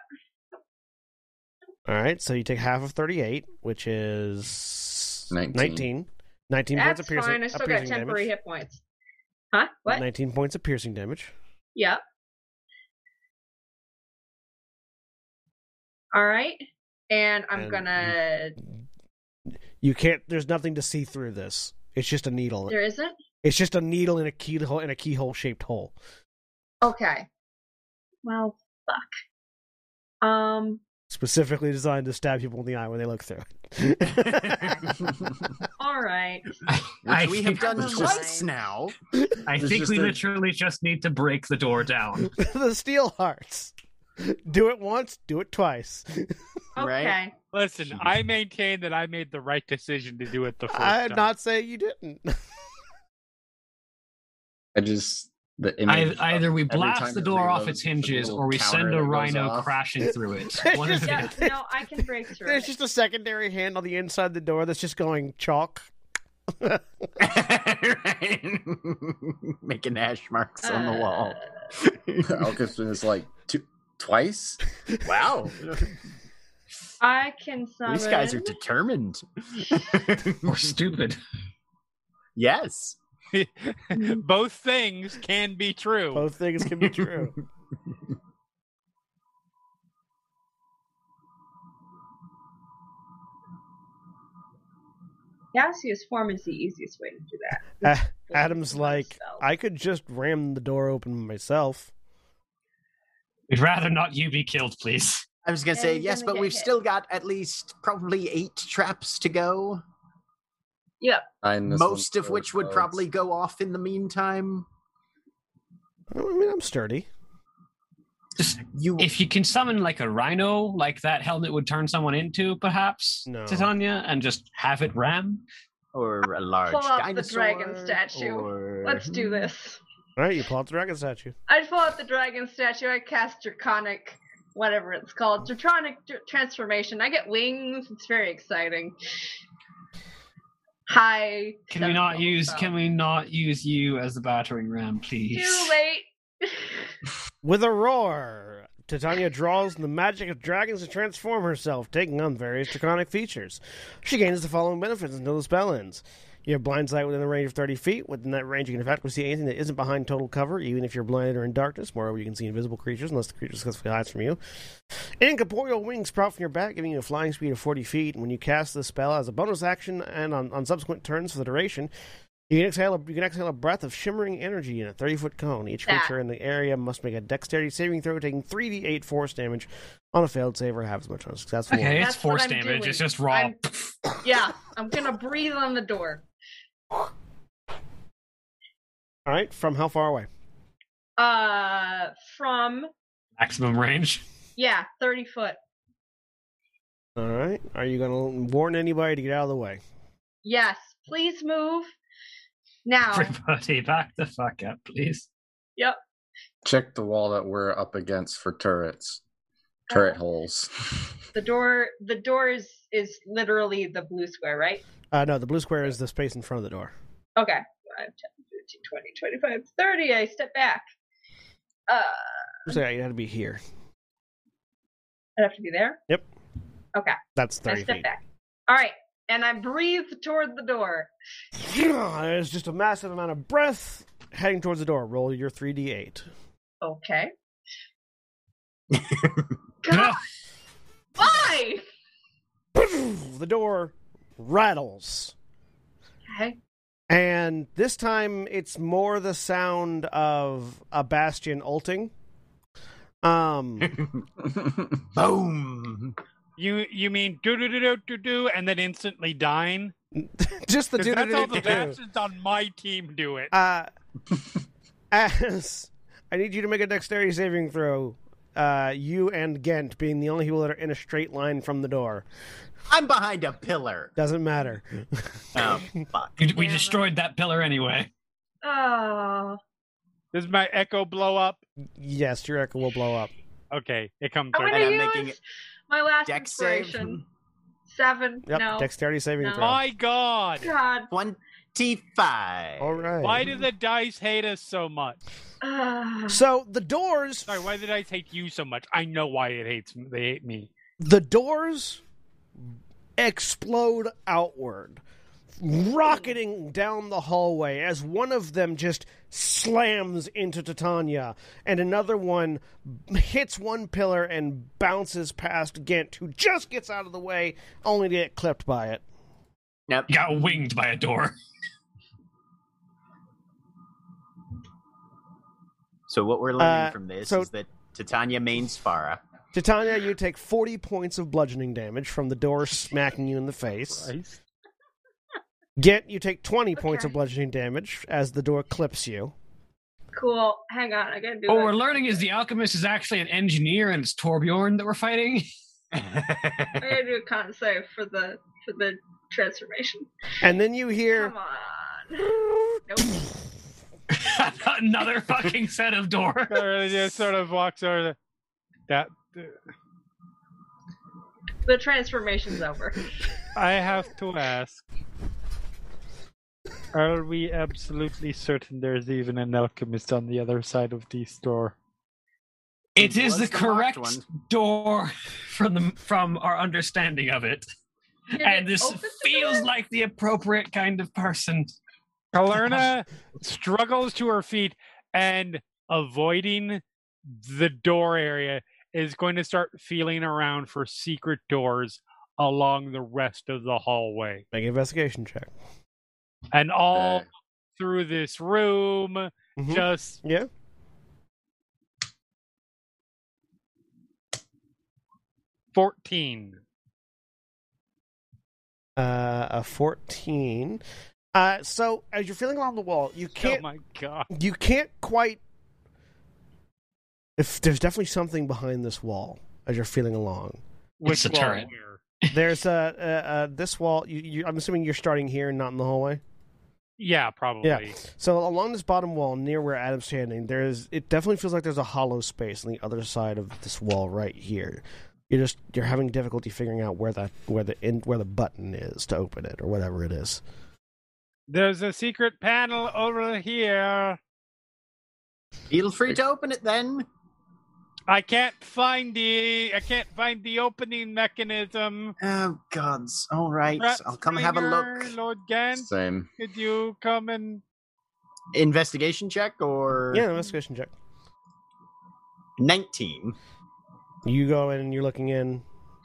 Speaker 1: All right, so you take half of thirty-eight, which is
Speaker 6: 19.
Speaker 1: 19, 19 points
Speaker 5: That's
Speaker 1: of piercing.
Speaker 5: fine. I
Speaker 1: of
Speaker 5: still got
Speaker 1: piercing
Speaker 5: temporary
Speaker 1: damage.
Speaker 5: hit points. Huh? What?
Speaker 1: Nineteen points of piercing damage.
Speaker 5: Yep. All right. And I'm
Speaker 1: And
Speaker 5: gonna.
Speaker 1: You can't. There's nothing to see through this. It's just a needle.
Speaker 5: There isn't.
Speaker 1: It's just a needle in a keyhole in a keyhole shaped hole.
Speaker 5: Okay. Well, fuck. Um.
Speaker 1: Specifically designed to stab people in the eye when they look through it.
Speaker 5: All right.
Speaker 3: which
Speaker 7: I
Speaker 3: we have
Speaker 7: think-
Speaker 3: done
Speaker 5: Never
Speaker 3: twice
Speaker 5: mind.
Speaker 3: now
Speaker 7: I
Speaker 6: It's
Speaker 7: think
Speaker 6: just
Speaker 7: we
Speaker 6: a-
Speaker 7: literally just need to break the door down.
Speaker 1: [laughs] the steel hearts. Do it once, do it twice.
Speaker 5: Okay.
Speaker 3: Right?
Speaker 4: Listen, I maintain that I made the right decision to do it the 1st
Speaker 1: I'm
Speaker 4: time.
Speaker 1: not saying you didn't.
Speaker 6: I just the
Speaker 7: I,
Speaker 6: image.
Speaker 7: either we
Speaker 6: uh, every
Speaker 7: blast
Speaker 6: time
Speaker 7: the
Speaker 6: it
Speaker 7: door off
Speaker 6: reloads,
Speaker 7: its
Speaker 6: it's a
Speaker 7: hinges,
Speaker 6: little
Speaker 7: or we
Speaker 6: counter
Speaker 7: send
Speaker 6: that
Speaker 7: a
Speaker 6: goes
Speaker 7: rino
Speaker 6: off.
Speaker 7: crashing through
Speaker 6: [laughs]
Speaker 7: it. One of the
Speaker 5: Yeah,
Speaker 7: other.
Speaker 5: no, I can
Speaker 1: [laughs]
Speaker 5: break through.
Speaker 1: There's
Speaker 5: it.
Speaker 1: just a secondary hand on the inside the door that's just going chalk.
Speaker 3: Right? [laughs] making hash marks on the wall [laughs]
Speaker 6: Alcus is like two, twice.
Speaker 3: Uh, oh, wow
Speaker 5: I can summon.
Speaker 3: these guys are determined
Speaker 7: Or stupid.
Speaker 3: yes
Speaker 4: [laughs] Both things can be true.
Speaker 1: Both things can be true.
Speaker 5: [laughs] Gaseous form is the easiest way to do that.
Speaker 1: Uh, Adam's like,
Speaker 5: Spell.
Speaker 1: I could just ram the door open myself.
Speaker 7: We'd rather not you be killed, please.
Speaker 3: I was gonna
Speaker 5: Yeah,
Speaker 3: say
Speaker 5: he's
Speaker 3: yes,
Speaker 5: gonna
Speaker 3: but
Speaker 5: get
Speaker 3: we've
Speaker 5: hit.
Speaker 3: still got at least probably eight traps to go.
Speaker 6: Nine, this uh,
Speaker 3: most
Speaker 6: one's
Speaker 3: of which would
Speaker 6: closed.
Speaker 3: probably go off in the meantime.
Speaker 1: I mean, I'm sturdy.
Speaker 7: Just
Speaker 3: You
Speaker 7: if you can summon like a rhino, like that helmet would turn someone into, perhaps
Speaker 1: No.
Speaker 7: Titania, and just have it ram.
Speaker 3: or a large
Speaker 5: Pull out the
Speaker 3: dinosaur,
Speaker 5: dragon statue.
Speaker 3: or-
Speaker 5: Let's do this.
Speaker 1: All right, you pull out the dragon statue.
Speaker 5: I pull out the dragon statue. I cast Draconic whatever it's called, Zertronic tr- transformation. I get wings. It's very exciting. Hi.
Speaker 8: Can we not use? Can we not use you as the battering ram, please?
Speaker 5: Too late.
Speaker 1: With a roar, Titania draws on the magic of dragons to transform herself, taking on various draconic features. She gains the following benefits until the spell ends. You have blind sight within a range of 30 feet. Within that range, you can effectively see anything that isn't behind total cover, even if you're blinded or in darkness. Moreover, you can see invisible creatures unless the creature successfully hides from you. Incorporeal wings sprout from your back, giving you a flying speed of 40 feet. And when you cast the spell as a bonus action and on, on subsequent turns for the duration, you can exhale. A, you can exhale a breath of shimmering energy in a thirty-foot cone. Each
Speaker 5: That.
Speaker 1: creature in the area must make a dexterity saving throw, taking three d eight force damage on a failed save or half as much on a successful.
Speaker 5: Okay,
Speaker 1: one.
Speaker 5: That's what I'm doing.
Speaker 4: just
Speaker 5: I'm-
Speaker 7: [laughs]
Speaker 5: yeah, I'm gonna breathe on the door.
Speaker 1: All right, from how far away?
Speaker 5: Uh, from
Speaker 4: maximum range.
Speaker 5: yeah, thirty foot.
Speaker 1: All right, are you going to warn anybody to get out of the way?
Speaker 5: Yes, please move
Speaker 8: [laughs]
Speaker 5: now.
Speaker 4: Everybody, back the fuck up, please.
Speaker 5: Yep.
Speaker 6: Check the wall that we're up against for turrets, turret holes. [laughs]
Speaker 5: The door. The door is is literally the blue square, right?
Speaker 1: Uh, no, the blue square is the space in front of the door.
Speaker 5: Okay. 5, 10, 15, 20, 25, 30. I step back. Uh,
Speaker 1: So yeah, you had to be here.
Speaker 5: I'd have to be there.
Speaker 1: That's
Speaker 5: I
Speaker 1: thirty
Speaker 5: step
Speaker 1: feet.
Speaker 5: back. All right. And I breathe toward the door.
Speaker 1: There's just a massive amount of breath heading towards the door. Roll your three d eight.
Speaker 3: [laughs]
Speaker 5: Okay. God. Why?
Speaker 1: The door rattles.
Speaker 5: Okay.
Speaker 1: And this time it's more the sound of a bastion ulting. Um [laughs]
Speaker 3: Boom.
Speaker 4: You you mean do do do do do do and then instantly dying?
Speaker 1: just the
Speaker 4: 'Cause that's all the
Speaker 1: do-do-do-do-do.
Speaker 4: bastards on my team do it.
Speaker 1: Uh [laughs] as I need you to make a dexterity saving throw. Uh you and Gent being the only people that are in a straight line from the door.
Speaker 3: I'm behind a pillar.
Speaker 1: Doesn't matter. [laughs]
Speaker 3: [laughs] Oh, fuck.
Speaker 8: We, we
Speaker 5: Yeah.
Speaker 8: destroyed that pillar anyway.
Speaker 5: Oh.
Speaker 4: Does my echo blow up?
Speaker 1: yes, your echo will blow up.
Speaker 4: Okay, it comes.
Speaker 5: I'm
Speaker 4: right
Speaker 5: gonna
Speaker 3: And I'm
Speaker 5: use
Speaker 3: making it-
Speaker 5: my last
Speaker 3: Deck save.
Speaker 5: inspiration. Seven.
Speaker 1: Yep,
Speaker 5: No.
Speaker 1: dexterity saving
Speaker 5: No.
Speaker 1: throw.
Speaker 4: My God,
Speaker 5: God.
Speaker 3: 25.
Speaker 1: All right.
Speaker 4: why do the dice hate us so much?
Speaker 5: Ugh.
Speaker 1: so the doors
Speaker 4: Sorry, why do the dice hate you so much? I know why it hates me. They hate me.
Speaker 1: the doors explode outward, rocketing down the hallway as one of them just slams into Titania, and another one hits one pillar and bounces past Ghent, who just gets out of the way, only to get clipped by it.
Speaker 8: You got winged by a door.
Speaker 3: So what we're learning
Speaker 1: Uh,
Speaker 3: from this
Speaker 1: so-
Speaker 3: is that Titania means Farah.
Speaker 1: Titania, you take 40 points of bludgeoning damage from the door smacking you in the face. Ghent, you take 20 points
Speaker 5: Okay.
Speaker 1: of bludgeoning damage as the door clips you.
Speaker 5: Cool. Hang on. I gotta do
Speaker 3: Oh,
Speaker 8: What
Speaker 5: it.
Speaker 8: we're learning is the alchemist is actually an engineer, and it's Torbjorn that we're fighting. [laughs]
Speaker 5: I gotta do a con save for the for the transformation.
Speaker 1: And then you hear.
Speaker 5: Come on. Nope.
Speaker 4: [laughs]
Speaker 8: Another fucking set of doors.
Speaker 4: Or just sort of walks over. The, that
Speaker 5: The transformation's over.
Speaker 4: I have to ask. Are we absolutely certain there's even an alchemist on the other side of the store?
Speaker 8: It
Speaker 3: was
Speaker 8: is the
Speaker 3: the
Speaker 8: correct
Speaker 3: locked
Speaker 8: door from the from our understanding of it,
Speaker 5: Did
Speaker 8: [laughs] and
Speaker 5: it
Speaker 8: this
Speaker 5: open the
Speaker 8: feels
Speaker 5: door?
Speaker 8: like the appropriate kind of person. [laughs]
Speaker 4: Kalerna struggles to her feet and avoiding the door area is going to start feeling around for secret doors along the rest of the hallway
Speaker 1: Make an investigation check.
Speaker 4: and all
Speaker 6: Uh,
Speaker 4: through this room
Speaker 1: Mhm.
Speaker 4: just
Speaker 1: Yeah.
Speaker 4: Fourteen. Oh
Speaker 1: uh, a 14. Uh, so as you're feeling along the wall, you
Speaker 4: oh
Speaker 1: can't
Speaker 4: my
Speaker 1: [laughs]
Speaker 4: god!
Speaker 1: you can't quite. If there's definitely something behind this wall as you're feeling
Speaker 4: [laughs]
Speaker 1: along,
Speaker 4: Which
Speaker 8: a
Speaker 4: wall?
Speaker 8: turret.
Speaker 4: Where?
Speaker 1: there's a, a, a this wall. You, you, I'm assuming you're starting here, and not in the hallway.
Speaker 4: Yeah, probably.
Speaker 1: Yeah. So along this bottom wall, near where Adam's standing, there is. It definitely feels like there's a hollow space on the other side of this wall right here. You're just you're having difficulty figuring out where that where the in, where the button is to open it or whatever it is.
Speaker 4: There's a secret panel over here.
Speaker 3: Feel free to open it then.
Speaker 4: I can't find the I can't find the opening mechanism.
Speaker 3: Oh gods! All right,
Speaker 4: Rat
Speaker 3: I'll come have a look.
Speaker 4: Springer, Lord Gant,
Speaker 6: Same. [laughs]
Speaker 4: could you come and
Speaker 3: Investigation check or
Speaker 1: Yeah, investigation check.
Speaker 3: nineteen.
Speaker 1: You go in and you're looking in.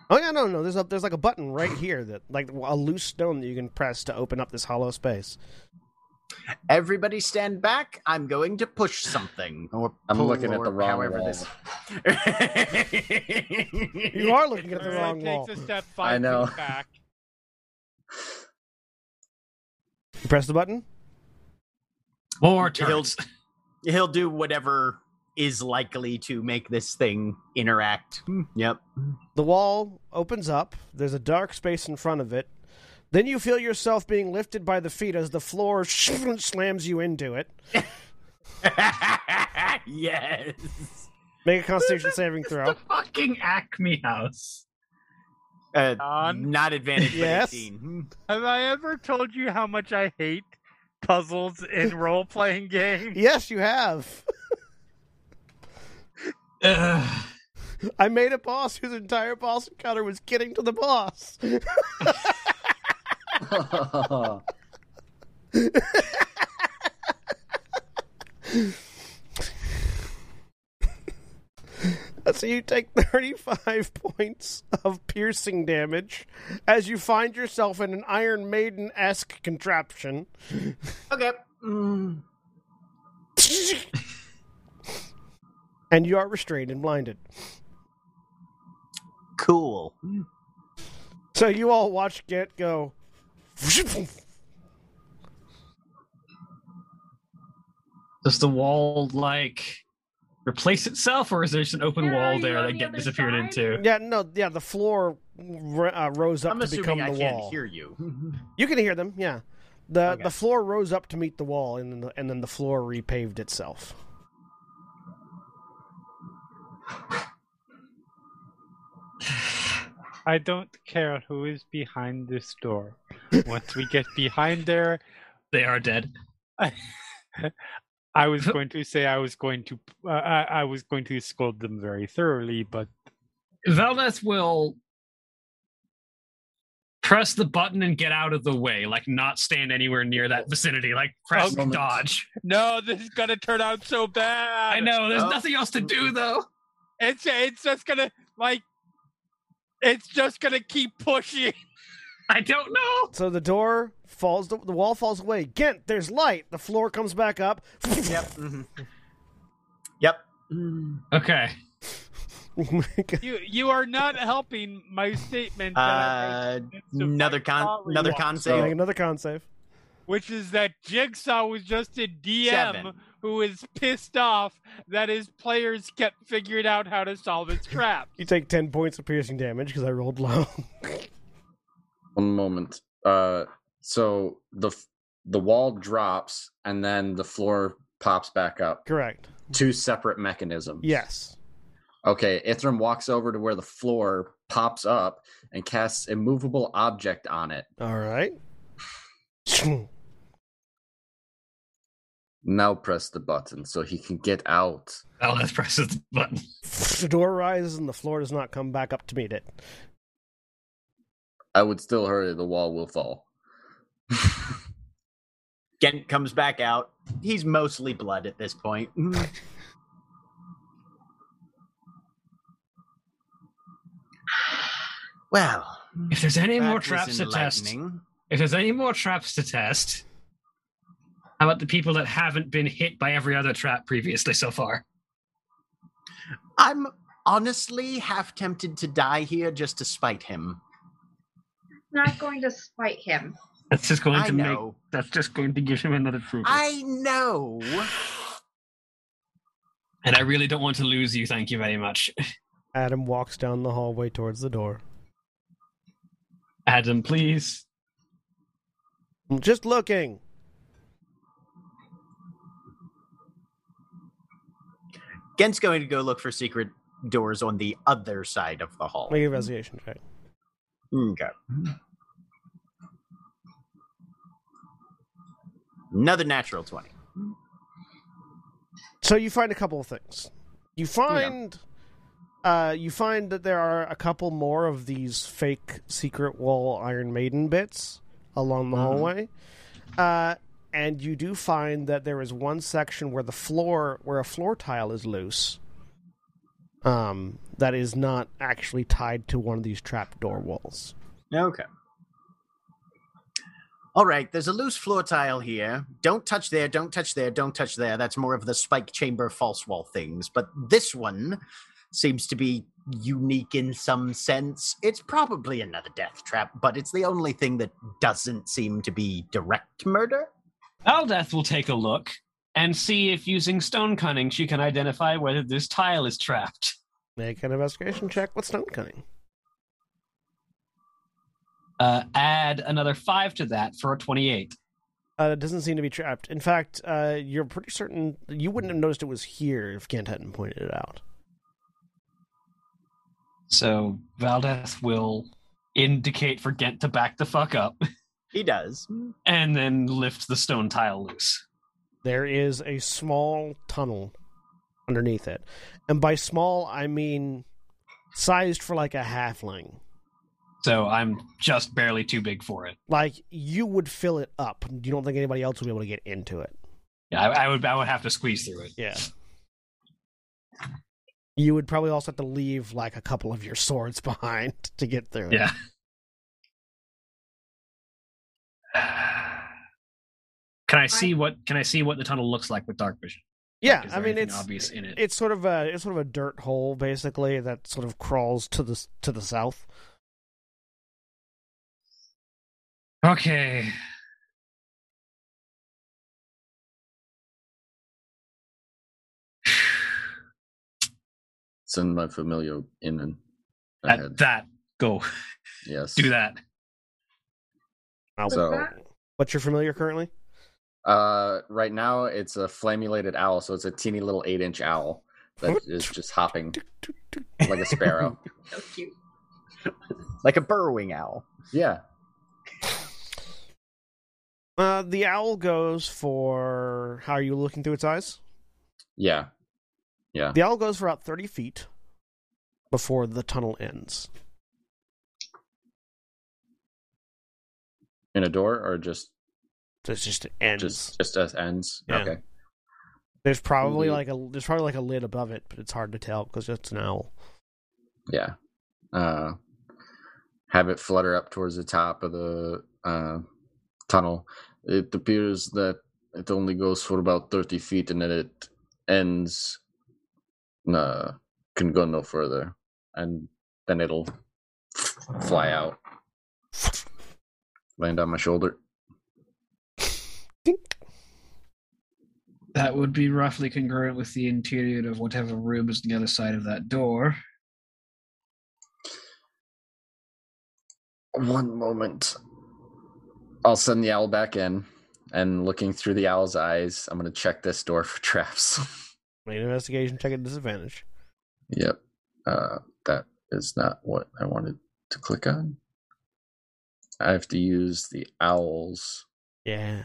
Speaker 1: Oh yeah, no, no. There's a there's like a button right here that like a loose stone that you can press to open up this hollow space.
Speaker 3: Everybody stand back. I'm going to push something. Or
Speaker 6: [laughs] I'm
Speaker 3: pull
Speaker 6: looking at
Speaker 3: or
Speaker 6: the wrong
Speaker 3: however [laughs]
Speaker 6: wall.
Speaker 3: This...
Speaker 1: You are looking at the
Speaker 4: Alright,
Speaker 1: wrong wall.
Speaker 4: takes uh, a step five
Speaker 6: I know.
Speaker 4: feet back?
Speaker 1: You press the button.
Speaker 8: More
Speaker 3: He'll,
Speaker 8: turns.
Speaker 3: he'll do whatever is likely to make this thing interact.
Speaker 6: Hmm.
Speaker 3: Yep. [laughs]
Speaker 1: The wall opens up. There's a dark space in front of it. Then you feel yourself being lifted by the feet as the floor [laughs] slams you into it.
Speaker 3: yes.
Speaker 1: Make a Constitution saving
Speaker 8: It's
Speaker 1: throw.
Speaker 8: the fucking Acme House.
Speaker 3: Uh,
Speaker 4: On.
Speaker 3: not advantage. but Hmm.
Speaker 1: Yes.
Speaker 3: 18.
Speaker 4: Have I ever told you how much I hate puzzles
Speaker 1: [laughs]
Speaker 4: in role playing games?
Speaker 1: Yes, you have.
Speaker 2: Ugh.
Speaker 1: I made a boss whose entire boss encounter was getting to the boss. [laughs] So you take 35 [laughs] points of piercing damage as you find yourself in an Iron Maiden esque contraption.
Speaker 3: Okay. Mm.
Speaker 1: [laughs] And you are restrained and blinded.
Speaker 3: Cool.
Speaker 1: So you all watch Gant go. [laughs]
Speaker 8: Does the wall like replace itself, or is there just an open
Speaker 5: Yeah,
Speaker 8: wall
Speaker 5: you
Speaker 8: there
Speaker 5: on
Speaker 8: that
Speaker 5: the
Speaker 8: get
Speaker 5: other
Speaker 8: disappeared
Speaker 5: side?
Speaker 8: into?
Speaker 1: Yeah, no, yeah, the floor r- uh, rose up
Speaker 3: I'm
Speaker 1: to become
Speaker 3: assuming
Speaker 1: the
Speaker 3: I can't
Speaker 1: wall.
Speaker 3: hear
Speaker 8: [laughs]
Speaker 3: you.
Speaker 1: You can hear them, yeah. The
Speaker 3: Okay.
Speaker 1: the floor rose up to meet the wall, and then the, and then the floor repaved itself.
Speaker 4: I don't care who is behind this door. Once we get behind there,
Speaker 8: They are dead.
Speaker 4: I [laughs] was going to say I was going to uh, I, I was going to scold them very thoroughly, but
Speaker 8: Valdez will press the button and get out of the way, like not stand anywhere near that vicinity, like press
Speaker 6: Okay.
Speaker 8: and dodge.
Speaker 4: no, this is gonna turn out so bad.
Speaker 8: I know. There's
Speaker 3: Oh.
Speaker 8: nothing else to do though.
Speaker 4: It's it's just gonna like it's just gonna keep pushing.
Speaker 8: I don't know.
Speaker 1: So the door falls, the, the wall falls away. Gant, there's light. The floor comes back up. [laughs]
Speaker 3: yep. mhm. Yep. Mm.
Speaker 8: Okay.
Speaker 4: You you are not helping my statement. that I
Speaker 3: Uh,
Speaker 4: made to
Speaker 3: another
Speaker 4: fight
Speaker 3: con.
Speaker 4: Sorry
Speaker 3: Another
Speaker 4: Walk,
Speaker 3: con
Speaker 1: So make
Speaker 3: save.
Speaker 1: another con save.
Speaker 4: which is that Jigsaw was just a DM
Speaker 3: Seven.
Speaker 4: who is pissed off that his players kept figuring out how to solve his trap.
Speaker 1: You take ten points of piercing damage because I rolled low. [laughs]
Speaker 6: One moment. Uh, so the f- the wall drops and then the floor pops back up.
Speaker 1: Correct.
Speaker 6: Two separate mechanisms.
Speaker 1: Yes.
Speaker 6: Okay. Ithram walks over to where the floor pops up and casts a movable object on it.
Speaker 1: All right. [sniffs]
Speaker 6: Now press the button so he can get out.
Speaker 8: Valdez presses the button.
Speaker 1: The door rises and the floor does not come back up to meet it.
Speaker 6: I would still hurry. The wall will fall. [laughs]
Speaker 3: Gent comes back out. He's mostly blood at this point. [laughs] Mm. well,
Speaker 8: If there's any
Speaker 3: that
Speaker 8: more
Speaker 3: was
Speaker 8: traps to test,
Speaker 3: enlightening.
Speaker 8: if there's any more traps to test, how about the people that haven't been hit by every other trap previously so far?
Speaker 3: I'm honestly half tempted to die here just to spite him.
Speaker 5: Not going to spite him.
Speaker 8: That's just going
Speaker 3: I
Speaker 8: to make.
Speaker 3: know.
Speaker 8: That's just going to give him another proof.
Speaker 3: I know.
Speaker 8: and I really don't want to lose you. Thank you very much,
Speaker 1: Adam walks down the hallway towards the door.
Speaker 8: Adam. Please.
Speaker 1: I'm just looking.
Speaker 3: Gent's going to go look for secret doors on the other side of the hall.
Speaker 1: Make an investigation check.
Speaker 3: Okay. Another natural 20.
Speaker 1: So you find a couple of things. You find, uh, you find that there are a couple more of these fake secret wall Iron Maiden bits along the hallway, uh, and you do find that there is one section where the floor, where a floor tile is loose, um, that is not actually tied to one of these trapdoor walls.
Speaker 3: Okay. All right, there's a loose floor tile here. Don't touch there, don't touch there, don't touch there. That's more of the spike chamber false wall things. But this one seems to be unique in some sense. It's probably another death trap, but it's the only thing that doesn't seem to be direct murder.
Speaker 8: Aldeth will take a look and see if using stone cunning she can identify whether this tile is trapped.
Speaker 1: Make an investigation check with stone cunning.
Speaker 8: Uh, add another five to that for a 28.
Speaker 1: Uh, it doesn't seem to be trapped. In fact, uh, you're pretty certain you wouldn't have noticed it was here if Kent hadn't pointed it out.
Speaker 8: So Valdeth will indicate for Gent to back the fuck up [laughs]
Speaker 3: He does.
Speaker 8: and then lift the stone tile loose.
Speaker 1: There is a small tunnel underneath it, and by small I mean sized for like a halfling.
Speaker 8: So I'm just barely too big for it.
Speaker 1: Like you would fill it up. You don't think anybody else would be able to get into it.
Speaker 8: Yeah, I, I would I would have to squeeze through it.
Speaker 1: Yeah. You would probably also have to leave like a couple of your swords [laughs] behind to get through. it.
Speaker 8: Yeah. Can I see what can I see what the tunnel looks like with dark vision?
Speaker 1: Yeah,
Speaker 8: Is
Speaker 1: I
Speaker 8: there
Speaker 1: mean
Speaker 8: anything
Speaker 1: it's
Speaker 8: obvious in it.
Speaker 1: it's sort of a it's sort of a dirt hole basically that sort of crawls to the s- to the south.
Speaker 8: Okay.
Speaker 6: Send my familiar in and
Speaker 8: At
Speaker 6: ahead.
Speaker 8: that, go
Speaker 6: yes.
Speaker 8: do that.
Speaker 6: So
Speaker 1: What's your familiar currently?
Speaker 6: uh, right now it's a flammulated owl, so it's a teeny little eight inch owl that is
Speaker 1: [laughs]
Speaker 6: just hopping like a sparrow.
Speaker 5: So cute.
Speaker 3: Like a burrowing owl.
Speaker 6: yeah.
Speaker 1: Uh, the owl goes for how are you looking through its eyes?
Speaker 6: Yeah. Yeah.
Speaker 1: The owl goes for about thirty feet before the tunnel ends.
Speaker 6: In a door or just
Speaker 1: So it's just it ends.
Speaker 6: just just as ends?
Speaker 1: Yeah.
Speaker 6: Okay.
Speaker 1: there's probably
Speaker 6: Ooh.
Speaker 1: like a there's probably like a lid above it, but it's hard to tell because it's an owl.
Speaker 6: Yeah. Uh have it flutter up towards the top of the uh tunnel. It appears that it only goes for about thirty feet and then it ends uh can go no further. And then it'll fly out. Land on my shoulder.
Speaker 7: That would be roughly congruent with the interior of whatever room is on the other side of that door.
Speaker 6: One moment. I'll send the owl back in, and looking through the owl's eyes, I'm gonna check this door for traps. [laughs]
Speaker 1: Make an investigation check at disadvantage.
Speaker 6: yep, uh, that is not what I wanted to click on. I have to use the owls,
Speaker 1: Yeah.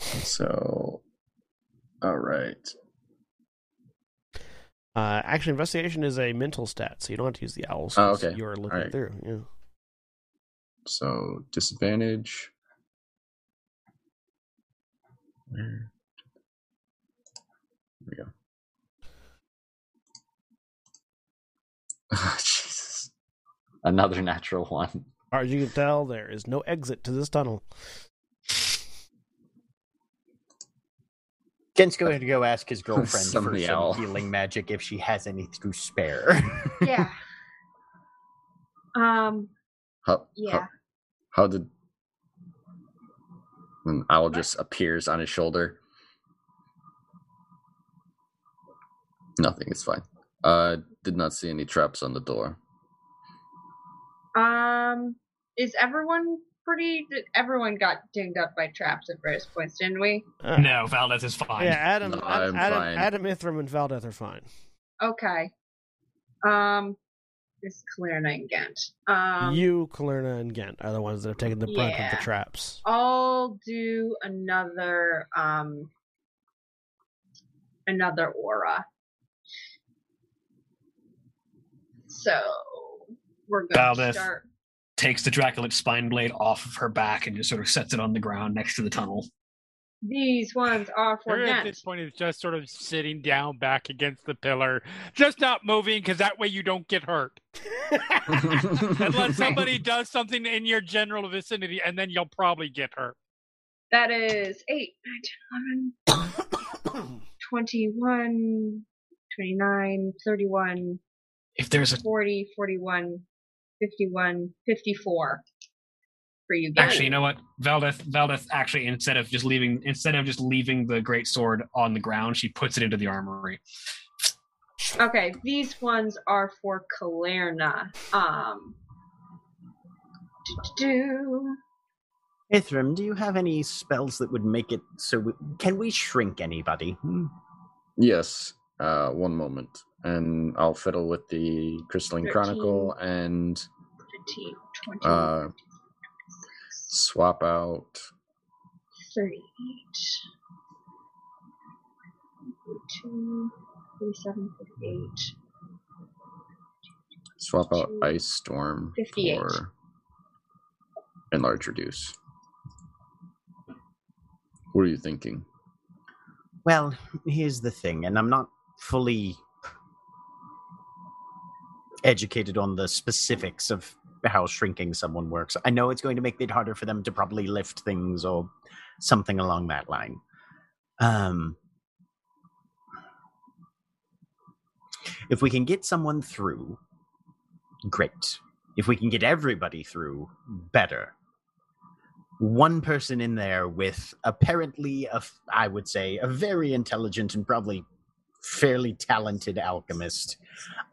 Speaker 6: so all right.
Speaker 1: Uh, actually, investigation is a mental stat, so you don't have to use the owls.
Speaker 6: Oh,
Speaker 1: 'cause
Speaker 6: okay.
Speaker 1: You're looking
Speaker 6: Alright.
Speaker 1: through. Yeah.
Speaker 6: So disadvantage. Where? There we go. [laughs] Ah, Jesus. Another natural one.
Speaker 1: Or As you can tell, there is no exit to this tunnel.
Speaker 3: Gent's going to go ask his girlfriend for
Speaker 6: Somebody
Speaker 3: some
Speaker 6: owl.
Speaker 3: healing magic if she has any to spare.
Speaker 5: [laughs] Yeah. um.
Speaker 6: How,
Speaker 5: Yeah.
Speaker 6: how, how did an owl just appears on his shoulder? Nothing, it's fine. Uh did not see any traps on the door.
Speaker 5: Um. Is everyone pretty. Everyone got dinged up by traps at various points, didn't we?
Speaker 1: Uh,
Speaker 8: No, Valdez is fine.
Speaker 1: Yeah, Adam,
Speaker 6: No,
Speaker 1: Adam,
Speaker 6: I'm
Speaker 1: Adam,
Speaker 6: fine.
Speaker 1: Adam Ithram and Valdeth are fine.
Speaker 5: Okay. Um, it's Kalerna and Ghent. Um,
Speaker 1: you, Kalerna, and Ghent are the ones that have taken the brunt of
Speaker 5: yeah.
Speaker 1: the traps.
Speaker 5: I'll do another um another aura. So we're gonna
Speaker 7: Valdez.
Speaker 5: start
Speaker 7: Takes the Draculich spine blade off of her back and just sort of sets it on the ground next to the tunnel.
Speaker 5: these ones are for
Speaker 4: Harry at this
Speaker 5: Ghent.
Speaker 4: point is just sort of sitting down back against the pillar, just not moving because that way you don't get [laughs] hurt. Unless somebody does something in your general vicinity, and then you'll probably get hurt.
Speaker 5: That is 8, 9, 10, 11, 21, 29, 31,
Speaker 7: If there's a
Speaker 5: 40, 41, 51, 54 for you
Speaker 1: Oh.
Speaker 5: guys.
Speaker 7: Actually, you know what? Valdeth Valdeth actually instead of just leaving instead of just leaving the great sword on the ground, she puts it into the armory.
Speaker 5: Okay, these ones are for Kalerna. Um, do-do-do.
Speaker 3: Ithrim, do you have any spells that would make it so we, can we shrink anybody? Hmm.
Speaker 6: [laughs] yes. Uh, one moment, and I'll fiddle with the Crystalline
Speaker 5: Thirteen.
Speaker 6: Chronicle and
Speaker 5: 15, 20,
Speaker 6: uh, swap out.
Speaker 5: 38, 42, 47, 48.
Speaker 6: Swap out
Speaker 5: Two.
Speaker 6: Ice Storm
Speaker 5: 58.
Speaker 6: for enlarge reduce. What are you thinking?
Speaker 3: Well, here's the thing, and I'm not fully educated on the specifics of how shrinking someone works. I know it's going to make it harder for them to probably lift things or something along that line. Um, if we can get someone through, great. If we can get everybody through, better one person in there with apparently a f- I would say a very intelligent and probably fairly talented alchemist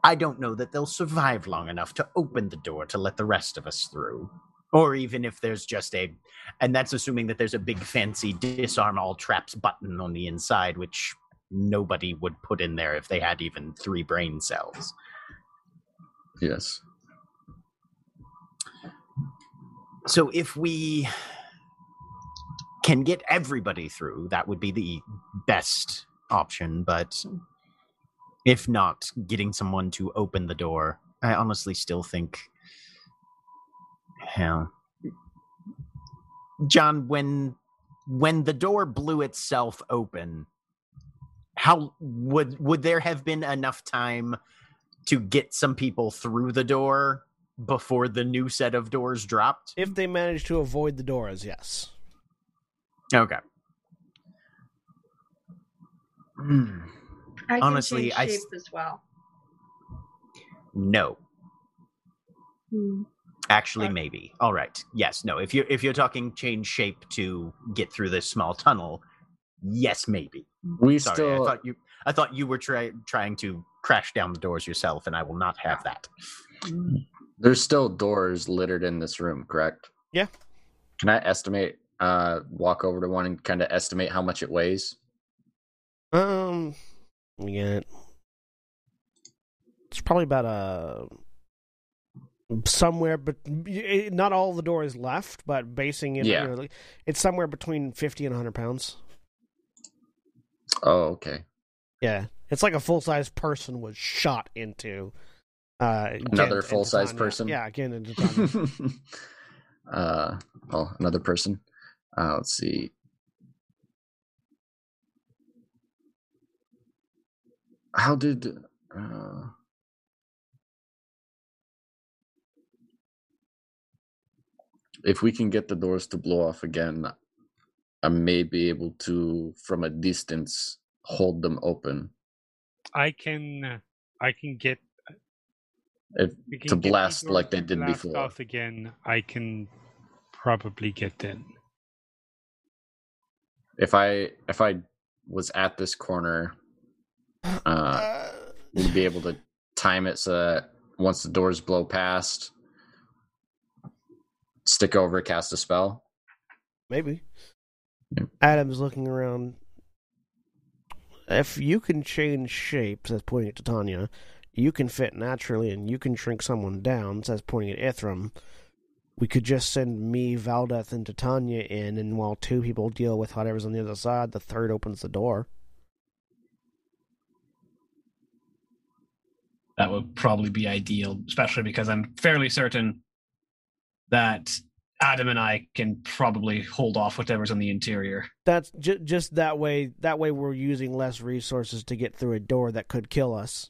Speaker 3: i don't know that they'll survive long enough to open the door to let the rest of us through or even if there's just a and that's assuming that there's a big fancy disarm all traps button on the inside which nobody would put in there if they had even three brain cells
Speaker 6: Yes.
Speaker 3: so if we can get everybody through that would be the best option but if not getting someone to open the door i honestly still think hell john when when the door blew itself open how would would there have been enough time to get some people through the door before the new set of doors dropped
Speaker 1: If they manage to avoid the doors, yes.
Speaker 3: Okay. Hmm.
Speaker 5: I can
Speaker 3: Honestly,
Speaker 5: change
Speaker 3: I
Speaker 5: shape
Speaker 3: s-
Speaker 5: as well.
Speaker 3: No.
Speaker 5: Hmm.
Speaker 3: Actually,
Speaker 5: Uh,
Speaker 3: maybe. All right. Yes. No. If you're if you're talking change shape to get through this small tunnel, yes, maybe.
Speaker 6: We
Speaker 3: Sorry,
Speaker 6: still
Speaker 3: I thought you I thought you were try, trying to crash down the doors yourself, and I will not have that.
Speaker 6: there's still doors littered in this room, correct?
Speaker 1: Yeah.
Speaker 6: Can I estimate? Uh, walk over to one and kind of estimate how much it weighs.
Speaker 1: Um, let me get it. It's probably about a somewhere, but not all the doors left. But basing it,
Speaker 6: Yeah.
Speaker 1: you know, like, it's somewhere between fifty and hundred pounds.
Speaker 6: Oh, okay.
Speaker 1: Yeah, it's like a full size person was shot into. Uh,
Speaker 6: Another
Speaker 1: Ghent and
Speaker 6: full-size
Speaker 1: Titania.
Speaker 6: person?
Speaker 1: Yeah, again,
Speaker 6: [laughs]
Speaker 1: and Titania.
Speaker 6: uh, well, another person. Uh, let's see. How did? Uh... If we can get the doors to blow off again, I may be able to, from a distance, hold them open.
Speaker 4: I can, I can get
Speaker 6: If
Speaker 4: we can
Speaker 6: To
Speaker 4: get these
Speaker 6: blast like
Speaker 4: doors
Speaker 6: they did
Speaker 4: blast
Speaker 6: before.
Speaker 4: Off again, I can probably get in.
Speaker 6: if I if I was at this corner, uh, you'd be able to time it so that once the doors blow past, stick over, cast a spell?
Speaker 1: Maybe.
Speaker 6: Yep.
Speaker 1: Adam's looking around. If you can change shape, says pointing at Titania, you can fit naturally and you can shrink someone down, says pointing at Ithram. We could just send me, Valdeth, and Titania in, and while two people deal with whatever's on the other side, the third opens the door.
Speaker 7: That would probably be ideal, especially because I'm fairly certain that Adam and I can probably hold off whatever's on the interior.
Speaker 1: That's ju- just that way. That way, we're using less resources to get through a door that could kill us.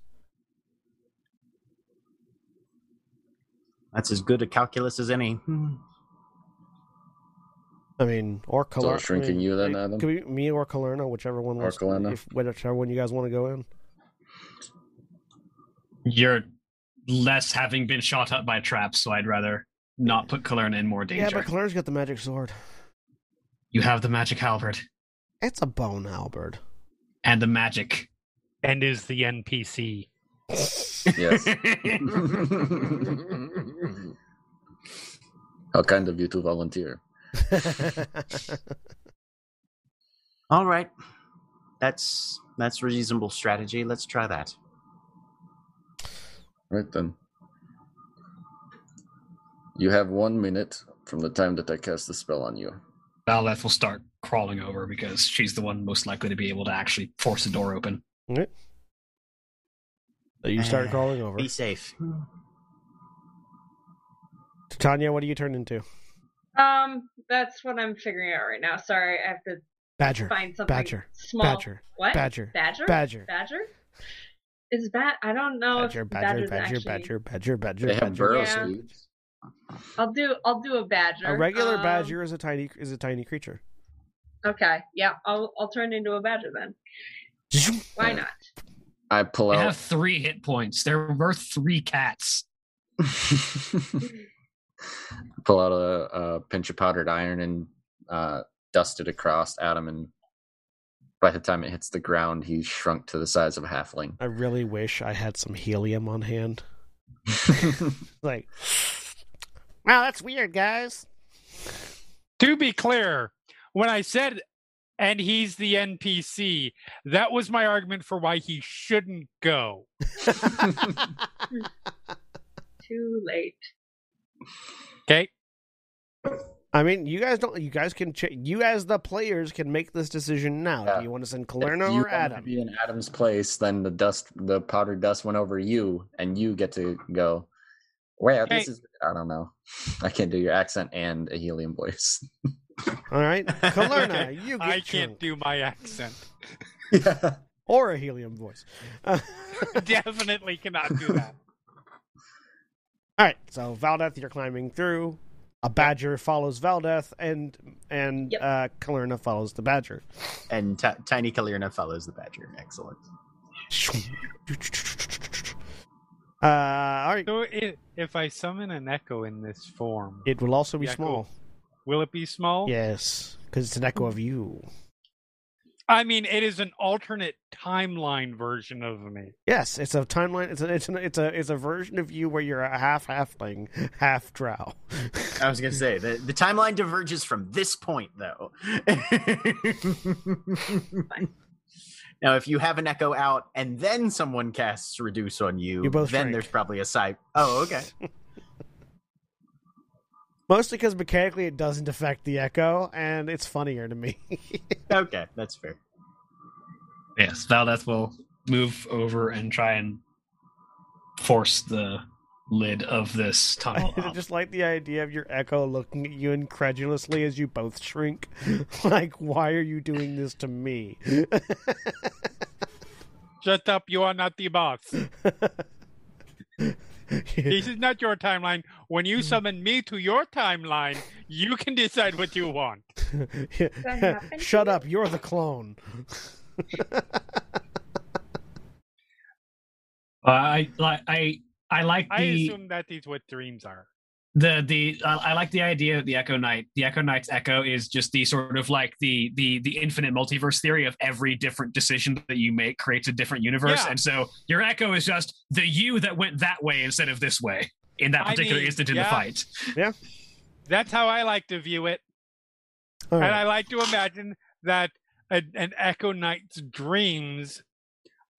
Speaker 3: That's as good a calculus as any. Hmm.
Speaker 1: I mean, or
Speaker 6: So we're
Speaker 1: Kalerna.
Speaker 6: shrinking you then, Adam?
Speaker 1: Could be me or Kalerna, whichever one.
Speaker 6: Or
Speaker 1: wants-
Speaker 6: Kalerna.
Speaker 1: if whichever one you guys want to go in.
Speaker 7: You're less having been shot up by traps, so I'd rather not put Kalerna in more danger.
Speaker 1: Yeah, but Kalerna's got the magic sword.
Speaker 7: you have the magic halberd
Speaker 1: It's a bone
Speaker 6: [laughs]
Speaker 1: halberd.
Speaker 7: and
Speaker 1: [laughs]
Speaker 7: the magic.
Speaker 4: and is the NPC.
Speaker 6: Yes. How kind of you to volunteer.
Speaker 3: All right. That's that's reasonable strategy. Let's try that.
Speaker 6: Right then. You have one minute from the time that I cast the spell on you.
Speaker 7: Valeth will start crawling over because she's the one most likely to be able to actually force a door open.
Speaker 1: you start crawling over.
Speaker 3: Be safe.
Speaker 1: Tanya, what do you turn into?
Speaker 5: Um, that's what I'm figuring out right now. Sorry, I have to
Speaker 1: Badger.
Speaker 5: find something
Speaker 1: Badger.
Speaker 5: small.
Speaker 1: Badger.
Speaker 5: What?
Speaker 1: Badger.
Speaker 5: Badger.
Speaker 1: Badger.
Speaker 5: Badger. Is bat? I don't know.
Speaker 1: Badger.
Speaker 5: if
Speaker 1: Badger.
Speaker 5: badger's
Speaker 1: Badger.
Speaker 5: actually-
Speaker 1: Badger. Badger. Badger.
Speaker 6: They have
Speaker 1: Badger.
Speaker 6: burrow
Speaker 5: Yeah.
Speaker 6: speeds.
Speaker 5: I'll do. I'll do a badger.
Speaker 1: A regular
Speaker 5: Um,
Speaker 1: badger is a tiny is a tiny creature.
Speaker 5: Okay. Yeah. I'll I'll turn into a badger then. Why
Speaker 6: Yeah.
Speaker 5: not?
Speaker 6: I pull
Speaker 7: They
Speaker 6: out.
Speaker 7: have three hit points. They're worth three cats.
Speaker 6: [laughs] pull out a, a pinch of powdered iron and uh, dust it across Adam. And by the time it hits the ground, he's shrunk to the size of a halfling.
Speaker 1: I really wish I had some helium on hand. Like, wow, that's weird, guys.
Speaker 4: To be clear, when I said and he's the NPC, that was my argument for why he shouldn't go.
Speaker 5: Too late.
Speaker 4: Okay?
Speaker 1: I mean, you guys don't. You guys can. Ch- you as the players can make this decision now.
Speaker 6: Yeah.
Speaker 1: Do you want to send
Speaker 6: If
Speaker 1: Kalerna or
Speaker 6: you want to
Speaker 1: Adam?
Speaker 6: Be in Adam's place, then the dust, the powdered dust, went over you, and you get to go. Well, this
Speaker 4: Hey.
Speaker 6: is. I don't know. I can't do your accent and a helium voice.
Speaker 1: All right, Kalerna, you get
Speaker 4: I can't
Speaker 1: drunk.
Speaker 4: do
Speaker 1: [laughs]
Speaker 4: my accent. [laughs]
Speaker 6: yeah.
Speaker 1: or a helium voice. [laughs] Uh,
Speaker 4: Definitely cannot do
Speaker 1: [laughs]
Speaker 4: that.
Speaker 1: all right, so Valdeth, you're climbing through. A badger follows Valdeth, and and
Speaker 5: Yep.
Speaker 1: uh, Kalerna follows the badger. [laughs]
Speaker 3: And t- Tiny Kalirna follows the badger. Excellent.
Speaker 1: Uh, all right.
Speaker 4: So i if I summon an echo in this form,
Speaker 1: It will also be
Speaker 4: Yeah,
Speaker 1: small.
Speaker 4: cool. will it be small?
Speaker 1: Yes, because it's an echo of you.
Speaker 4: I mean, it is an alternate timeline version of me.
Speaker 1: Yes, it's a timeline. It's a it's a it's a, it's a version of you where you're a half halfling, [laughs] half drow.
Speaker 3: I was gonna say the, the timeline diverges from this point though. [laughs] now if you have an echo out and then someone casts reduce on you,
Speaker 1: You both
Speaker 3: then
Speaker 1: shrink.
Speaker 3: there's probably a side Oh, okay.
Speaker 1: [laughs] Mostly because mechanically it doesn't affect the echo, and it's funnier to me. [laughs]
Speaker 3: okay, that's fair.
Speaker 7: Yes, Valdeth will move over and try and force the lid of this
Speaker 4: Oh,
Speaker 7: tunnel.
Speaker 1: I
Speaker 7: up.
Speaker 1: just like the idea of your echo looking at you incredulously as you both shrink. [laughs] like, why are you doing this to me? [laughs]
Speaker 4: Shut up, you are not
Speaker 1: [laughs]
Speaker 4: the boss. This is not your timeline. When
Speaker 1: Hmm.
Speaker 4: you summon me to your timeline, you can decide what you want.
Speaker 5: happened?
Speaker 1: Shut up! You're the clone.
Speaker 7: Uh, I like I I like
Speaker 4: I
Speaker 7: the
Speaker 4: assume that is what dreams are.
Speaker 7: the the I, I like the idea of the Echo Knight. The Echo Knight's Echo is just the sort of like the the the infinite multiverse theory of every different decision that you make creates a different universe,
Speaker 4: Yeah.
Speaker 7: and so your Echo is just the you that went that way instead of this way in that
Speaker 4: I
Speaker 7: particular
Speaker 4: mean,
Speaker 7: instant in
Speaker 4: yeah.
Speaker 7: the fight.
Speaker 4: That's how I like to view it.
Speaker 1: All
Speaker 4: And I
Speaker 1: right.
Speaker 4: like to imagine that an, an Echo Knight's dreams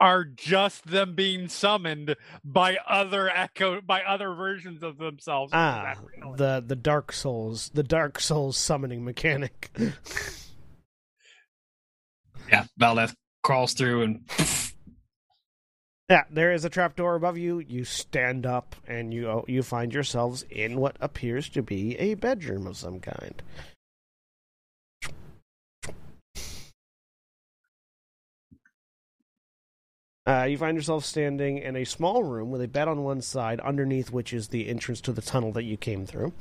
Speaker 4: are just them being summoned by other echo by other versions of themselves. in
Speaker 1: Ah,
Speaker 4: that reality.
Speaker 1: the the Dark Souls, the Dark Souls summoning mechanic. [laughs]
Speaker 7: Yeah, Valdeth crawls through and
Speaker 1: yeah, there is a trapdoor above you. You stand up, and you you find yourselves in what appears to be a bedroom of some kind. Uh, you find yourself standing in a small room with a bed on one side, underneath which is the entrance to the tunnel that you came through.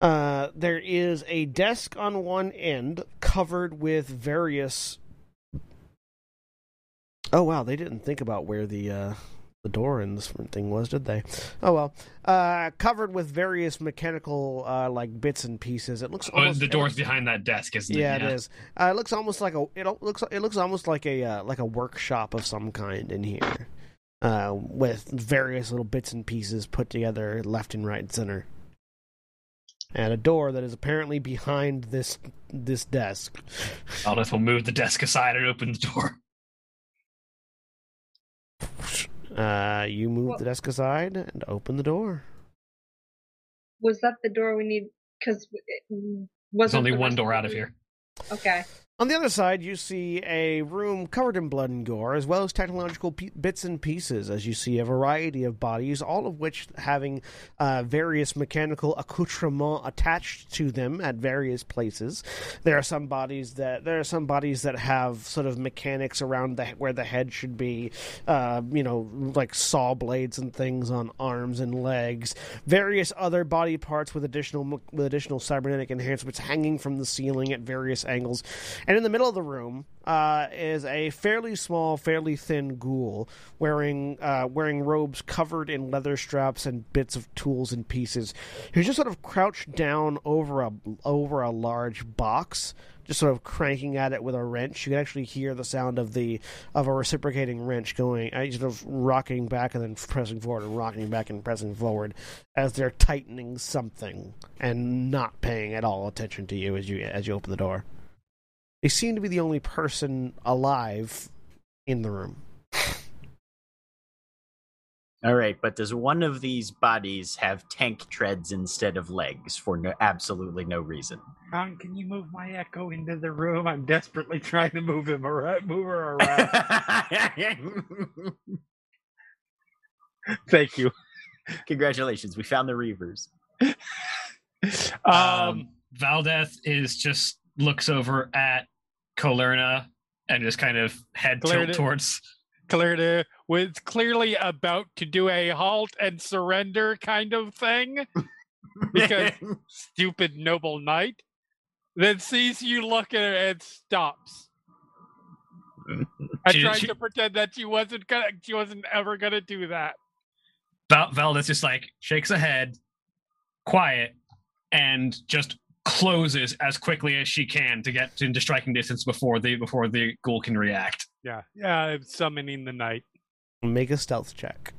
Speaker 1: Uh, there is a desk on one end covered with various. Oh wow, they didn't think about where the uh, the door in this thing was, did they? Oh well, uh, covered with various mechanical uh, like bits and pieces. It looks
Speaker 7: oh,
Speaker 1: almost
Speaker 7: the door's behind that desk, isn't
Speaker 1: yeah,
Speaker 7: it?
Speaker 1: it is. Uh, it looks almost like a it al- looks it looks almost like a uh, like a workshop of some kind in here, uh, with various little bits and pieces put together left and right and center, and a door that is apparently behind this this desk.
Speaker 7: Valdeth will move the desk aside and open the door. [laughs]
Speaker 1: Uh, you move
Speaker 5: Well-
Speaker 1: the desk aside and open the door.
Speaker 5: Was that the door we need? Because
Speaker 7: There's
Speaker 5: was
Speaker 7: only one door out of here.
Speaker 5: Okay.
Speaker 1: On the other side, you see a room covered in blood and gore, as well as technological p- bits and pieces, as you see a variety of bodies, all of which having uh, various mechanical accoutrements attached to them at various places. There are some bodies that there are some bodies that have sort of mechanics around the, where the head should be, uh, you know, like saw blades and things on arms and legs. Various other body parts with additional mo- with additional cybernetic enhancements hanging from the ceiling at various angles. And in the middle of the room uh, is a fairly small, fairly thin ghoul wearing uh, wearing robes covered in leather straps and bits of tools and pieces. Who's just sort of crouched down over a over a large box, just sort of cranking at it with a wrench. You can actually hear the sound of the of a reciprocating wrench going, uh, sort of rocking back and then pressing forward and rocking back and pressing forward as they're tightening something and not paying at all attention to you as you as you open the door. They seem to be the only person alive in the room.
Speaker 3: All right, but does one of these bodies have tank treads instead of legs for no, absolutely no reason?
Speaker 4: Tom, can you move my echo into the room? I'm desperately [laughs] trying to move him around, move her
Speaker 1: [laughs]
Speaker 4: around. [laughs]
Speaker 1: Um,
Speaker 4: Thank you.
Speaker 3: Congratulations, we found the Reavers.
Speaker 4: Um,
Speaker 7: Um, Valdeth is just looks over at Colerna and just kind of head
Speaker 4: Colerna-
Speaker 7: tilt towards.
Speaker 4: Clarita was clearly about to do a halt and surrender kind of thing. Because- Stupid noble knight. Then sees you looking and stops. I
Speaker 7: She-
Speaker 4: tried
Speaker 7: she-
Speaker 4: to pretend that she wasn't gonna, she wasn't ever gonna do that.
Speaker 7: Val- Valdeth just like shakes a head, quiet, and just closes as quickly as she can to get into striking distance before the before the ghoul can react.
Speaker 4: Yeah, yeah, I'm summoning the knight.
Speaker 1: Make a stealth check.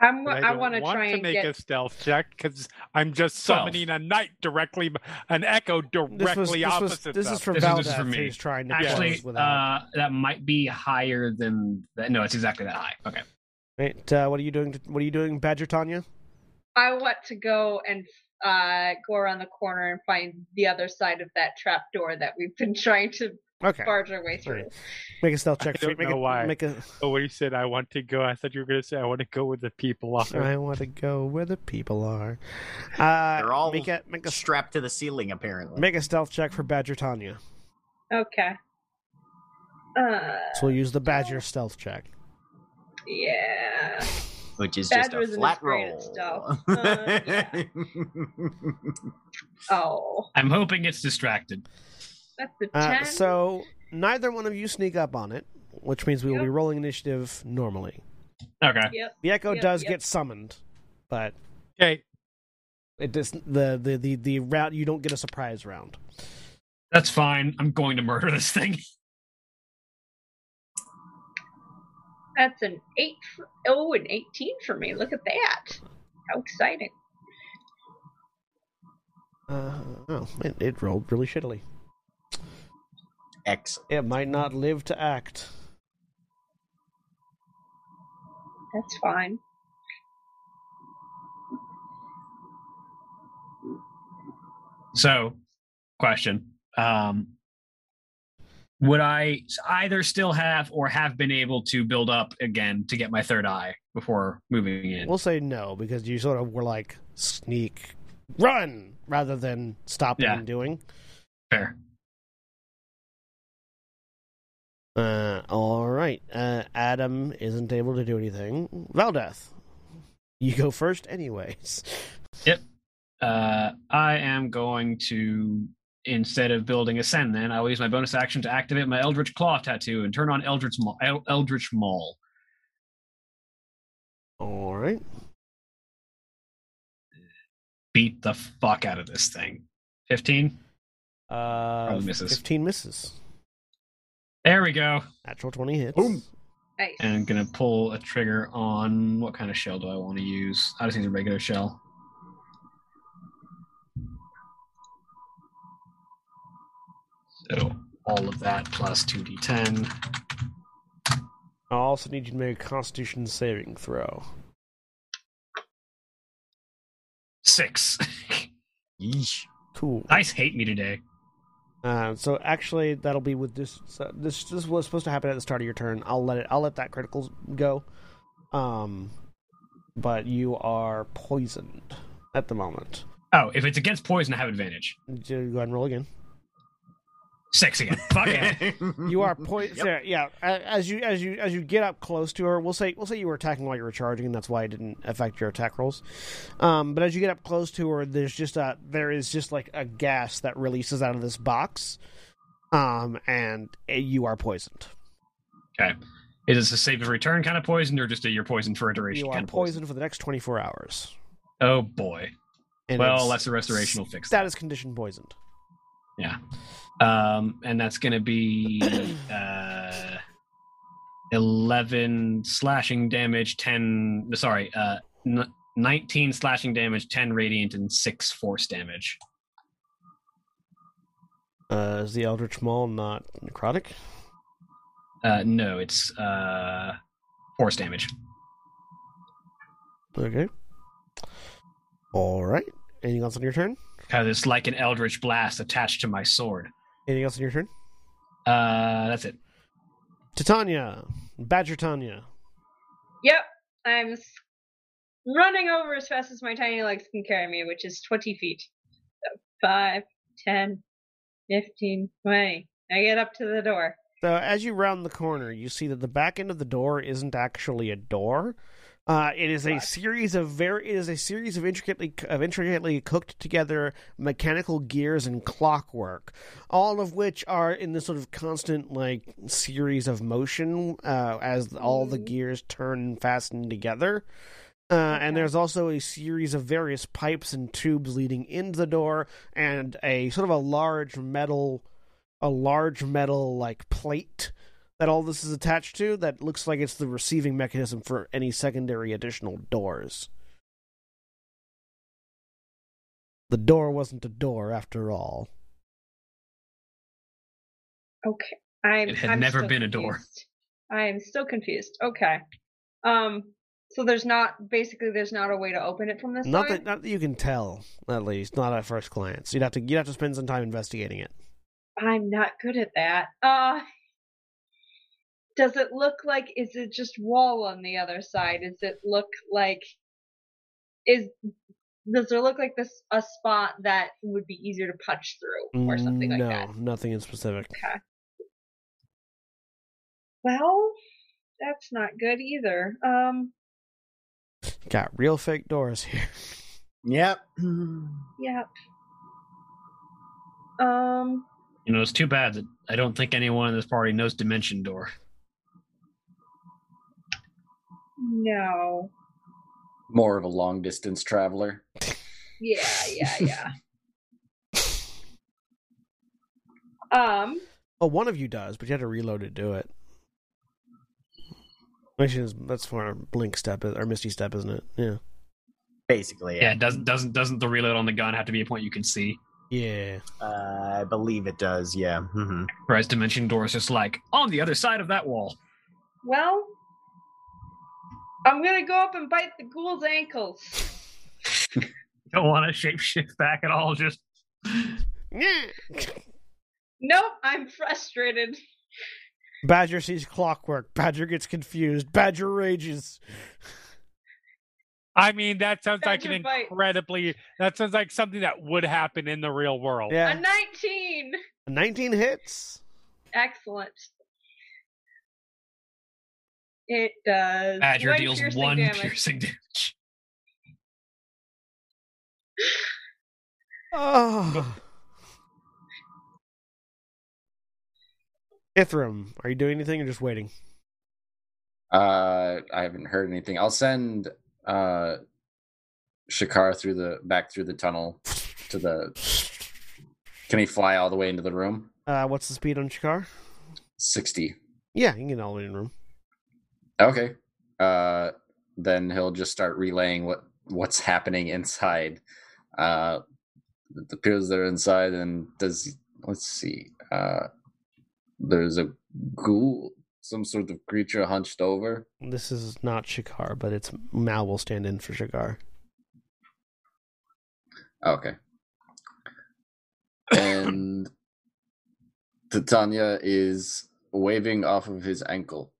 Speaker 5: I'm.
Speaker 4: but
Speaker 5: I,
Speaker 4: don't
Speaker 5: want to try
Speaker 4: to
Speaker 5: and
Speaker 4: make
Speaker 5: get.
Speaker 4: a stealth check because I'm just
Speaker 7: Twelve.
Speaker 4: summoning a knight directly, b- an echo directly
Speaker 1: This was this was,
Speaker 4: opposite.
Speaker 1: this is
Speaker 4: them.
Speaker 1: from
Speaker 7: This is- this is
Speaker 1: Valdez
Speaker 7: from me.
Speaker 1: who's trying to
Speaker 7: Actually,
Speaker 1: close without.
Speaker 7: uh, that might be higher than that. No, it's exactly that high. Okay.
Speaker 1: Right, uh, what are you doing? To, what are you doing, Badger Tanya?
Speaker 5: I want to go and uh, go around the corner and find the other side of that trap door that we've been [laughs] trying to
Speaker 1: Okay,
Speaker 5: barge our way through.
Speaker 1: make a stealth check.
Speaker 4: I don't
Speaker 1: make
Speaker 4: know
Speaker 1: a,
Speaker 4: why.
Speaker 1: Make a.
Speaker 4: Oh, when you said I want to go, I thought you were going to say I want to go with the people off.
Speaker 1: I want to go where the people are. Uh,
Speaker 3: They're all
Speaker 1: make a make a
Speaker 3: [laughs] strapped to the ceiling, apparently.
Speaker 1: make a stealth check for Badger Tanya.
Speaker 5: Okay. Uh,
Speaker 1: So we'll use the Badger stealth check.
Speaker 5: yeah.
Speaker 3: which is
Speaker 5: Bad
Speaker 3: just a
Speaker 5: rhythm is
Speaker 3: flat
Speaker 5: great at
Speaker 3: roll. [laughs]
Speaker 5: stealth. Uh, yeah. Oh,
Speaker 7: I'm hoping it's distracted.
Speaker 5: that's the
Speaker 1: Uh,
Speaker 5: ten.
Speaker 1: so neither one of you sneak up on it, which means we will be
Speaker 5: Yep.
Speaker 1: rolling initiative normally.
Speaker 7: Okay.
Speaker 5: Yep.
Speaker 1: The Echo
Speaker 5: Yep,
Speaker 1: does
Speaker 5: yep.
Speaker 1: get summoned, but
Speaker 4: Okay,
Speaker 1: it does the the the the round you don't get a surprise round.
Speaker 7: That's fine. I'm going to murder this thing. [laughs]
Speaker 5: That's an eight. For, oh, an eighteen for me. Look at that. How exciting.
Speaker 1: Uh, oh, it, it rolled really shittily.
Speaker 3: Excellent.
Speaker 1: It might not live to act.
Speaker 5: That's fine.
Speaker 7: So, question: um, Would I either still have or have been able to build up again to get my third eye before moving in?
Speaker 1: We'll say no because you sort of were like sneak, run rather than stopping
Speaker 7: Yeah.
Speaker 1: and doing.
Speaker 7: Fair.
Speaker 1: Uh, all right. Uh, Adam isn't able to do anything. Valdeath, you go first, anyways. [laughs]
Speaker 7: Uh, I am going to instead of building a sen, then I will use my bonus action to activate my Eldritch Claw tattoo and turn on Eldritch Maul, El- Eldritch Maul.
Speaker 1: All right.
Speaker 7: Beat the fuck out of this thing. Fifteen.
Speaker 1: Uh,
Speaker 7: misses.
Speaker 1: Fifteen misses.
Speaker 7: There we go.
Speaker 1: Natural twenty hits.
Speaker 6: Boom.
Speaker 5: Nice.
Speaker 7: And I'm gonna pull a trigger on what kind of shell do I want to use? I just need a regular shell. So all of that plus two d10.
Speaker 1: I also need you to make a Constitution saving throw.
Speaker 7: Six. [laughs]
Speaker 3: Yeesh.
Speaker 1: Cool.
Speaker 7: Dice hate me today.
Speaker 1: Uh, so actually, that'll be with this. So this this was supposed to happen at the start of your turn. I'll let it. I'll let that critical go. Um, but you are poisoned at the moment.
Speaker 7: Oh, if it's against poison, I have advantage.
Speaker 1: Do- Go ahead and roll again. [laughs]
Speaker 7: Six again. Fuck it.
Speaker 1: Oh, You
Speaker 7: [laughs]
Speaker 3: [laughs]
Speaker 1: are poisoned. Yeah. a- As you as you as you get up close to her, we'll say we'll say you were attacking while you were charging, and that's why it didn't affect your attack rolls. Um, but as you get up close to her, there's just a there is just like a gas that releases out of this box. Um, and eh, you are poisoned.
Speaker 7: Okay. Is this a save of return kind of poison or just a you're poisoned for a duration
Speaker 1: You are
Speaker 7: kind of
Speaker 1: poisoned for the next 24 hours.
Speaker 7: Oh boy.
Speaker 1: And
Speaker 7: well,
Speaker 1: it's-
Speaker 7: that's the restoration will fix that.
Speaker 1: status condition poisoned.
Speaker 7: Yeah. Um, and that's going to be uh, 11 slashing damage, 10, sorry, uh, n- 19 slashing damage, 10 radiant, and 6 force damage.
Speaker 1: Uh, is the Eldritch Maul not necrotic?
Speaker 7: Uh, no, it's uh, force damage.
Speaker 1: Okay. All right. Anything else on your turn?
Speaker 7: Because it's like an eldritch blast attached to my sword.
Speaker 1: Anything else on your turn?
Speaker 7: Uh, that's it.
Speaker 1: Titania, Badger Tanya.
Speaker 5: Yep, I'm s- running over as fast as my tiny legs can carry me, which is 20 feet. So 5, 10, 15, 20. I get up to the door.
Speaker 1: So as you round the corner, you see that the back end of the door isn't actually a door. Uh, it is a series of very it is a series of intricately of intricately cooked together mechanical gears and clockwork, all of which are in this sort of constant like series of motion uh, as all the
Speaker 5: Mm.
Speaker 1: gears turn and fasten together. Uh, And
Speaker 5: Okay.
Speaker 1: there's also a series of various pipes and tubes leading into the door, and a sort of a large metal a large metal like plate that all this is attached to that looks like it's the receiving mechanism for any secondary additional doors. The door wasn't a door after all.
Speaker 5: Okay. I'm,
Speaker 7: It had
Speaker 5: I'm
Speaker 7: never
Speaker 5: still
Speaker 7: been a door.
Speaker 5: confused. I am still confused. Okay. Um. So there's not basically there's not a way to open it from this
Speaker 1: Not
Speaker 5: side.
Speaker 1: that not that you can tell, at least, not at first glance. You'd have to you'd have to spend some time investigating it.
Speaker 5: I'm not good at that. Uh does it look like is it just wall on the other side? Does it look like is does it look like this a spot that would be easier to punch through or something
Speaker 1: no,
Speaker 5: like that?
Speaker 1: nothing in specific.
Speaker 5: Well, that's not good either. Um
Speaker 1: Got real fake doors here. [laughs]
Speaker 3: Yep.
Speaker 5: yeah. Um
Speaker 7: You know, it's too bad that I don't think anyone in this party knows Dimension Door.
Speaker 5: no.
Speaker 6: More of a long distance traveler.
Speaker 5: Yeah, yeah, yeah. um,
Speaker 1: Oh, one of you does, but you had to reload to do it. Which is that's for our blink step or misty step, isn't it? Yeah.
Speaker 3: Basically,
Speaker 7: Yeah, doesn't doesn't doesn't the reload on the gun have to be a point you can see?
Speaker 1: Yeah.
Speaker 3: Uh, I believe it does. Yeah. hmm
Speaker 7: Whereas dimension door is just like on the other side of that wall.
Speaker 5: Well, I'm gonna go up and bite the ghoul's ankles.
Speaker 8: Don't want to shapeshift back at all. Just
Speaker 5: Nope, I'm
Speaker 4: [laughs]
Speaker 5: frustrated.
Speaker 1: Badger sees clockwork. Badger gets confused. Badger rages.
Speaker 4: I mean, that sounds like an
Speaker 5: Badger bite.
Speaker 4: incredibly. That sounds like something that would happen in the real world.
Speaker 5: A
Speaker 1: Yeah.
Speaker 5: 19.
Speaker 1: 19 hits.
Speaker 5: Excellent. It does.
Speaker 7: Badger
Speaker 5: one
Speaker 7: deals
Speaker 5: piercing
Speaker 7: one
Speaker 5: damage.
Speaker 7: piercing damage.
Speaker 1: Oh. Ithram, are you doing anything or just waiting?
Speaker 6: Uh, I haven't heard anything. I'll send uh, Shakar through the back through the tunnel to the. Can he fly all the way into the room?
Speaker 1: Uh, what's the speed on Shakar?
Speaker 6: Sixty.
Speaker 1: Yeah, you can get all the way in the room.
Speaker 6: Okay. Uh, then he'll just start relaying what what's happening inside. Uh, it appears they're inside, and does let's see. Uh, there's a ghoul, some sort of creature hunched over.
Speaker 1: This is not Shakar, but it's Mal will stand in for Shakar.
Speaker 6: Oh, Okay. And Titania is waving off of his ankle.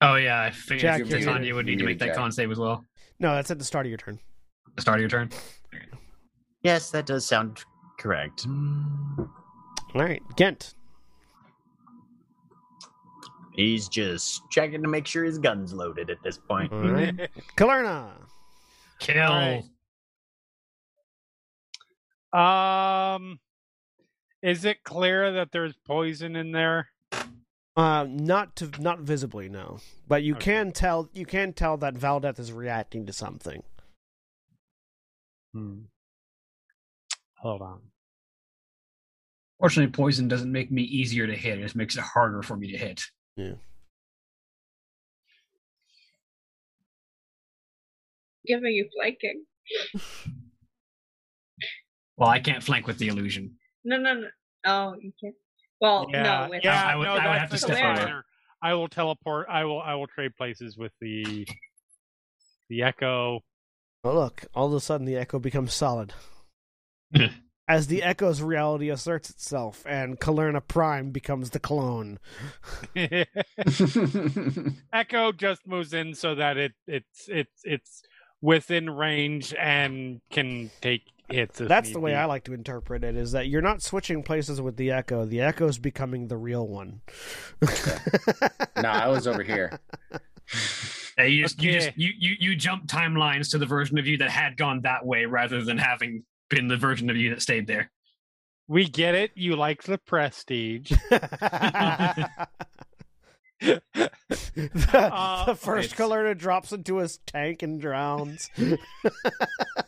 Speaker 7: Oh yeah, I figured
Speaker 1: Jack, you're
Speaker 7: Titania
Speaker 1: muted.
Speaker 7: would need to
Speaker 6: You're
Speaker 7: make that
Speaker 6: Jack.
Speaker 7: con save as well.
Speaker 1: No, that's at the start of your turn.
Speaker 7: The start of your turn.
Speaker 3: Yes, that does sound correct.
Speaker 1: All right, Gent.
Speaker 3: He's just checking to make sure his gun's loaded at this point.
Speaker 1: All right. Kalerna.
Speaker 7: Kill.
Speaker 4: Right. Um, is it clear that there's poison in there?
Speaker 1: Uh, not to not visibly, no. But you
Speaker 4: Okay.
Speaker 1: can tell you can tell that Valdeth is reacting to something.
Speaker 7: Hmm.
Speaker 4: Hold on.
Speaker 7: Fortunately, poison doesn't make me easier to hit. It just makes it harder for me to hit.
Speaker 5: Giving you flanking.
Speaker 7: Well, I can't flank with the illusion.
Speaker 5: No, no, no. Oh, you can't. Well,
Speaker 4: yeah,
Speaker 5: no. With
Speaker 4: yeah,
Speaker 7: I would-
Speaker 4: no,
Speaker 7: I would
Speaker 4: that's
Speaker 7: have to
Speaker 4: the
Speaker 5: step
Speaker 4: plan.
Speaker 5: forward.
Speaker 4: I will teleport. I will. I will trade places with the the echo. [laughs]
Speaker 1: Oh look! All of a sudden, the echo becomes solid. As the echo's reality asserts itself, and Kalerna Prime becomes the clone.
Speaker 4: echo just moves in so that it it's it's it's within range and can take hits. if
Speaker 1: That's
Speaker 4: need
Speaker 1: the way
Speaker 4: be.
Speaker 1: I like to interpret it: is that you're not switching places with the echo. The echo's becoming the real one. [laughs]
Speaker 6: no, I was over here.
Speaker 7: Yeah, you just, you, just
Speaker 4: Okay.
Speaker 7: you, you you jump timelines to the version of you that had gone that way rather than having been the version of you that stayed there.
Speaker 4: We get it. You like the prestige. [laughs]
Speaker 1: the,
Speaker 4: Uh,
Speaker 1: [laughs] the first
Speaker 6: it's-
Speaker 1: Kalerna drops into his tank and drowns. [laughs]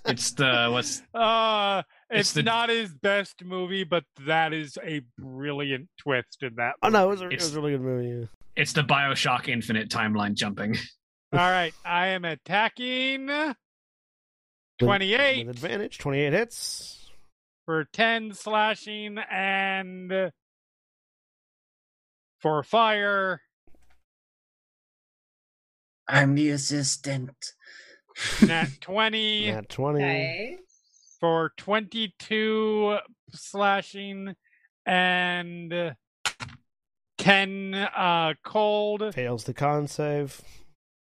Speaker 7: It's
Speaker 4: [laughs]
Speaker 7: the what's
Speaker 4: Uh
Speaker 7: It's
Speaker 4: it's,
Speaker 7: the-
Speaker 4: not his best movie, but that is a brilliant twist in that.
Speaker 1: Oh no, it was a, it
Speaker 7: It's-
Speaker 1: was a really good movie.
Speaker 7: it's the Bioshock Infinite timeline jumping.
Speaker 4: All right, I am attacking
Speaker 1: With-
Speaker 4: 28.
Speaker 1: with advantage, twenty-eight hits.
Speaker 4: for 10 slashing and for fire.
Speaker 1: [laughs]
Speaker 6: I'm the assistant.
Speaker 4: Nat 20
Speaker 1: Nat twenty.
Speaker 5: Okay.
Speaker 4: for 22 slashing and 10 uh cold.
Speaker 1: Fails the con save.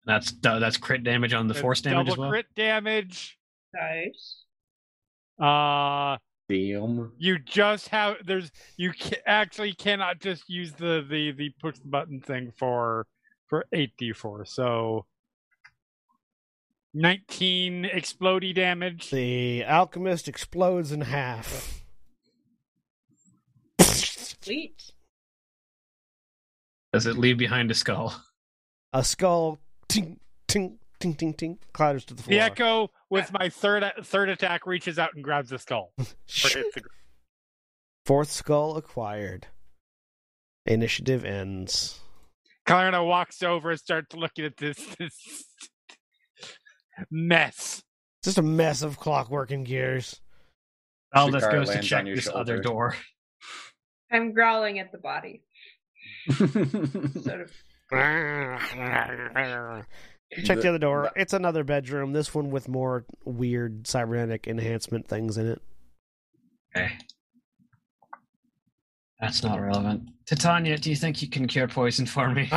Speaker 7: That's uh, that's crit damage on the
Speaker 4: That's
Speaker 7: force damage
Speaker 4: double
Speaker 7: as well.
Speaker 4: crit damage.
Speaker 5: Nice.
Speaker 4: Uh
Speaker 3: [laughs]
Speaker 6: Damn.
Speaker 4: you just have there's you ca- actually cannot just use the the the push the button thing for for 8d4 so 19 explodey damage
Speaker 1: The alchemist explodes in half.
Speaker 5: Sweet.
Speaker 7: Does it leave behind a skull?
Speaker 1: A skull ting ting ting ting ting clatters to the floor.
Speaker 4: the echo with my third third attack reaches out and grabs the skull Or
Speaker 1: Shoo.
Speaker 4: hits the gr-
Speaker 1: Fourth skull acquired. Initiative ends.
Speaker 4: Kalerna walks over and starts looking at this, this mess.
Speaker 1: It's just a mess of clockwork and gears.
Speaker 6: Aldous Shikara goes to lands check on your this shoulder. other
Speaker 8: door.
Speaker 5: I'm growling at the body.
Speaker 7: [laughs]
Speaker 5: Sort of.
Speaker 1: Check the other door. It's another bedroom. This one with more weird cybernetic enhancement things in it.
Speaker 2: Okay. That's not relevant. Titania, do you think you can cure poison for me?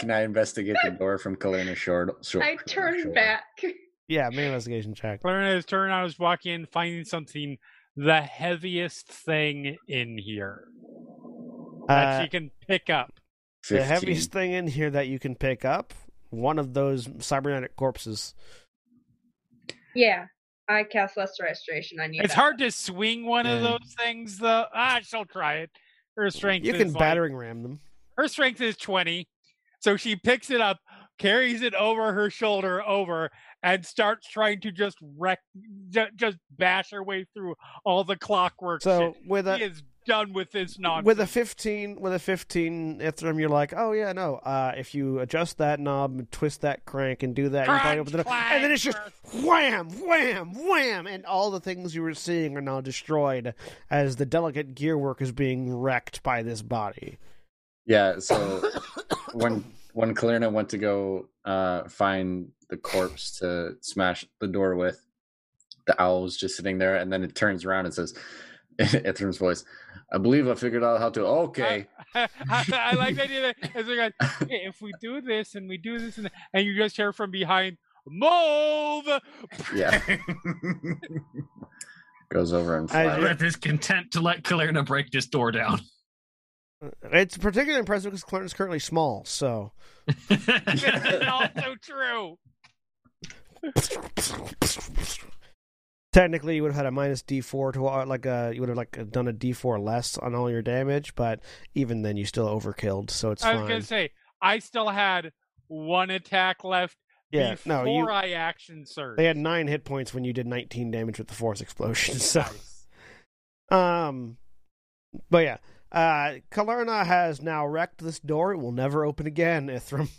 Speaker 6: Can I investigate the door from Kalina's shoulder?
Speaker 5: I turn back. [laughs]
Speaker 1: Yeah, make an investigation check.
Speaker 4: Kalerna is turning out, is walking in, finding something the heaviest thing in here that
Speaker 1: Uh,
Speaker 4: she can pick up.
Speaker 1: the heaviest thing in here that you can pick up, one of those cybernetic corpses.
Speaker 5: Yeah, I cast Lesser Restoration on you.
Speaker 4: It's
Speaker 5: guys.
Speaker 4: hard to swing one of
Speaker 1: Yeah.
Speaker 4: those things, though. Ah, she'll try it. Her strength.
Speaker 1: You
Speaker 4: is
Speaker 1: can
Speaker 4: like-
Speaker 1: battering ram them.
Speaker 4: her strength is 20 so she picks it up carries it over her shoulder over and starts trying to just wreck ju- just bash her way through all the clockwork
Speaker 1: So
Speaker 4: shit.
Speaker 1: with
Speaker 4: she
Speaker 1: a
Speaker 4: is done with this nonsense
Speaker 1: with a fifteen with a fifteen Ithram, you're like, oh yeah, no. Uh, if you adjust that knob, and twist that crank, and do that, you probably
Speaker 4: Crunch,
Speaker 1: open the door,
Speaker 4: clank,
Speaker 1: and then it's just
Speaker 4: burst.
Speaker 1: wham, wham, wham, and all the things you were seeing are now destroyed as the delicate gearwork is being wrecked by this body.
Speaker 4: [coughs]
Speaker 6: Yeah, so when when Kalerna went to go uh find the corpse to smash the door with, the owl was just sitting there and then it turns around and says [laughs] Ithram's voice, I believe I figured out how to
Speaker 4: [laughs]
Speaker 6: okay.
Speaker 4: [laughs] I, I like the idea that it's like, "Okay, if we do this and we do this and, and you just hear from behind move [laughs]
Speaker 6: yeah. Goes over and
Speaker 1: I-
Speaker 6: flies.
Speaker 8: Breath is content to let Kalerna break this door
Speaker 7: [laughs]
Speaker 8: down.
Speaker 1: It's particularly impressive because Clarence is currently small, so.
Speaker 4: this is also true
Speaker 1: Technically, you would have had a minus D4 to uh, like a you would have like done a D4 less on all your damage, but even then, you still overkilled, so it's
Speaker 4: i was
Speaker 1: fine.
Speaker 4: gonna say i still had one attack left
Speaker 1: yeah, no,
Speaker 4: before
Speaker 1: you
Speaker 4: I action surge.
Speaker 1: they had nine hit points when you did 19 damage with the force explosion. [laughs] So, um, but yeah, uh, Kalerna has now wrecked this door. It will never open again, Ithram.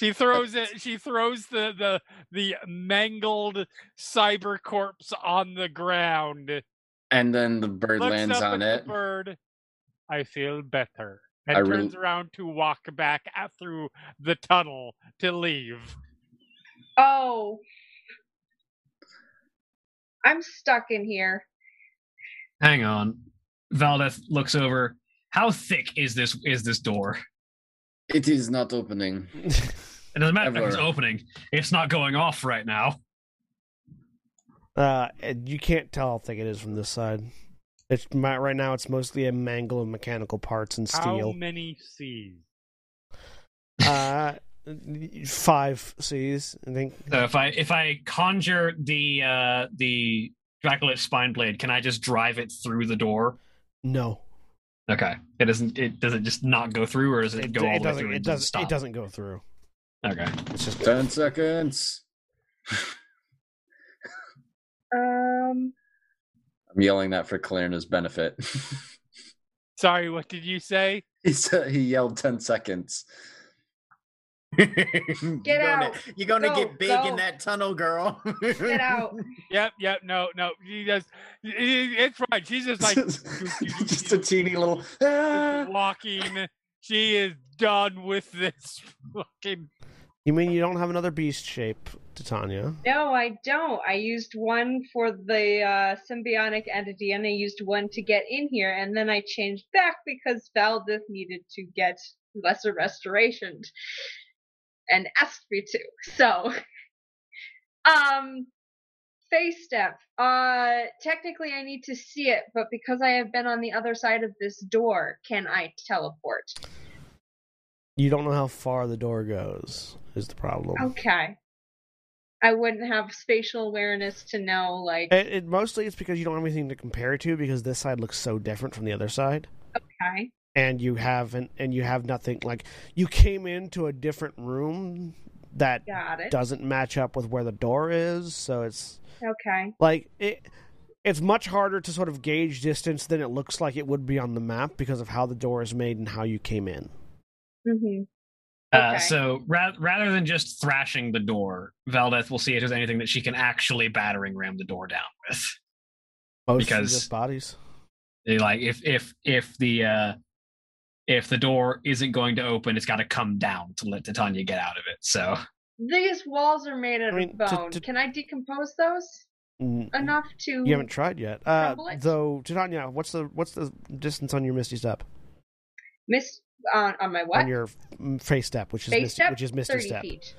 Speaker 4: She throws it. She throws the the the mangled cyber corpse on the ground.
Speaker 6: and then the bird
Speaker 4: Looks
Speaker 6: lands
Speaker 4: up
Speaker 6: on
Speaker 4: at
Speaker 6: it.
Speaker 4: The bird. I feel better. And
Speaker 6: I rel-
Speaker 4: turns around to walk back out through the tunnel to leave.
Speaker 5: Oh. I'm stuck in here.
Speaker 8: Hang on.
Speaker 7: Valdeth looks over. How thick is this is this door?
Speaker 6: It is not opening.
Speaker 7: It doesn't matter if it's
Speaker 6: Everywhere.
Speaker 7: opening. It's not going off right now.
Speaker 1: [laughs] Uh, and you can't tell how thick it is from this side. It's my, right now. It's mostly a mangle of mechanical parts and
Speaker 4: How
Speaker 1: steel.
Speaker 4: many C's?
Speaker 1: uh, five C's, I think.
Speaker 7: So if I if I conjure the uh the Dracolich spine blade, can I just drive it through the door?
Speaker 1: No,
Speaker 7: Okay. It doesn't it does it just not go through or does it, go all the way
Speaker 1: doesn't.
Speaker 7: through
Speaker 1: It
Speaker 7: and doesn't
Speaker 1: doesn't.
Speaker 7: stop?
Speaker 1: It doesn't go through.
Speaker 7: Okay.
Speaker 1: It's just
Speaker 6: Ten seconds.
Speaker 5: Um.
Speaker 6: I'm yelling that for Kalerna's benefit. [laughs]
Speaker 4: Sorry, what did you say?
Speaker 6: He said he yelled ten seconds.
Speaker 3: you're gonna,
Speaker 5: out.
Speaker 3: You're gonna
Speaker 5: Go,
Speaker 3: get big
Speaker 5: go.
Speaker 3: in that tunnel, girl. [laughs]
Speaker 5: Get out.
Speaker 4: Yep, yep, no, no. She just, it- it- it's fine. She's just
Speaker 6: [laughs]
Speaker 4: like
Speaker 6: just a teeny little. "Ah."
Speaker 4: walking. She is done with this [laughs] fucking
Speaker 1: You mean you don't have another beast shape, Titania?
Speaker 5: No, I don't. I used one for the uh, symbiotic entity, and I used one to get in here, and then I changed back because Valdith needed to get lesser restoration, and asked me to. So, um, face step. Uh, technically, I need to see it, but because I have been on the other side of this door, can I teleport?
Speaker 1: You don't know how far the door goes. Is the problem?
Speaker 5: Okay. I wouldn't have spatial awareness to know, like.
Speaker 1: It, it mostly it's because you don't have anything to compare it to because this side looks so different from the other side.
Speaker 5: Okay.
Speaker 1: and you haven't and you have nothing like you came into a different room that
Speaker 5: Got it.
Speaker 1: doesn't match up with where the door is so it's
Speaker 5: Okay.
Speaker 1: like it it's much harder to sort of gauge distance than it looks like it would be on the map because of how the door is made and how you came in.
Speaker 5: Mm-hmm.
Speaker 7: Uh,
Speaker 5: Okay.
Speaker 7: so ra- rather than just thrashing the door, Valdeth will see if there's anything that she can actually battering ram the door down with.
Speaker 1: Mostly
Speaker 7: Because-
Speaker 1: just bodies.
Speaker 7: They, Like if if if the uh, if the door isn't going to open, it's got to come down to let Titania get out of it. So
Speaker 5: These walls are made out
Speaker 1: I mean, to-
Speaker 5: of bone.
Speaker 1: to-
Speaker 5: Can I decompose those
Speaker 1: N-
Speaker 5: enough to?
Speaker 1: You haven't tried yet. Uh,
Speaker 5: Crumble it?
Speaker 1: though, Titania, what's the what's the distance on your Misty Step?
Speaker 5: miss on on my what?
Speaker 1: On your mm, face step, which is
Speaker 5: Base
Speaker 1: Misty,
Speaker 5: step?
Speaker 1: which is Misty
Speaker 5: Thirty
Speaker 1: Step.
Speaker 5: feet.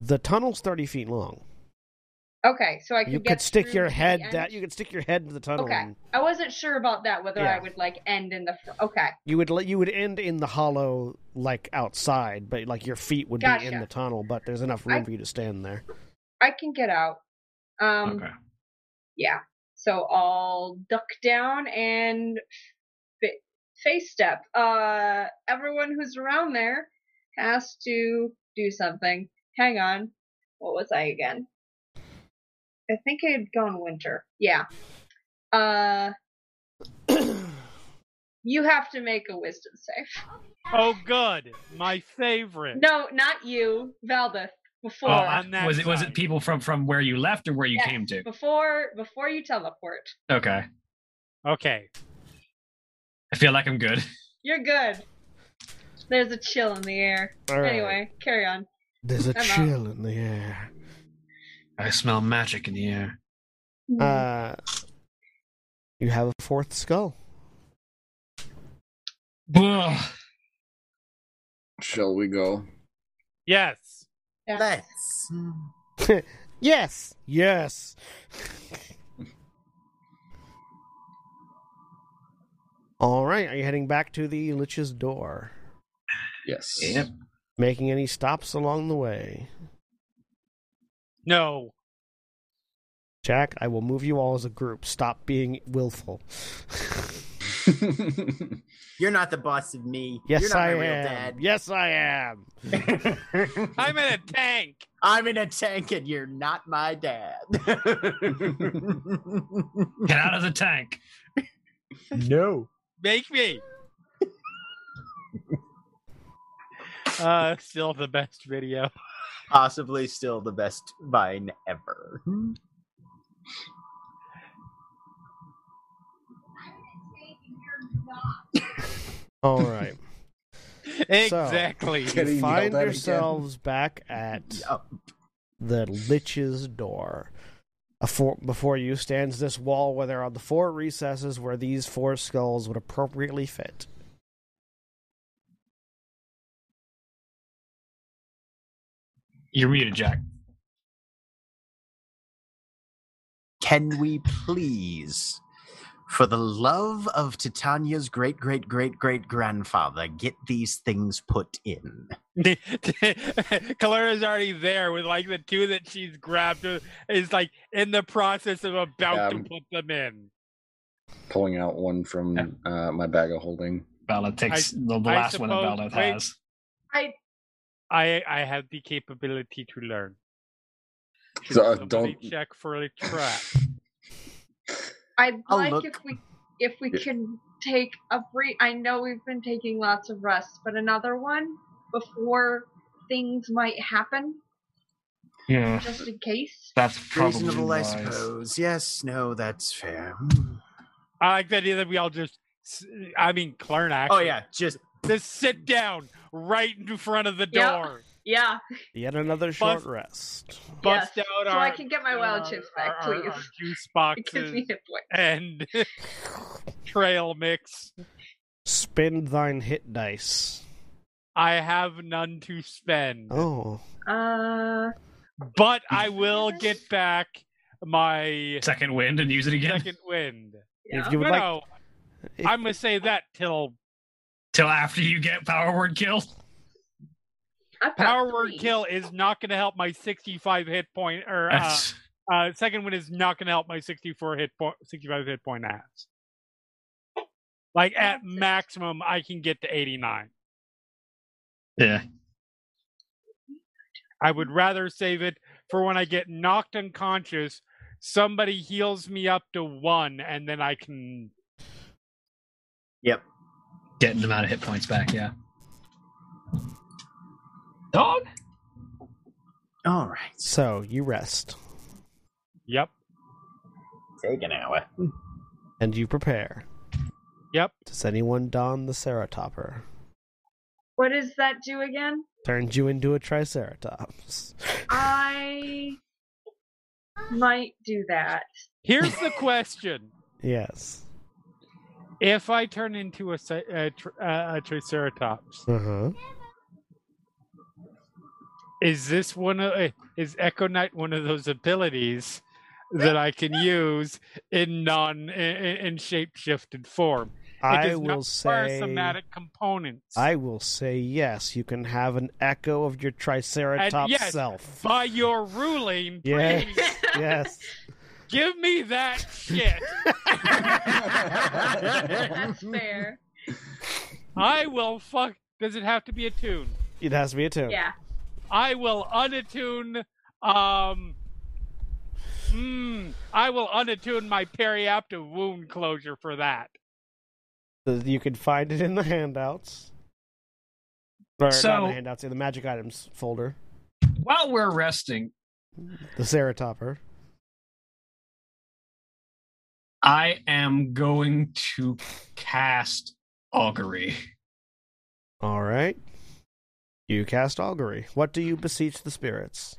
Speaker 1: The tunnel's thirty feet long.
Speaker 5: Okay, so I could
Speaker 1: you
Speaker 5: get
Speaker 1: could stick
Speaker 5: through
Speaker 1: your
Speaker 5: to the
Speaker 1: head
Speaker 5: end?
Speaker 1: that you could stick your head into the tunnel.
Speaker 5: Okay.
Speaker 1: and
Speaker 5: I wasn't sure about that whether
Speaker 1: Yeah.
Speaker 5: I would like end in the fr- okay.
Speaker 1: you would let you would end in the hollow like outside, but like your feet would be in
Speaker 5: Gotcha.
Speaker 1: the tunnel, but there's enough room
Speaker 5: I-
Speaker 1: for you to stand there.
Speaker 5: I can get out. Um
Speaker 2: okay.
Speaker 5: yeah. So I'll duck down and fa- face step. Uh everyone who's around there has to do something. Hang on. What was I again? I think I had gone winter. Yeah. Uh you have to make a wisdom save.
Speaker 4: Oh, good. My favorite.
Speaker 5: No, not you, Valbeth. Before
Speaker 4: Oh, on that
Speaker 7: was it was
Speaker 4: side.
Speaker 7: it people from from where you left or where you
Speaker 5: Yes,
Speaker 7: came to?
Speaker 5: Before before you teleport.
Speaker 7: Okay,
Speaker 4: Okay.
Speaker 7: I feel like I'm good.
Speaker 5: You're good. There's a chill in the air.
Speaker 1: All right.
Speaker 5: Anyway, carry on.
Speaker 1: There's a
Speaker 5: I'm out.
Speaker 1: chill in the air.
Speaker 7: I smell magic in the air.
Speaker 1: Uh,
Speaker 5: Mm-hmm.
Speaker 1: you have a fourth skull.
Speaker 7: Ugh.
Speaker 6: Shall we go?
Speaker 4: Yes.
Speaker 5: Yeah.
Speaker 3: Let's.
Speaker 1: Yes. Yes. All right. Are you heading back to the Lich's door?
Speaker 6: Yes. [laughs]
Speaker 2: Yep.
Speaker 1: Making any stops along the way?
Speaker 4: No.
Speaker 1: Jack, I will move you all as a group. Stop being
Speaker 3: [laughs]
Speaker 1: willful.
Speaker 3: You're not the boss of me. You're
Speaker 1: yes,
Speaker 3: not
Speaker 1: I
Speaker 3: my
Speaker 1: am.
Speaker 3: real dad.
Speaker 1: Yes, I am.
Speaker 4: [laughs] I'm in a tank.
Speaker 3: I'm in a tank and you're not my dad. [laughs]
Speaker 7: Get out of the tank.
Speaker 3: no.
Speaker 4: Make me. uh, still the best video. [laughs]
Speaker 3: Possibly still the best vine ever.
Speaker 1: All right.
Speaker 4: Exactly.
Speaker 6: Getting
Speaker 1: you
Speaker 6: yelled
Speaker 1: find
Speaker 6: at again.
Speaker 1: yourselves back at
Speaker 3: Yup.
Speaker 1: the Lich's door. Afore, before you stands this wall where there are the four recesses where these four skulls would appropriately fit.
Speaker 7: You're muted, Jack.
Speaker 3: Can we please, for the love of Titania's great great great great grandfather, get these things put in?
Speaker 4: Kalura's already there with like the two that she's grabbed uh, is like in the process of about
Speaker 6: Um,
Speaker 4: to put them in.
Speaker 6: Pulling out one from uh, my bag of holding. [laughs]
Speaker 7: Valda takes the, the
Speaker 4: I
Speaker 7: last one that
Speaker 4: suppose-
Speaker 7: Valda
Speaker 4: wait.
Speaker 7: has.
Speaker 5: I
Speaker 4: I I have the capability to learn. Should
Speaker 6: So, uh,
Speaker 4: somebody [laughs]
Speaker 6: don't-
Speaker 4: check for a trap.
Speaker 5: I'd
Speaker 3: I'll
Speaker 5: like
Speaker 3: look.
Speaker 5: if we if we
Speaker 6: Yeah.
Speaker 5: can take a brief I know we've been taking lots of rest, but another one before things might happen,
Speaker 7: Yeah,
Speaker 5: just in case.
Speaker 7: that's
Speaker 3: Reasonable, I
Speaker 7: wise.
Speaker 3: suppose. Yes, no, that's fair. Hmm.
Speaker 4: I like the idea that we all just s- I mean Clarn
Speaker 3: Oh
Speaker 4: actually
Speaker 3: yeah, just
Speaker 4: just sit down right in front of the
Speaker 5: Yeah.
Speaker 4: door.
Speaker 5: Yeah.
Speaker 1: Yet another short
Speaker 4: Bus-
Speaker 1: rest.
Speaker 4: Bust
Speaker 5: Yes,
Speaker 4: out
Speaker 5: So
Speaker 4: our
Speaker 5: I can get my wild
Speaker 4: our-
Speaker 5: chips
Speaker 4: our-
Speaker 5: back,
Speaker 4: our- our
Speaker 5: please. [laughs]
Speaker 4: juice
Speaker 5: It gives
Speaker 4: boxes
Speaker 5: me hit points.
Speaker 4: and [laughs] trail mix.
Speaker 1: Spend thine hit dice.
Speaker 4: I have none to spend.
Speaker 1: Oh.
Speaker 5: Uh
Speaker 4: But I will get back my
Speaker 7: Second wind and use it again
Speaker 4: second wind.
Speaker 5: yeah.
Speaker 1: If you would
Speaker 4: no,
Speaker 1: like
Speaker 4: no,
Speaker 1: if-
Speaker 4: I'm gonna say that till
Speaker 7: till after you get power word kill.
Speaker 5: I've got
Speaker 4: power word
Speaker 5: three.
Speaker 4: kill is not gonna help my 65 hit point or uh, uh, second one is not gonna help my 64 hit point, 65 hit point ass. Like at
Speaker 5: That's it.
Speaker 4: maximum, I can get to 89.
Speaker 7: yeah,
Speaker 4: I would rather save it for when I get knocked unconscious somebody heals me up to one, and then I can.
Speaker 7: Getting them out of hit points back, yeah. Dog?
Speaker 3: All right.
Speaker 1: So you rest
Speaker 4: Yep.
Speaker 3: Take an hour.
Speaker 1: and you prepare.
Speaker 4: Yep.
Speaker 1: Does anyone don the ceratopper?
Speaker 5: What does that do again?
Speaker 1: Turns you into a triceratops.
Speaker 5: I might do that.
Speaker 4: Here's the question:
Speaker 1: yes.
Speaker 4: If I turn into a, ce- a, tr- uh, a triceratops,
Speaker 1: Uh huh.
Speaker 4: is this one of eh, is Echo Knight one of those abilities that I can use in non in, in shape shifted form? It
Speaker 1: I
Speaker 4: does not
Speaker 1: will
Speaker 4: require
Speaker 1: say.
Speaker 4: somatic components.
Speaker 1: I will say yes. You can have an echo of your triceratops
Speaker 4: yes, [laughs]
Speaker 1: self.
Speaker 4: by your ruling,
Speaker 1: Yeah.
Speaker 4: please
Speaker 1: [laughs] yes.
Speaker 4: give me that
Speaker 1: [laughs]
Speaker 4: shit.
Speaker 5: That's fair.
Speaker 4: I will fuck. Does it have to be attuned?
Speaker 1: It has to be a two.
Speaker 5: Yeah.
Speaker 4: I will unattune. Um. Mm, I will unattune my periapta wound closure for that.
Speaker 1: So You can find it in the handouts. Or not
Speaker 7: So-
Speaker 1: in the handouts, in the magic items folder.
Speaker 7: While we're resting,
Speaker 1: The ceratopper.
Speaker 7: I am going to cast Augury.
Speaker 1: All right. You cast augury. What do you beseech the spirits?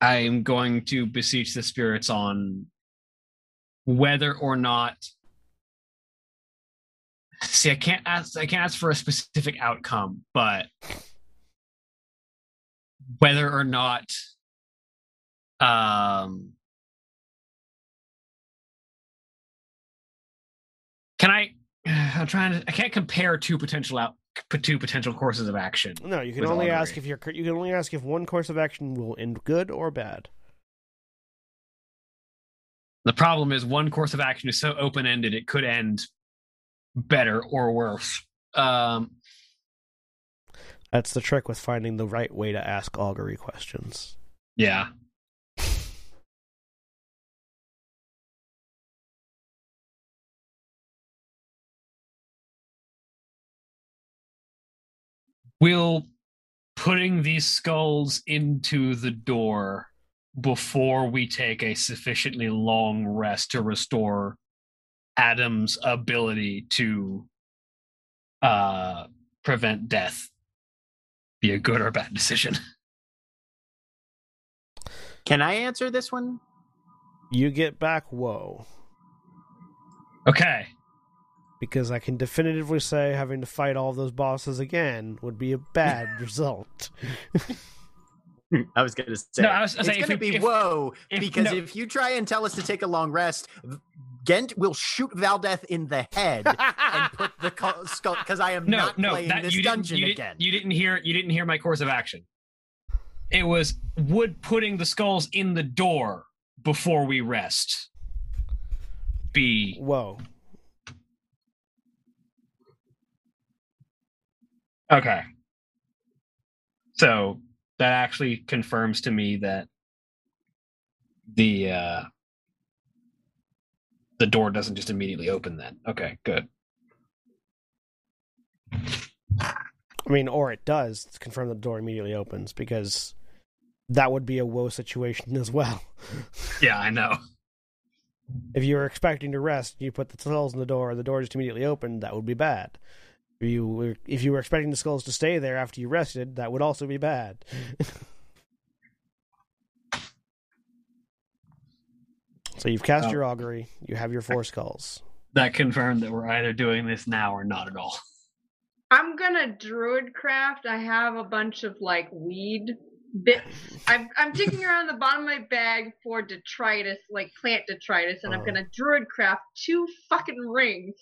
Speaker 7: I am going to beseech the spirits on whether or not. See, I can't ask. I can't ask for a specific outcome, but whether or not, um, can I? [sighs] I'm trying to. I can't compare two potential out two potential courses of action.
Speaker 1: No, you can
Speaker 7: With
Speaker 1: only
Speaker 7: augury.
Speaker 1: ask if your cur- you can only ask if one course of action will end good or bad.
Speaker 7: The problem is one course of action is so open ended it could end better or worse. Um,
Speaker 1: That's the trick with finding the right way to ask augury questions.
Speaker 7: yeah. Will putting these skulls into the door before we take a sufficiently long rest to restore Adam's ability to uh, prevent death be a good or bad decision? [laughs]
Speaker 3: Can I answer this one?
Speaker 1: You get back woe
Speaker 7: Okay.
Speaker 1: because I can definitively say having to fight all those bosses again would be a bad result.
Speaker 3: [laughs] I was gonna say.
Speaker 7: No, I was gonna say,
Speaker 3: it's
Speaker 7: if
Speaker 3: gonna
Speaker 7: we-
Speaker 3: be
Speaker 7: if-
Speaker 3: whoa
Speaker 7: if-
Speaker 3: because
Speaker 7: no.
Speaker 3: if you try and tell us to take a long rest, Gent will shoot Valdeth in the
Speaker 7: [laughs]
Speaker 3: head and put the co- skull because I am
Speaker 7: No,
Speaker 3: not
Speaker 7: no,
Speaker 3: playing
Speaker 7: that
Speaker 3: this
Speaker 7: you
Speaker 3: dungeon
Speaker 7: didn't, you
Speaker 3: again.
Speaker 7: Didn't, you didn't hear you didn't hear my course of action. It was would putting the skulls in the door before we rest be
Speaker 1: Whoa.
Speaker 7: okay. So that actually confirms to me that the uh the door doesn't just immediately open then. Okay, good.
Speaker 1: I mean, or it does confirm that the door immediately opens because that would be a woe situation [laughs] as well.
Speaker 7: Yeah, I know. [laughs]
Speaker 1: If you were expecting to rest, you put the skulls in the door, and the door just immediately opened. That would be bad. If you were if you were expecting the skulls to stay there after you rested, that would also be bad. [laughs] so you've cast
Speaker 7: Oh.
Speaker 1: your augury. You have your four skulls.
Speaker 7: That confirmed that we're either doing this now or not at all.
Speaker 5: I'm gonna druid craft. I have a bunch of like weed bits. I'm I'm digging around the bottom of my bag for detritus, like plant detritus, and I'm
Speaker 3: Oh.
Speaker 1: Uh-huh.
Speaker 5: gonna druid craft two fucking rings.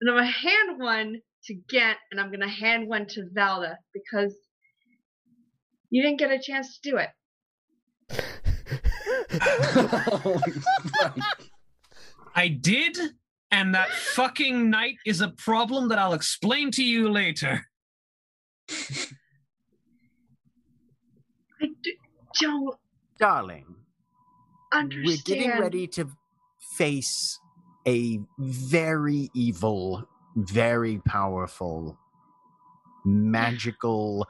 Speaker 5: And I'm gonna hand one to Gent, and I'm gonna hand one to Valda because you didn't get a chance to do it.
Speaker 7: I did, and that fucking knight is a problem that I'll explain to you later.
Speaker 5: I d- don't.
Speaker 3: Darling,
Speaker 5: understand.
Speaker 3: We're getting ready to face a very evil, very powerful, magical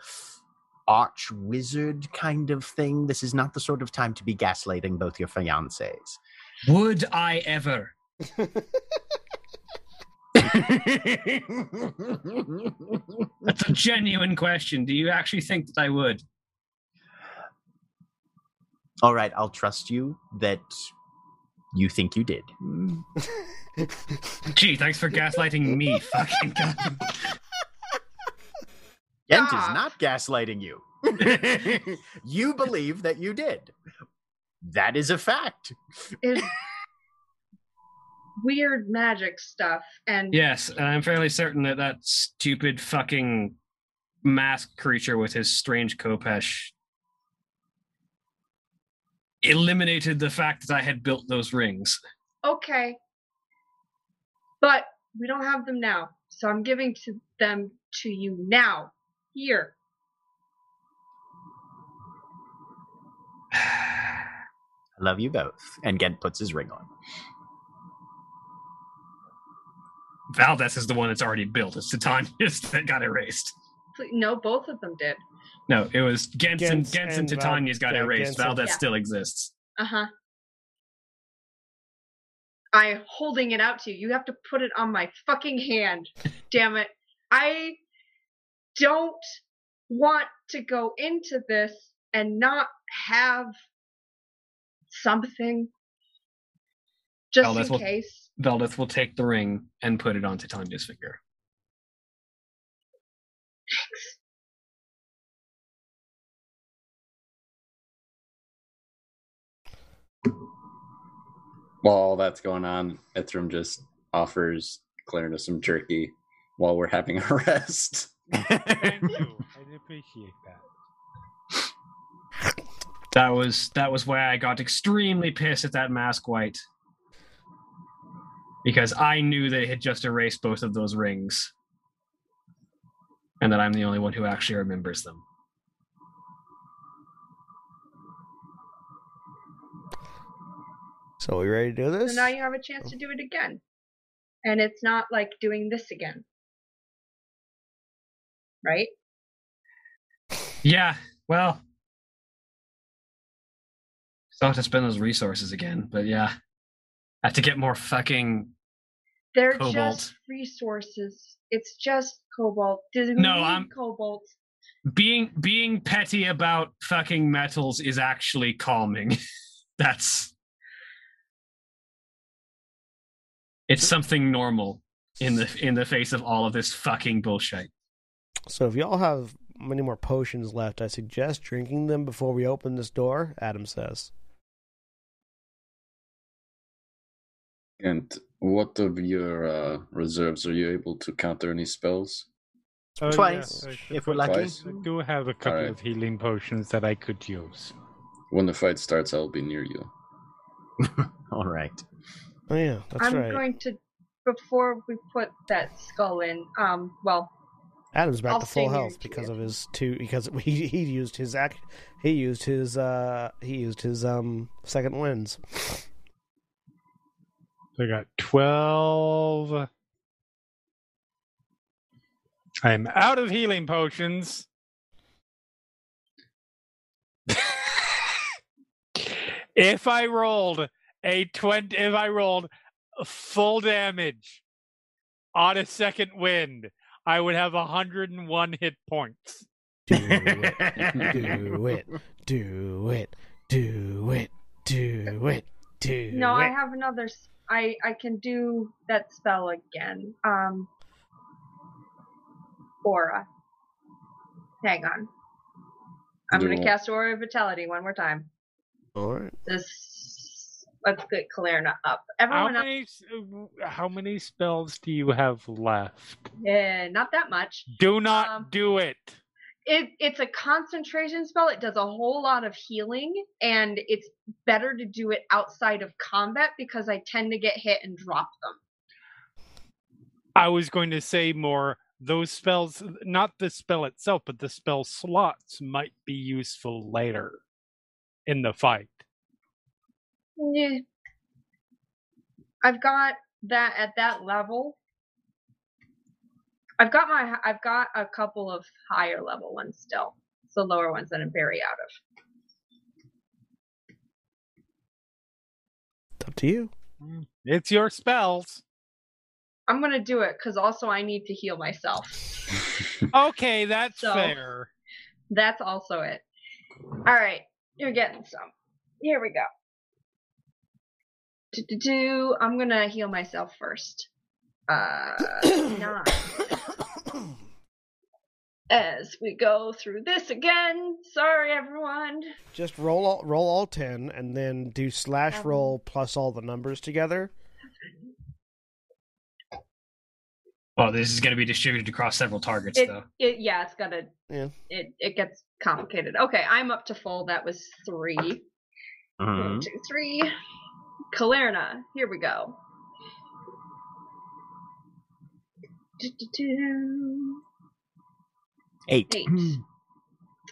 Speaker 3: arch wizard kind of thing. This is not the sort of time to be gaslighting both your fiancés.
Speaker 7: Would I ever? That's a genuine question. Do you actually think that I would?
Speaker 3: All right, I'll trust you that you think you did.
Speaker 7: Gee, thanks for gaslighting me. [laughs] Fucking god.
Speaker 3: Gent is
Speaker 5: Stop.
Speaker 3: not gaslighting you. you believe that you did. That is a fact.
Speaker 5: Is weird magic stuff and
Speaker 7: Yes, and I'm fairly certain that that stupid fucking masked creature with his strange Kopesh eliminated the fact that I had built those rings.
Speaker 5: okay. But we don't have them now, so I'm giving to them to you now. Here.
Speaker 3: I love you both. And Gent puts his ring on.
Speaker 7: Valdez is the one that's already built. It's the Titania's that got erased.
Speaker 5: Please- No, both of them did.
Speaker 7: No, it was Gens and,
Speaker 1: Gens
Speaker 7: Gens
Speaker 1: and
Speaker 7: and
Speaker 1: Val-
Speaker 7: Titania's got
Speaker 1: yeah,
Speaker 7: erased.
Speaker 1: Gens and-
Speaker 7: Valdez
Speaker 5: Yeah.
Speaker 7: still exists.
Speaker 5: Uh huh. I holding it out to you. You have to put it on my
Speaker 7: [laughs]
Speaker 5: fucking hand. Damn it. I don't want to go into this and not have something just
Speaker 7: Oh, that's
Speaker 5: in
Speaker 7: what-
Speaker 5: case.
Speaker 7: Valdez will take the ring and put it on Titania's finger.
Speaker 6: While all that's going on, Ithram just offers Clarina some jerky while we're having a [laughs] rest.
Speaker 4: Thank [laughs] you. I appreciate that.
Speaker 7: That was that was why I got extremely pissed at that mask white. Because I knew that it had just erased both of those rings. And that I'm the only one who actually remembers them.
Speaker 1: [laughs] So we ready to do
Speaker 5: So
Speaker 1: this?
Speaker 5: now you have a chance to do it again. And it's not like doing this again. Right?
Speaker 7: Yeah, well. Still have to spend those resources again, but yeah. I have to get more fucking
Speaker 5: They're
Speaker 7: Cobalt.
Speaker 5: just resources. It's just cobalt. Doesn't
Speaker 7: No,
Speaker 5: need
Speaker 7: I'm-
Speaker 5: cobalt.
Speaker 7: being being petty about fucking metals is actually calming. [laughs] That's it's something normal in the in the face of all of this fucking bullshit.
Speaker 1: So if y'all have many more potions left, I suggest drinking them before we open this door, Adam says.
Speaker 6: And what of your uh, reserves are you able to counter any spells?
Speaker 4: Oh, yeah,
Speaker 3: Twice,
Speaker 4: I should
Speaker 3: if we're
Speaker 4: put-
Speaker 3: lucky.
Speaker 6: Twice.
Speaker 4: I do have a couple
Speaker 6: Alright.
Speaker 4: of healing potions that I could use.
Speaker 6: When the fight starts, I'll be near you.
Speaker 3: All right.
Speaker 1: Oh yeah, that's
Speaker 5: I'm
Speaker 1: right.
Speaker 5: going to before we put that skull in. Um, well,
Speaker 1: Adam's back
Speaker 5: I'll
Speaker 1: to full
Speaker 5: stay near
Speaker 1: health
Speaker 5: you.
Speaker 1: because of his two because [laughs] he he used his act he used his uh he used his um second lens.
Speaker 4: So I got 12. I'm out of healing potions. [laughs] if I rolled a 20, if I rolled full damage on a second wind, I would have 101 hit points.
Speaker 1: Do it, do it, do it, do it, do it, do
Speaker 5: no, I
Speaker 1: it.
Speaker 5: have another. s- I I can do that spell again. Um, aura. Hang on. I'm
Speaker 6: Do
Speaker 5: gonna
Speaker 6: it.
Speaker 5: cast aura of vitality one more time.
Speaker 1: All right.
Speaker 5: This. Let's get Kalerna up. Everyone
Speaker 4: how
Speaker 5: else,
Speaker 4: many s- uh, how many spells do you have left?
Speaker 5: yeah, not that much.
Speaker 4: Do not
Speaker 5: Um,
Speaker 4: do it.
Speaker 5: it it's a concentration spell. It does a whole lot of healing, and it's better to do it outside of combat because I tend to get hit and drop them.
Speaker 4: I was going to say more those spells uh, not the spell itself but the spell slots might be useful later in the fight.
Speaker 5: Yeah. I've got that at that level. I've got my I've got a couple of higher level ones still. So lower ones that I'm very out of.
Speaker 1: It's up to
Speaker 5: [coughs]
Speaker 1: you.
Speaker 4: It's your spells.
Speaker 5: I'm gonna do it because also I need to heal myself.
Speaker 4: Okay, that's
Speaker 5: So-
Speaker 4: fair.
Speaker 5: That's also it. All right, you're getting some. Here we go. Do-do-do. I'm gonna heal myself first. Uh, nine.
Speaker 1: [coughs]
Speaker 5: As we go through this again, sorry everyone.
Speaker 1: Just roll all, roll all ten, and then do slash roll plus all the numbers together.
Speaker 7: Well, this is going to be distributed across several targets,
Speaker 5: It,
Speaker 7: though.
Speaker 5: it, yeah, it's gonna.
Speaker 1: Yeah.
Speaker 5: It it gets complicated. Okay, I'm up to full. That was three.
Speaker 7: Mm-hmm.
Speaker 5: One, two, three. Calerna. Here we go. Do-do-do.
Speaker 3: Eight.
Speaker 5: Eight.
Speaker 3: [laughs]
Speaker 7: Hmm.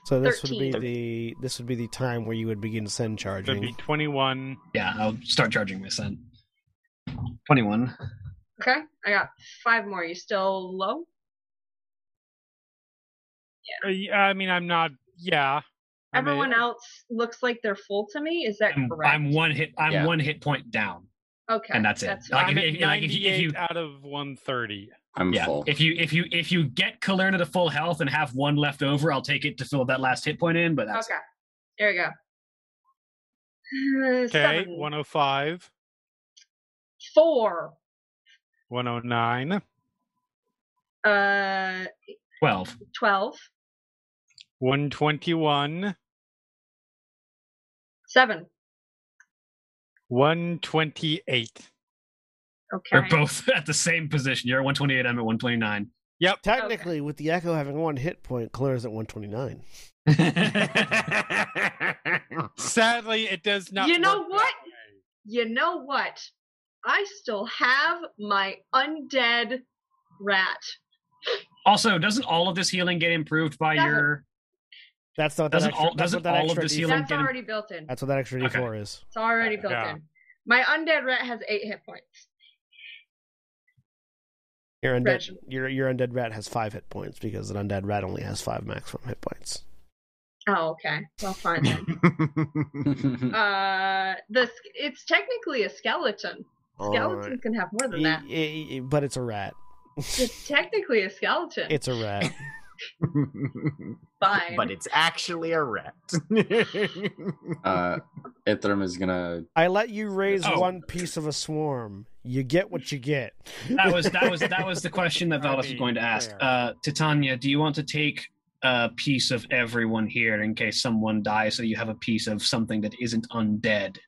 Speaker 1: So this would
Speaker 5: Thirteen.
Speaker 1: be the this would be the time where you would begin send
Speaker 4: That'd be
Speaker 1: charging.
Speaker 4: 21.
Speaker 7: Yeah, I'll start charging this then. 21.
Speaker 5: Okay, I got five more. You still low?
Speaker 4: Uh, yeah, I mean, I'm not. Yeah. I mean,
Speaker 5: Everyone else looks like they're full to me. Is that
Speaker 7: I'm,
Speaker 5: correct?
Speaker 7: I'm one hit. I'm
Speaker 6: Yeah.
Speaker 7: one hit point down.
Speaker 5: okay,
Speaker 7: and that's it.
Speaker 5: fine.
Speaker 4: I'm
Speaker 7: Like, if-
Speaker 4: at
Speaker 7: if- like, if you- if you-
Speaker 4: 98 out of 130.
Speaker 6: I'm
Speaker 7: yeah. [laughs]
Speaker 6: full. [laughs]
Speaker 7: If you if you if you get Kalerna to full health and have one left over, I'll take it to fill that last hit point in. But that's
Speaker 5: okay, there you go. Uh,
Speaker 4: Okay,
Speaker 5: seven,
Speaker 4: 105,
Speaker 5: four,
Speaker 4: 109,
Speaker 5: uh,
Speaker 7: twelve.
Speaker 5: twelve,
Speaker 4: 121,
Speaker 5: seven.
Speaker 7: [laughs]
Speaker 4: 128.
Speaker 5: Okay.
Speaker 7: We're both [laughs] at the same position. You're at 128. I'm at 129.
Speaker 1: Technically, with the echo having one hit point, Claire is at one twenty nine.
Speaker 4: Sadly, it does not.
Speaker 5: You know
Speaker 4: work
Speaker 5: what?
Speaker 4: that way.
Speaker 5: you know what? I still have my undead rat.
Speaker 7: also, doesn't all of this healing get improved by
Speaker 5: Doesn't-
Speaker 7: your?
Speaker 1: That's not
Speaker 7: Doesn't
Speaker 1: that extra,
Speaker 7: all-
Speaker 1: that's
Speaker 7: doesn't
Speaker 1: what that
Speaker 7: all of
Speaker 1: extra
Speaker 7: this
Speaker 1: D-
Speaker 7: healing-
Speaker 5: That's
Speaker 7: get him-
Speaker 5: already built in.
Speaker 1: That's what that extra D four is.
Speaker 5: It's already built
Speaker 4: Yeah.
Speaker 5: in. My undead rat has eight hit points.
Speaker 1: Your undead,
Speaker 5: Reginald.
Speaker 1: your your undead rat has five hit points because an undead rat only has five maximum hit points.
Speaker 5: Oh, okay. Well,
Speaker 1: [laughs]
Speaker 5: fine then. uh, the sk- it's technically a skeleton. Skeletons
Speaker 1: Alright.
Speaker 5: can have more than
Speaker 1: E-
Speaker 5: that.
Speaker 1: e- e- but it's a rat.
Speaker 5: It's technically a skeleton.
Speaker 1: [laughs] It's a rat.
Speaker 5: fine.
Speaker 3: but it's actually a rat.
Speaker 4: [laughs]
Speaker 6: uh, Ithram is gonna.
Speaker 1: I let you raise
Speaker 7: Oh.
Speaker 1: one piece of a swarm. You get what you get.
Speaker 7: That was that was that was the question that Valdis was going to ask. Uh, Titania, do you want to take a piece of everyone here in case someone dies, so you have a piece of something that isn't undead?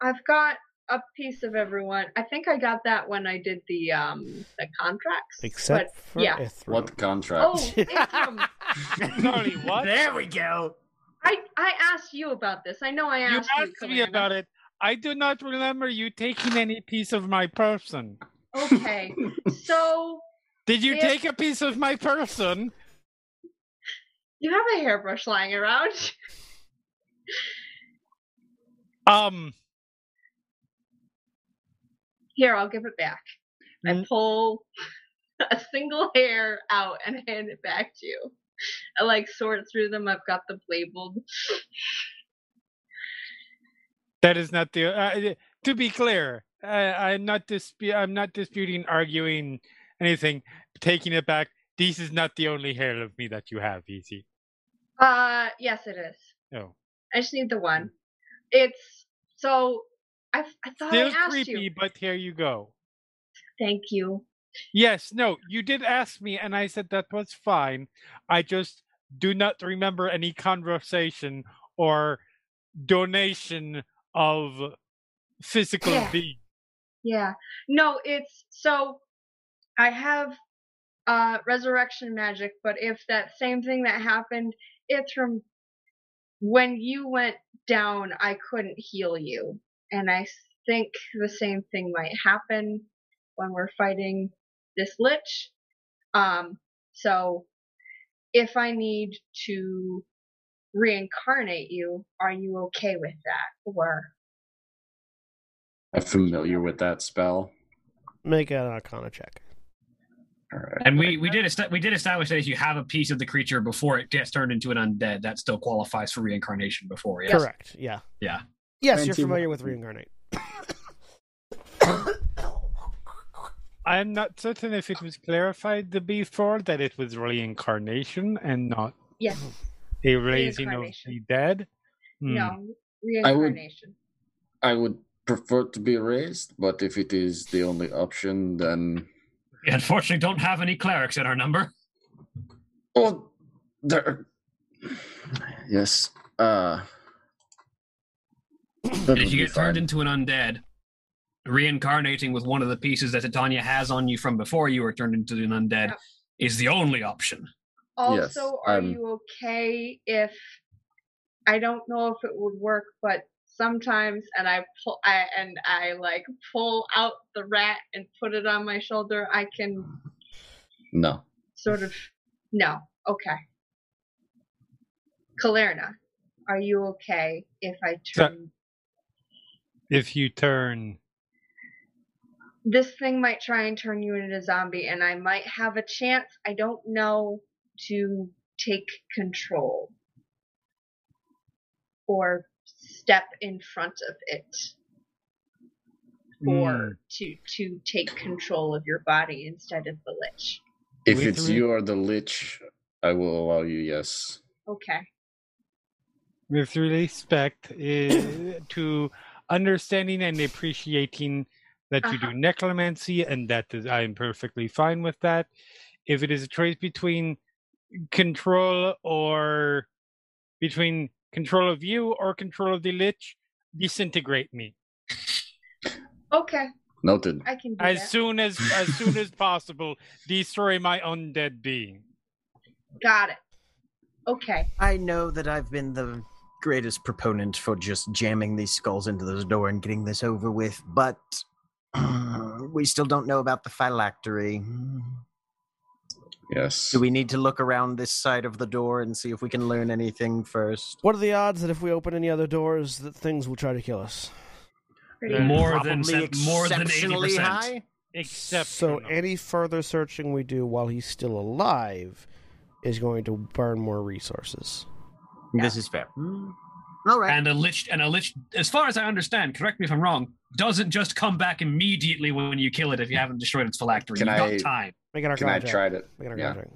Speaker 5: I've got a piece of everyone. I think I got that when I did the um the contracts.
Speaker 1: Except for
Speaker 5: yeah.
Speaker 1: Ithram.
Speaker 6: What
Speaker 5: But-
Speaker 6: contract?
Speaker 5: oh,
Speaker 4: [laughs]
Speaker 5: Ithram,
Speaker 4: Sorry, what?
Speaker 3: There we go.
Speaker 5: I I asked you about this. I know I
Speaker 4: You
Speaker 5: asked you.
Speaker 4: asked me
Speaker 5: Kalana.
Speaker 4: about it. I do not remember you taking any piece of my person. [laughs]
Speaker 5: Okay. so
Speaker 4: Did you
Speaker 5: If-
Speaker 4: take a piece of my person?
Speaker 5: you have a hairbrush lying around. [laughs]
Speaker 4: Um,
Speaker 5: Here, I'll give it back. I
Speaker 4: Mm.
Speaker 5: pull a single hair out and hand it back to you. I like sort through them. I've got them labeled. [sighs]
Speaker 4: that is not the. Uh, to be clear, I, I'm not dispu- I'm not disputing, arguing, anything. Taking it back. This is not the only hair of me that you have, Easy.
Speaker 5: Uh, yes, it is.
Speaker 4: Oh,
Speaker 5: I just need the one. It's so. I, I thought
Speaker 4: still
Speaker 5: I asked
Speaker 4: creepy,
Speaker 5: you.
Speaker 4: but here you go.
Speaker 5: Thank you.
Speaker 4: Yes, no, you did ask me, and I said that was fine. I just do not remember any conversation or donation of physical
Speaker 5: Yeah.
Speaker 4: being.
Speaker 5: Yeah. No, it's so I have uh resurrection magic, but if that same thing that happened, it's from when you went down, I couldn't heal you. And I think the same thing might happen when we're fighting this lich. Um so if I need to reincarnate you, are you okay with that? Or
Speaker 6: I'm familiar with that spell.
Speaker 1: Make an Arcana check.
Speaker 6: All right.
Speaker 7: And we we did est- we did establish that if you have a piece of the creature before it gets turned into an undead, that still qualifies for reincarnation before. Yes.
Speaker 1: Correct. Yeah.
Speaker 7: Yeah.
Speaker 1: Yes, you're
Speaker 6: 21.
Speaker 1: familiar with reincarnate.
Speaker 4: I'm not certain if it was clarified the before that it was reincarnation and not
Speaker 5: Yes.
Speaker 4: a raising of the
Speaker 5: Reincarnation.
Speaker 4: dead. Hmm.
Speaker 5: No.
Speaker 6: I would-
Speaker 5: Reincarnation.
Speaker 6: I would prefer to be raised, but if it is the only option, then
Speaker 7: We unfortunately don't have any clerics in our number.
Speaker 6: oh, there. Yes. Uh.
Speaker 7: And if you get turned into an undead, reincarnating with one of the pieces that Titania has on you from before you were turned into an undead
Speaker 5: Yeah.
Speaker 7: is the only option.
Speaker 5: Also,
Speaker 6: Yes,
Speaker 5: are
Speaker 6: I'm-
Speaker 5: you okay if I don't know if it would work, but sometimes and I pull I and I like pull out the rat and put it on my shoulder, I can
Speaker 6: no,
Speaker 5: sort of no. Okay. Kalerna, are you okay if I
Speaker 4: Sir.
Speaker 5: turn
Speaker 4: If you turn,
Speaker 5: this thing might try and turn you into a zombie and I might have a chance, I don't know, to take control or step in front of it
Speaker 4: hmm,
Speaker 5: or to to take control of your body instead of the lich.
Speaker 6: if
Speaker 4: With
Speaker 6: it's
Speaker 4: re-
Speaker 6: you or the lich, I will allow you. Yes.
Speaker 5: Okay.
Speaker 4: with respect eh, to understanding and appreciating that you do
Speaker 5: Uh-huh.
Speaker 4: necromancy, and that is, I am perfectly fine with that. If it is a choice between control or between control of you or control of the lich, disintegrate me
Speaker 5: Okay,
Speaker 6: Noted.
Speaker 5: I can do
Speaker 4: as
Speaker 5: that.
Speaker 4: soon as as soon as possible. Destroy my undead being.
Speaker 5: Got it. Okay.
Speaker 3: I know that I've been the greatest proponent for just jamming these skulls into this door and getting this over with, but [clears throat] we still don't know about the phylactery.
Speaker 6: Yes.
Speaker 3: Do we need to look around this side of the door and see if we can learn anything first?
Speaker 1: What are the odds that if we open any other doors, that things will try to kill us?
Speaker 5: Pretty
Speaker 4: Mm.
Speaker 7: More than
Speaker 3: Probably
Speaker 7: se- more than eighty
Speaker 3: exceptionally
Speaker 7: percent.
Speaker 3: high?
Speaker 4: Except
Speaker 1: so,
Speaker 4: for now.
Speaker 1: any further searching we do while he's still alive is going to burn more resources.
Speaker 3: This is fair. All right.
Speaker 7: And a lich and a lich, as far as I understand, correct me if I'm wrong, doesn't just come back immediately when you kill it if you haven't destroyed its phylactery.
Speaker 6: Can
Speaker 7: You've
Speaker 6: I-
Speaker 7: got time.
Speaker 1: Make an
Speaker 6: Can I
Speaker 1: Arcana check.
Speaker 6: try it?
Speaker 1: Make an
Speaker 6: Yeah.
Speaker 1: Arcana check.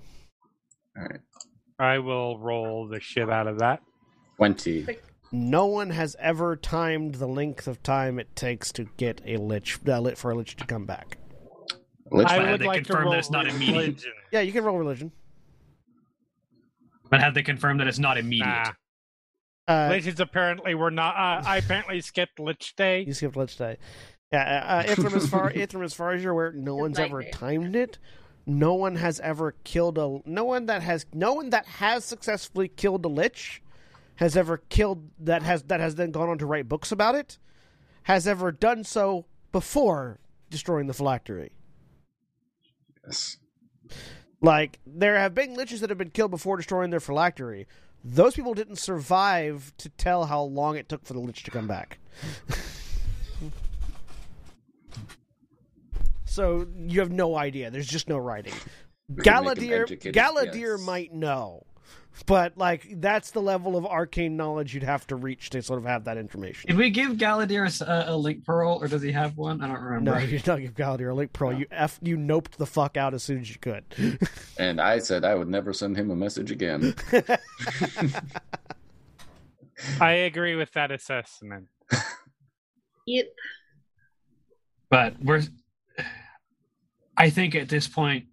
Speaker 4: I will roll the shit out of that.
Speaker 6: Twenty.
Speaker 1: No one has ever timed the length of time it takes to get a lich uh, lit for a lich to come back.
Speaker 6: Lich
Speaker 4: I
Speaker 7: fine.
Speaker 4: would
Speaker 7: They
Speaker 4: like to
Speaker 7: confirm
Speaker 4: roll
Speaker 7: that it's not immediate.
Speaker 4: religion.
Speaker 1: Yeah, you can roll religion.
Speaker 7: But have they confirmed that it's not immediate?
Speaker 4: Nah,
Speaker 1: Uh,
Speaker 4: religions apparently were not. Uh, I apparently skipped Lich Day.
Speaker 1: you skipped lich day. Yeah, uh, uh, Ithram, as far Ithram, as far as you're aware, no one's ever
Speaker 5: Lightning.
Speaker 1: timed it. No one has ever killed a. No one that has. No one that has successfully killed a lich has ever killed that has that has then gone on to write books about it has ever done so before destroying the phylactery.
Speaker 6: Yes.
Speaker 1: Like there have been liches that have been killed before destroying their phylactery. Those people didn't survive to tell how long it took for the lich to come back. [laughs] so you have no idea. There's just no writing.
Speaker 6: can make 'em
Speaker 1: Galadir
Speaker 6: educated,
Speaker 1: Galadir
Speaker 6: yes.
Speaker 1: might know. But like that's the level of arcane knowledge you'd have to reach to sort of have that information.
Speaker 7: Did we give Galadir a s- a, a link pearl, or does he have one? I don't remember.
Speaker 1: No, you're not give Galadir a link pearl. You f you noped the fuck out as soon as you could. [laughs]
Speaker 6: And I said I would never send him a message again.
Speaker 4: I agree with that assessment.
Speaker 5: Yep.
Speaker 7: but we're i think at this point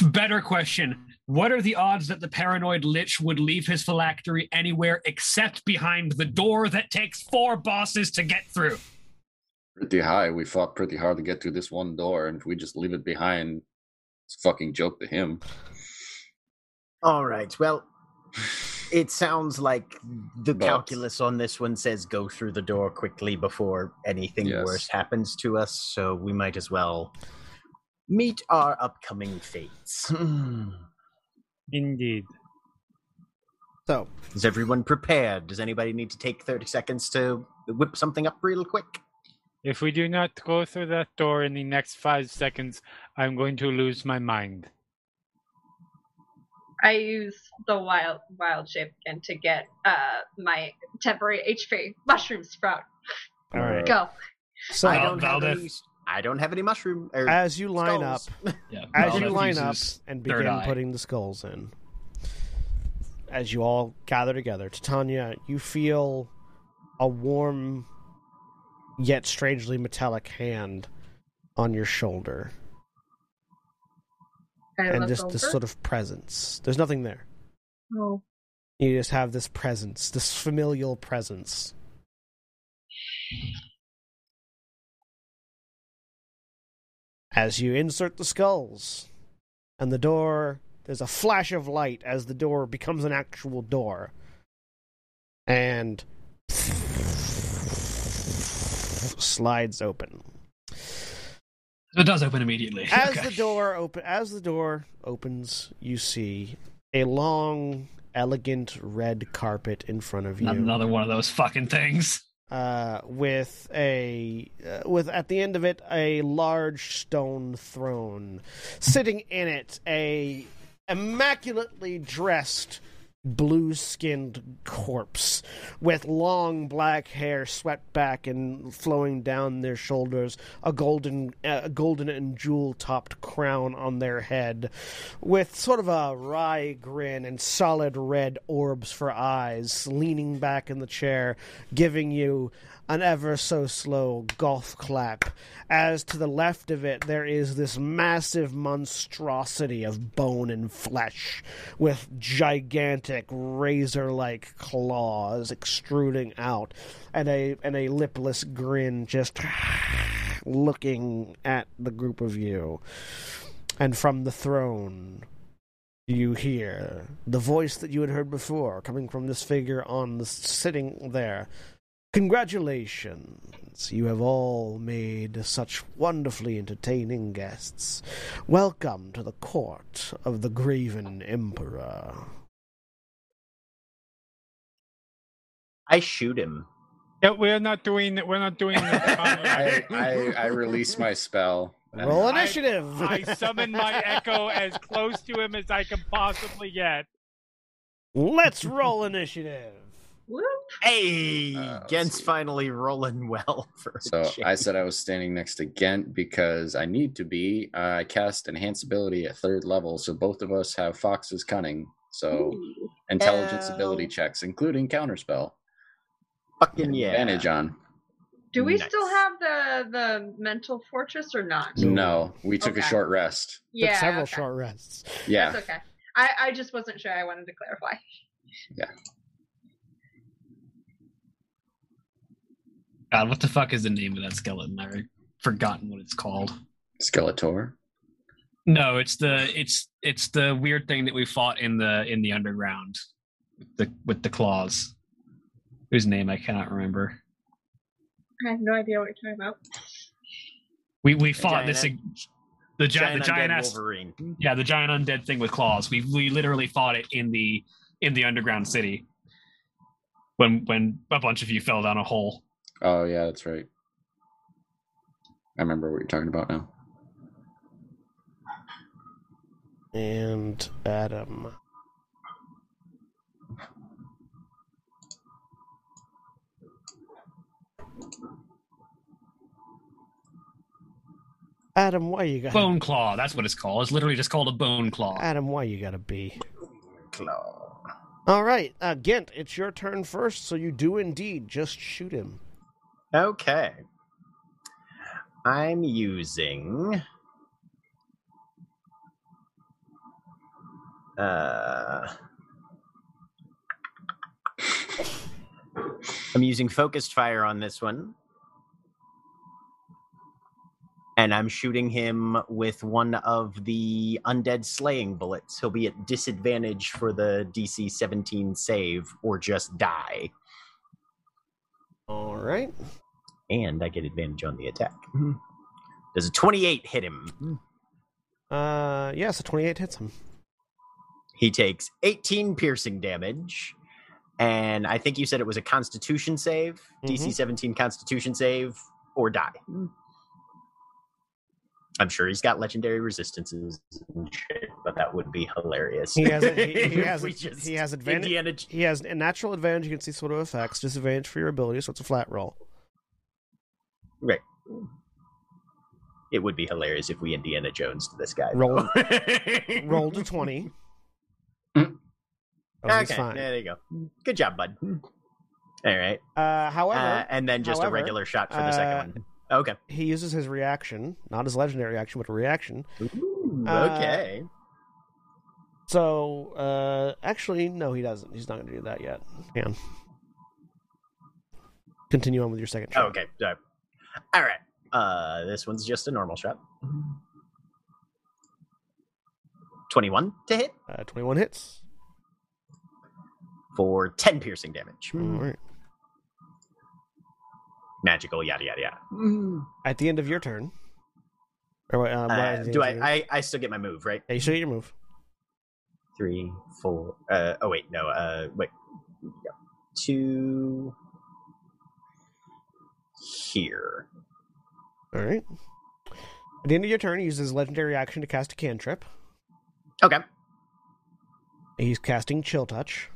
Speaker 7: better question what are the odds that the paranoid lich would leave his phylactery anywhere except behind the door that takes four bosses to get through
Speaker 6: pretty high. We fought pretty hard to get through this one door, and if we just leave it behind, it's a fucking joke to him.
Speaker 3: All right. Well, it sounds like the
Speaker 6: But-
Speaker 3: calculus on this one says go through the door quickly before anything
Speaker 6: Yes.
Speaker 3: worse happens to us, so we might as well meet our upcoming fates. [clears throat] Is
Speaker 4: Indeed.
Speaker 1: so
Speaker 3: everyone prepared? Does anybody need to take 30 seconds to whip something up real quick?
Speaker 4: If we do not go through that door in the next five seconds, I'm going to lose my mind.
Speaker 5: I use the wild wild shape again to get uh my temporary HP mushroom sprout.
Speaker 1: All right.
Speaker 5: Go.
Speaker 1: So
Speaker 3: I don't have
Speaker 8: Valdez.
Speaker 3: any. I don't have any mushroom. er, Or
Speaker 1: as you line up,
Speaker 3: skulls.
Speaker 7: Yeah.
Speaker 1: as
Speaker 7: well,
Speaker 1: you
Speaker 7: that
Speaker 1: line up
Speaker 7: uses-
Speaker 1: and
Speaker 7: third
Speaker 1: begin
Speaker 7: eye.
Speaker 1: putting the skulls in, as you all gather together, Titania, you feel a warm yet strangely metallic hand on your shoulder,
Speaker 5: I
Speaker 1: and
Speaker 5: look
Speaker 1: just this
Speaker 5: over.
Speaker 1: sort of presence. There's nothing there.
Speaker 5: Oh.
Speaker 1: You just have this presence, this familial presence. As you insert the skulls, and the door, there's a flash of light as the door becomes an actual door. And slides open.
Speaker 8: So it does open immediately.
Speaker 1: As
Speaker 8: Okay.
Speaker 1: the door open, as the door opens, you see a long, elegant red carpet in front of you.
Speaker 8: Another one of those fucking things.
Speaker 1: uh, with a uh, with at the end of it a large stone throne sitting in it a immaculately dressed blue skinned corpse with long black hair swept back and flowing down their shoulders a golden uh, a golden and jewel topped crown on their head with sort of a wry grin and solid red orbs for eyes leaning back in the chair giving you an ever so slow golf clap as to the left of it there is this massive monstrosity of bone and flesh with gigantic razor like claws extruding out and a and a lipless grin just [laughs] looking at the group of you and from the throne you hear the voice that you had heard before coming from this figure on the sitting there congratulations you have all made such wonderfully entertaining guests welcome to the court of the graven emperor
Speaker 3: I shoot him.
Speaker 4: Yeah, we're not doing that. We're not doing
Speaker 6: I,
Speaker 8: [laughs]
Speaker 4: that.
Speaker 3: [laughs]
Speaker 4: Um,
Speaker 6: I, I release my spell. and-
Speaker 1: roll
Speaker 4: I-
Speaker 1: initiative
Speaker 4: I summon my echo as close to him as I can possibly get.
Speaker 1: [laughs] let's roll initiative
Speaker 5: Whoop.
Speaker 3: Hey,
Speaker 6: Uh, let's
Speaker 3: Gent's
Speaker 6: see.
Speaker 3: finally rolling well for a
Speaker 6: So I
Speaker 3: change.
Speaker 6: said I was standing next to Gent because I need to be. I cast enhance ability at third level, so both of us have Fox's cunning. So
Speaker 5: Ooh.
Speaker 6: intelligence
Speaker 3: Hell.
Speaker 6: ability checks, including counterspell,
Speaker 3: fucking yeah.
Speaker 6: advantage on.
Speaker 5: Do we
Speaker 3: Nice.
Speaker 5: still have the the mental fortress or not?
Speaker 1: No.
Speaker 6: No, we took a
Speaker 5: Okay.
Speaker 6: short rest.
Speaker 1: took
Speaker 5: Yeah.
Speaker 1: several
Speaker 5: okay.
Speaker 1: short rests
Speaker 6: Yeah,
Speaker 5: That's okay. I, I just wasn't sure. I wanted to clarify. [laughs]
Speaker 8: God, what the fuck is the name of that skeleton? I've forgotten what it's called.
Speaker 6: Skeletor.
Speaker 8: No, it's the it's it's the weird thing that we fought in the in the underground, with the with the claws, whose name I cannot remember.
Speaker 5: I have no idea what you're talking about.
Speaker 8: We we fought this
Speaker 3: giant-
Speaker 8: the giant the
Speaker 3: undead
Speaker 8: giant ass
Speaker 3: Wolverine.
Speaker 8: yeah the giant undead thing with claws. We we literally fought it in the in the underground city when when a bunch of you fell down a hole.
Speaker 6: Oh yeah, that's right. I remember what you're talking about now.
Speaker 1: and adam adam why you got
Speaker 8: Bone claw, that's what it's called. It's literally just called a bone
Speaker 3: Uh,
Speaker 8: claw.
Speaker 1: Adam, why you gotta be? All right, uh, Gent, it's your turn first, so you do indeed just shoot him.
Speaker 3: Okay. I'm using. Uh, I'm using focused fire on this one. And I'm shooting him with one of the undead slaying bullets. He'll be at disadvantage for the DC 17 save or just die.
Speaker 1: All right,
Speaker 3: and I get advantage on the attack.
Speaker 1: Mm-hmm.
Speaker 3: Does a 28 hit him?
Speaker 1: uh, yeah, so twenty-eight hits him.
Speaker 3: He takes 18 piercing damage.
Speaker 1: Mm-hmm.
Speaker 3: And I think you said it was a constitution save, DC 17 constitution save or die.
Speaker 1: Hmm.
Speaker 3: I'm sure he's got legendary resistances and shit, but that would be hilarious.
Speaker 1: He has- he- he
Speaker 3: If [laughs] we
Speaker 1: has-
Speaker 3: just
Speaker 1: he has advantage-
Speaker 3: Indiana J-
Speaker 1: He has a natural advantage against these sort of effects, disadvantage for your ability, so it's a flat roll.
Speaker 3: it would be hilarious if we Indiana Jones to this guy.
Speaker 1: Roll-
Speaker 3: though. [laughs]
Speaker 1: Roll to 20.
Speaker 6: Mm.
Speaker 1: Oh, he's
Speaker 3: okay,
Speaker 1: fine. Hmm.
Speaker 3: there you go. Good job, bud. All right.
Speaker 1: Uh, however,
Speaker 3: Uh, and then just
Speaker 1: however,
Speaker 3: a regular shot for the
Speaker 1: uh,
Speaker 3: second one. Okay.
Speaker 1: he uses his reaction, not his legendary action, but a reaction.
Speaker 3: Ooh,
Speaker 1: uh,
Speaker 3: okay.
Speaker 1: So, uh, actually, no, he doesn't. He's not going to do that yet. Yeah. Continue on with your second shot.
Speaker 3: Oh, okay. All right. All right. Uh, this one's just a normal shot. 21 to hit
Speaker 1: Uh, 21 hits.
Speaker 3: for 10 piercing damage.
Speaker 1: All right.
Speaker 3: Magical, yada, yada, yada.
Speaker 1: At the end of your turn. Or, wait, uh, what
Speaker 3: Uh,
Speaker 1: is the
Speaker 3: do
Speaker 1: end of your-
Speaker 3: I, I? I still get my move, right?
Speaker 1: Yeah, you still get your move.
Speaker 3: Three, four. Uh, oh, wait, no. Uh, wait. Yep. Two. Here.
Speaker 1: All right. At the end of your turn, he uses his legendary action to cast a cantrip.
Speaker 3: Okay.
Speaker 1: He's casting Chill Touch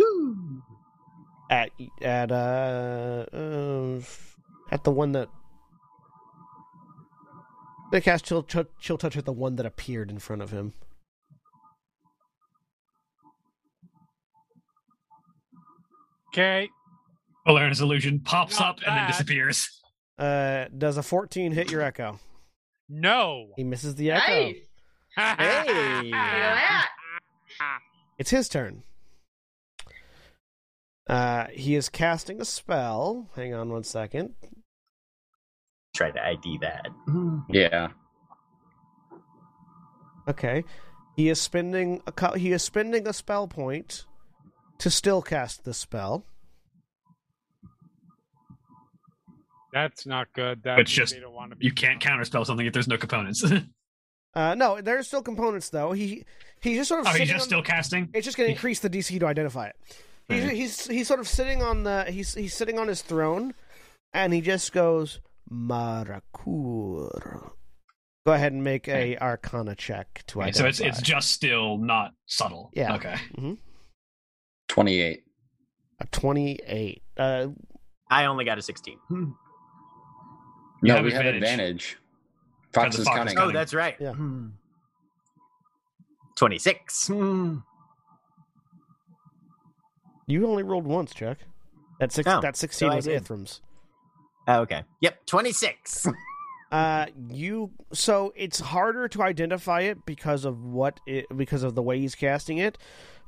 Speaker 3: Ooh.
Speaker 1: at at uh, uh at the one that they cast Chill Tou- Chill Touch at the one that appeared in front of him.
Speaker 4: Okay.
Speaker 8: Valerian's illusion pops
Speaker 4: Not
Speaker 8: up and then
Speaker 4: that.
Speaker 8: disappears.
Speaker 1: Uh, does a fourteen hit your Echo?
Speaker 4: No. [laughs]
Speaker 1: He misses the Echo.
Speaker 5: Nice.
Speaker 3: Hey.
Speaker 5: Look at that.
Speaker 1: It's his turn. Uh, he is casting a spell. Hang on one second.
Speaker 3: Try to ID that.
Speaker 6: Yeah.
Speaker 1: Okay. He is spending a co- he is spending a spell point to still cast the spell.
Speaker 4: That's not good. That's
Speaker 8: It's just-
Speaker 4: don't want to be
Speaker 8: You can't counterspell something if there's no components. [laughs] oh,
Speaker 1: Uh, no, there are still components though. He he's just sort of
Speaker 8: he's
Speaker 1: sitting
Speaker 8: Oh, just
Speaker 1: on-
Speaker 8: still casting.
Speaker 1: It's just going to increase the DC to identify it. He's, he's he's sort of sitting on the he's he's sitting on his throne, and he just goes Marakur. Go ahead and make a Arcana check to
Speaker 8: Okay,
Speaker 1: identify.
Speaker 8: so it's it's just still not subtle.
Speaker 1: Yeah.
Speaker 8: Okay.
Speaker 6: Twenty-eight.
Speaker 1: a twenty-eight. Uh,
Speaker 3: I only got a 16.
Speaker 8: You
Speaker 6: No,
Speaker 8: have
Speaker 6: we have
Speaker 8: advantage.
Speaker 6: advantage. Fox
Speaker 8: Because the
Speaker 6: is
Speaker 8: fox is
Speaker 6: counting.
Speaker 3: Oh,
Speaker 8: counting.
Speaker 3: that's right.
Speaker 1: Yeah.
Speaker 3: Hmm. 26. Hmm.
Speaker 1: you only rolled once, Chuck. That six.
Speaker 3: Oh,
Speaker 1: that sixteen
Speaker 3: so I
Speaker 1: was
Speaker 3: did.
Speaker 1: Ithram's.
Speaker 3: Oh, Okay. Yep, [laughs] 26.
Speaker 1: Uh, you so it's harder to identify it because of what it because of the way he's casting it,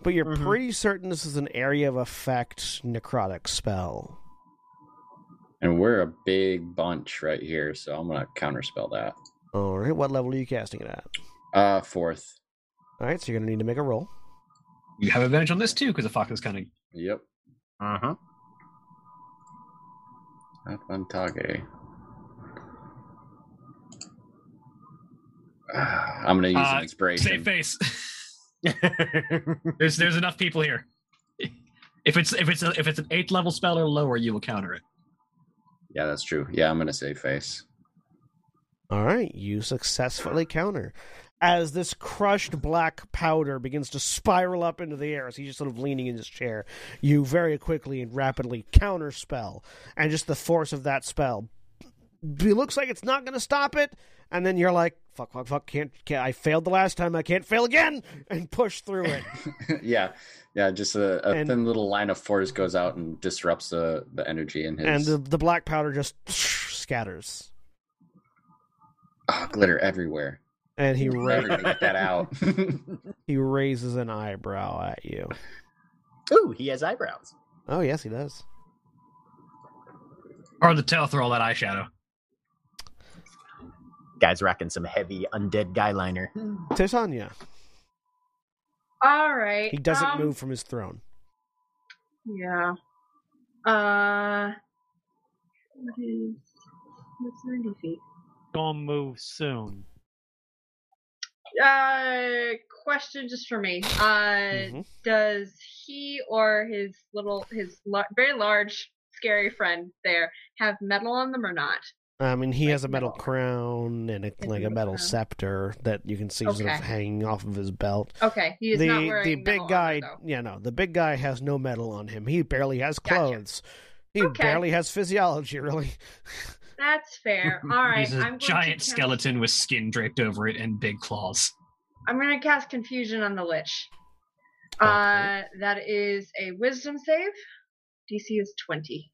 Speaker 1: but you're
Speaker 3: Mhm.
Speaker 1: pretty certain this is an area of effect necrotic spell.
Speaker 6: And we're a big bunch right here, so I'm gonna counterspell that.
Speaker 1: All right, what level are you casting it at?
Speaker 6: Uh, fourth.
Speaker 1: All right, so you're gonna need to make a roll.
Speaker 8: You have advantage on this too because the fox is counting.
Speaker 6: Yep.
Speaker 3: Uh-huh.
Speaker 6: Atlantage. [sighs] I'm gonna use
Speaker 8: Uh,
Speaker 6: an inspiration.
Speaker 8: Save face. there's there's enough people here. If it's if it's a, if it's an eighth level spell or lower, you will counter it.
Speaker 6: Yeah, that's true. Yeah, I'm gonna save face. [laughs]
Speaker 1: All right, you successfully counter as this crushed black powder begins to spiral up into the air as he's just sort of leaning in his chair. You very quickly and rapidly counter spell, and just the force of that spell. It looks like it's not going to stop it, and then you're like, "Fuck, fuck, fuck! Can't, can't! I failed the last time. I can't fail again!" And push through it.
Speaker 6: yeah, yeah. Just a, a
Speaker 1: And-
Speaker 6: thin little line of force goes out and disrupts the the energy in his.
Speaker 1: and the, the black powder just scatters,
Speaker 6: Ah, glitter everywhere.
Speaker 1: and he ra-
Speaker 6: Never gonna get that out.
Speaker 1: he raises an eyebrow at you.
Speaker 3: Ooh, he has eyebrows.
Speaker 1: Oh yes, he does.
Speaker 8: Or the tail throw all that eyeshadow.
Speaker 3: Guy's rocking some heavy undead guy liner.
Speaker 1: Titania.
Speaker 5: All right.
Speaker 1: He doesn't
Speaker 5: um,
Speaker 1: move from his throne.
Speaker 5: Yeah. Uh, what is what's ninety feet?
Speaker 4: Gonna move soon.
Speaker 5: Uh, question just for me. Uh,
Speaker 1: Mhm.
Speaker 6: Mm-hmm.
Speaker 5: does he or his little, his lar- very large scary friend there have metal on them or not?
Speaker 1: I mean, he has a metal
Speaker 5: metal.
Speaker 1: crown and a, like a
Speaker 5: metal
Speaker 1: metal
Speaker 5: crown.
Speaker 1: scepter that you can see sort of
Speaker 5: Okay.
Speaker 1: hanging off of his belt.
Speaker 5: Okay, he is
Speaker 1: the
Speaker 5: not wearing
Speaker 1: the
Speaker 5: metal
Speaker 1: big
Speaker 5: armor,
Speaker 1: guy,
Speaker 5: though.
Speaker 1: yeah, no, the big guy has no metal on him. He barely has
Speaker 5: Gotcha.
Speaker 1: clothes. He
Speaker 5: Okay.
Speaker 1: barely has physiology, really.
Speaker 5: That's
Speaker 7: [laughs]
Speaker 5: fair. All right,
Speaker 7: He's
Speaker 5: I'm
Speaker 7: a
Speaker 5: going to
Speaker 7: giant
Speaker 5: cast-
Speaker 7: skeleton with skin draped over it and big claws.
Speaker 5: I'm going to cast confusion on the lich. Uh,
Speaker 1: Okay.
Speaker 5: that is a wisdom save. DC is 20.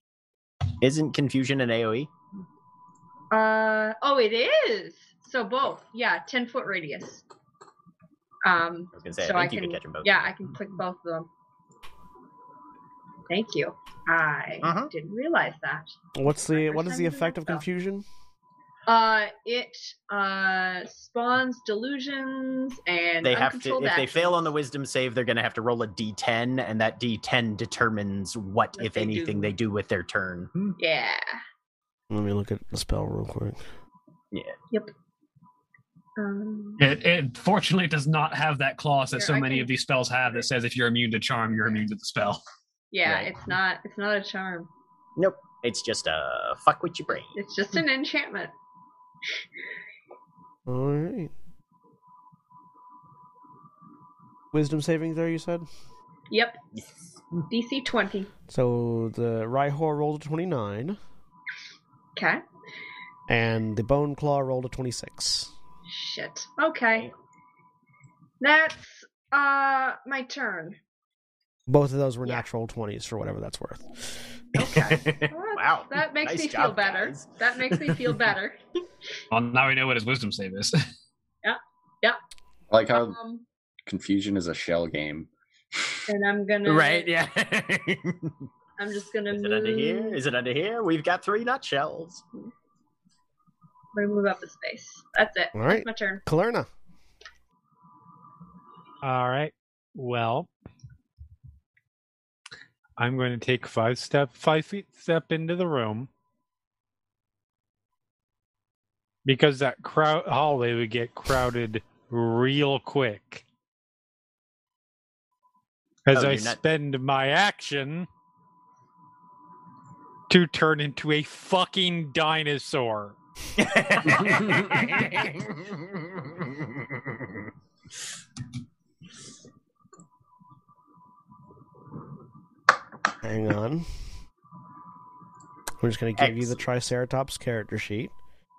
Speaker 3: Isn't confusion an E? AoE?
Speaker 5: Uh oh, it is. So both, yeah, ten foot radius. Um,
Speaker 3: I was gonna say,
Speaker 5: So
Speaker 3: I
Speaker 5: I
Speaker 3: think you
Speaker 5: can-
Speaker 3: could catch them both.
Speaker 5: yeah, I can click both of them. Thank you. I
Speaker 3: Uh-huh.
Speaker 5: didn't realize that.
Speaker 1: What's the what is the
Speaker 5: Representing
Speaker 1: effect of
Speaker 5: myself.
Speaker 1: confusion?
Speaker 5: Uh, it uh spawns delusions and
Speaker 3: They have to.
Speaker 5: uncontrolled
Speaker 3: If they
Speaker 5: actions.
Speaker 3: fail on the wisdom save, they're gonna have to roll a D10, and that D10 determines what,
Speaker 5: What
Speaker 3: if
Speaker 5: they
Speaker 3: anything,
Speaker 5: do.
Speaker 3: they do with their turn.
Speaker 5: Yeah.
Speaker 1: Let me look at the spell real quick.
Speaker 5: Um,
Speaker 7: It, it fortunately does not have that clause that
Speaker 5: Here,
Speaker 7: so
Speaker 5: I
Speaker 7: many
Speaker 5: can-
Speaker 7: of these spells have that says if you're immune to charm, you're immune to the spell.
Speaker 5: yeah,
Speaker 3: Right.
Speaker 5: it's not. It's not a charm.
Speaker 3: Nope. It's just a fuck with your brain.
Speaker 5: It's just an enchantment.
Speaker 1: All right. Wisdom saving there, you said.
Speaker 5: Yep.
Speaker 3: Yes.
Speaker 5: DC twenty.
Speaker 1: So the Rhyhor rolled a twenty-nine,
Speaker 5: Okay.
Speaker 1: and the Bone Claw rolled a twenty-six.
Speaker 5: Shit. Okay. That's uh my turn.
Speaker 1: Both of those were
Speaker 5: Yeah.
Speaker 1: natural twenties for whatever that's worth.
Speaker 3: [laughs]
Speaker 5: Well, that-
Speaker 3: wow.
Speaker 5: That makes
Speaker 3: Nice
Speaker 5: me feel
Speaker 3: job,
Speaker 5: better.
Speaker 3: guys.
Speaker 5: That makes me
Speaker 3: [laughs]
Speaker 5: feel better.
Speaker 7: Well, now we know what his wisdom save is.
Speaker 6: I [laughs] like how
Speaker 5: um,
Speaker 6: confusion is a shell game.
Speaker 5: and I'm gonna
Speaker 3: Right? [laughs] Yeah.
Speaker 5: I'm just gonna
Speaker 3: Is
Speaker 5: move
Speaker 3: it under here? Is it under here? We've got three [laughs] nutshells.
Speaker 5: I'm gonna move up a space. That's it.
Speaker 1: All right,
Speaker 5: It's my turn.
Speaker 1: Kalerna.
Speaker 8: All right. Well, I'm going to take five step five feet step into the room because that crowd hallway would get crowded real quick. As
Speaker 3: Oh,
Speaker 8: I
Speaker 3: you're not-
Speaker 8: spend my action to turn into a fucking dinosaur.
Speaker 1: Hang on. We're just gonna give you the Triceratops character sheet.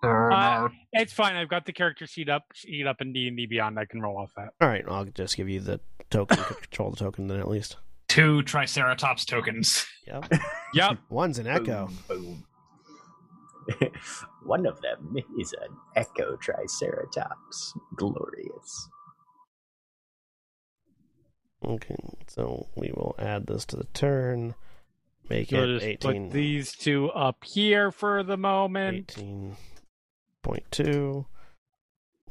Speaker 8: Uh, it's fine. I've got the character sheet up, sheet up in D and D Beyond. I can roll off that.
Speaker 1: All right, I'll just give you the token. control the token then at least.
Speaker 7: Two Triceratops tokens. [laughs]
Speaker 1: Yep.
Speaker 8: Yep.
Speaker 1: One's an echo.
Speaker 3: Boom. boom. [laughs] One of them is an Echo Triceratops. Glorious.
Speaker 1: Okay, so we will add this to the turn. Make
Speaker 8: So
Speaker 1: it
Speaker 8: just
Speaker 1: 18.
Speaker 8: put these two up here for the moment.
Speaker 1: 18.2.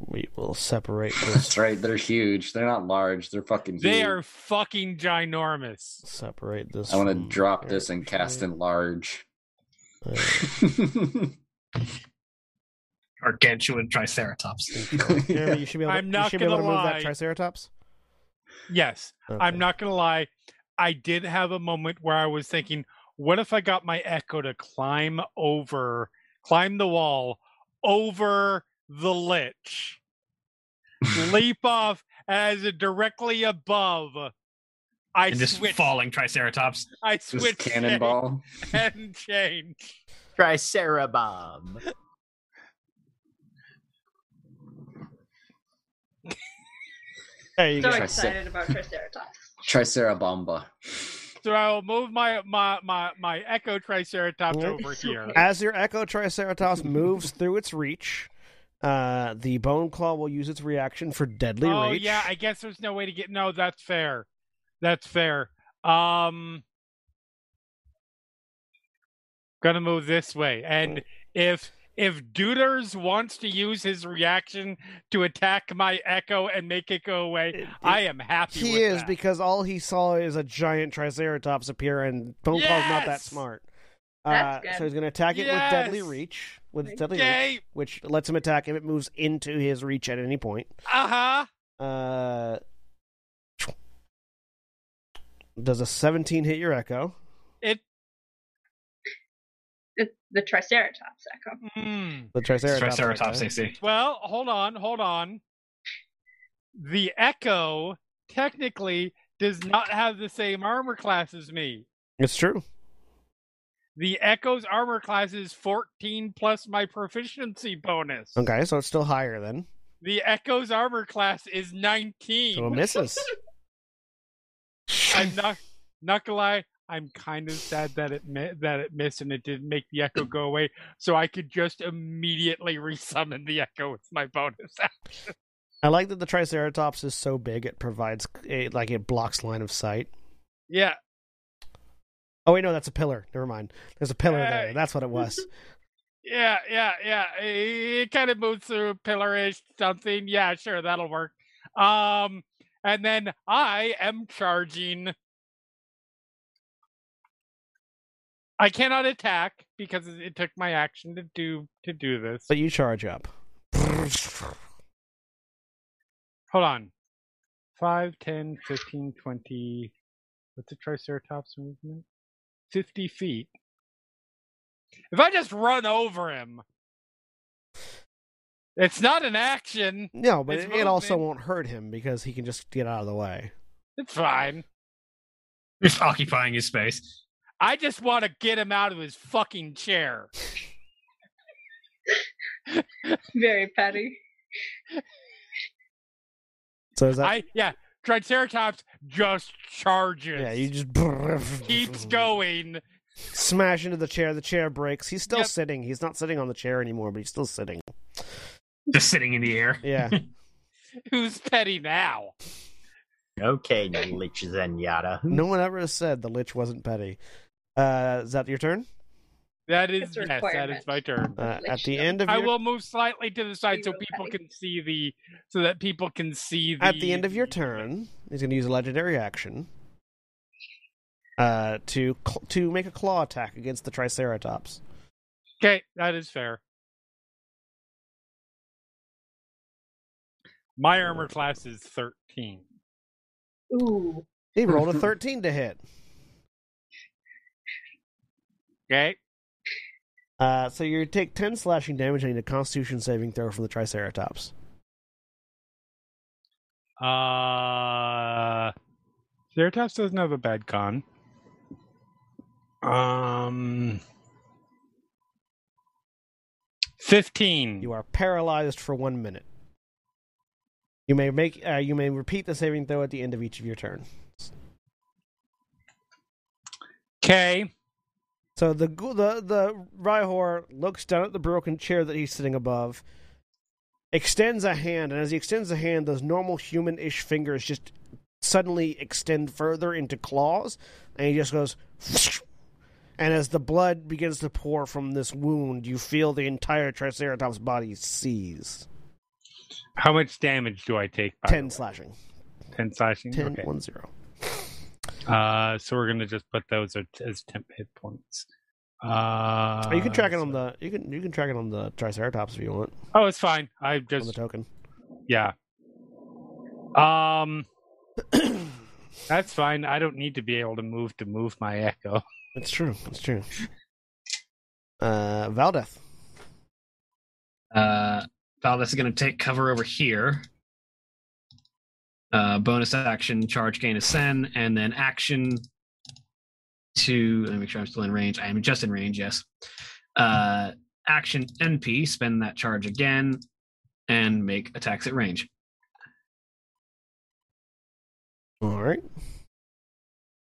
Speaker 1: We will separate this.
Speaker 6: That's right. They're huge. They're not large. They're fucking. Huge.
Speaker 8: They are fucking ginormous.
Speaker 1: Separate this.
Speaker 6: I want
Speaker 1: from
Speaker 6: to drop this and
Speaker 1: character
Speaker 6: cast
Speaker 1: sheet. [laughs]
Speaker 6: in large. [laughs]
Speaker 1: Uh,
Speaker 7: Gargantuan Triceratops.
Speaker 1: Jeremy, you should be able to,
Speaker 8: I'm
Speaker 1: you
Speaker 8: not
Speaker 1: should be able to
Speaker 8: gonna
Speaker 1: move
Speaker 8: lie.
Speaker 1: that Triceratops.
Speaker 8: Yes,
Speaker 1: Okay.
Speaker 8: I'm not gonna lie. I did have a moment where I was thinking, what if I got my Echo to climb over, climb the wall, over the lich, leap off as directly above. I
Speaker 7: and just
Speaker 8: switched.
Speaker 7: falling Triceratops.
Speaker 8: I
Speaker 6: Just
Speaker 8: switched
Speaker 6: cannonball.
Speaker 8: [laughs] and change.
Speaker 3: Tricerabomb.
Speaker 1: There you
Speaker 5: So
Speaker 1: go.
Speaker 6: I
Speaker 3: [laughs]
Speaker 5: excited about Triceratops.
Speaker 6: Tricerabomba.
Speaker 8: So I will move my my my my Echo Triceratops
Speaker 1: Yeah.
Speaker 8: over here.
Speaker 1: As your Echo Triceratops moves through its reach, uh, the Bone Claw will use its reaction for Deadly
Speaker 8: oh
Speaker 1: Reach.
Speaker 8: yeah, I guess there's no way to get. No, that's fair. That's fair. Um, gonna move this way, and if if Duders wants to use his reaction to attack my Echo and make it go away,
Speaker 1: It-
Speaker 8: I am happy.
Speaker 1: He
Speaker 8: with
Speaker 1: is
Speaker 8: that.
Speaker 1: because all he saw is a giant Triceratops appear, and Bone Claw's not that
Speaker 8: Yes!
Speaker 1: smart.
Speaker 5: That's
Speaker 1: uh,
Speaker 5: good.
Speaker 1: so he's going to attack it with deadly
Speaker 8: Yes!
Speaker 1: reach, with its deadly reach,
Speaker 8: okay.
Speaker 1: which lets him attack if it moves into his reach at any point.
Speaker 8: Uh
Speaker 4: uh-huh,
Speaker 8: huh.
Speaker 1: Uh, does a 17 hit your echo?
Speaker 8: It
Speaker 5: It's the Triceratops echo.
Speaker 4: Mm.
Speaker 1: The Triceratops.
Speaker 2: Triceratops, I
Speaker 1: okay.
Speaker 2: see.
Speaker 4: Well, hold on, hold on. The Echo technically does not have the same armor class as me.
Speaker 1: It's true.
Speaker 4: The Echo's armor class is 14 plus my proficiency bonus.
Speaker 1: Okay, so it's still higher then.
Speaker 4: The Echo's armor class is
Speaker 1: So it
Speaker 4: 19. [laughs]
Speaker 1: misses.
Speaker 4: I'm not, not gonna lie, I'm kind of sad that it mi- that it missed and it didn't make the Echo go away, so I could just immediately [laughs] resummon the Echo with my bonus.
Speaker 1: I like that the Triceratops is so big it provides it, like it blocks line of sight.
Speaker 4: yeah,
Speaker 1: Oh wait, no, that's a pillar. Never mind. There's a pillar there.
Speaker 4: Hey.
Speaker 1: That's what it was.
Speaker 4: Yeah, yeah, yeah. It, kind of moves through pillarish something. Yeah, sure, that'll work. Um, and then I am charging. I cannot attack because it it took my action to do to do this.
Speaker 1: But you charge up.
Speaker 4: Hold on. 5, 10, 15, 20. What's the Triceratops movement? 50 feet. If I just run over him, it's not an action.
Speaker 1: No, but
Speaker 4: It's
Speaker 1: it, it also
Speaker 4: movement.
Speaker 1: won't hurt him because he can just get out of the way.
Speaker 4: It's fine.
Speaker 8: It's occupying his space.
Speaker 4: I just want to get him out of his fucking chair.
Speaker 5: Very petty.
Speaker 1: So is that?
Speaker 4: I yeah, Triceratops just charges.
Speaker 1: yeah, you just [laughs]
Speaker 4: keeps going.
Speaker 1: Smash into the chair. The chair breaks. He's still
Speaker 4: Yep.
Speaker 1: sitting. He's not sitting on the chair anymore, but he's still sitting.
Speaker 8: Just sitting in the air.
Speaker 1: Yeah.
Speaker 4: Who's petty now?
Speaker 3: Okay, Lich Zenyatta.
Speaker 1: [laughs] no one ever has said the lich wasn't petty. Uh, is that your turn?
Speaker 4: That is
Speaker 5: It's a
Speaker 4: yes, that is
Speaker 5: requirement.
Speaker 4: my turn.
Speaker 1: Uh,
Speaker 5: Lich,
Speaker 1: at the
Speaker 5: yeah.
Speaker 1: end of
Speaker 4: I
Speaker 1: your
Speaker 4: will move slightly to the side
Speaker 5: You
Speaker 4: so
Speaker 5: will
Speaker 4: people
Speaker 5: petty.
Speaker 4: can see the so that people can see the
Speaker 1: at the end of your turn, he's going to use a legendary action uh, to cl- to make a claw attack against the Triceratops.
Speaker 4: Okay, that is fair. My armor class is thirteen.
Speaker 5: Ooh.
Speaker 1: He rolled a thirteen to hit,
Speaker 4: Okay.
Speaker 1: uh, so you take ten slashing damage and need a Constitution saving throw from the Triceratops.
Speaker 4: Uh, Ceratops doesn't have a bad con. Um, fifteen.
Speaker 1: You are paralyzed for one minute. You may make uh, you may repeat the saving throw at the end of each of your turn.
Speaker 4: Okay.
Speaker 1: So the gu- the the Rhyhor looks down at the broken chair that he's sitting above, extends a hand, and as he extends a hand, those normal human-ish fingers just suddenly extend further into claws, and he just goes. [sniffs] And as the blood begins to pour from this wound, you feel the entire Triceratops body seize.
Speaker 4: How much damage do I take? by
Speaker 1: Ten
Speaker 4: the
Speaker 1: slashing.
Speaker 4: way? Ten slashing.
Speaker 1: Ten
Speaker 4: okay.
Speaker 1: one zero.
Speaker 4: Uh, so we're gonna just put those at- as temp hit points. Uh,
Speaker 1: Oh, you can track it
Speaker 4: so-
Speaker 1: on the you can you can track it on the Triceratops if you want
Speaker 4: Oh, it's fine. I
Speaker 1: on the
Speaker 4: just
Speaker 1: token. [coughs]
Speaker 4: yeah. Um, that's fine. I don't need to be able to move to move my echo.
Speaker 1: It's true. It's true. Uh, Valdeth.
Speaker 2: Uh, Valdez is going to take cover over here. Uh, bonus action, charge gain ascend, and then action to. Let me make sure I'm still in range. I am just in range, yes. Uh, action NP, spend that charge again, and make attacks at range.
Speaker 1: All right.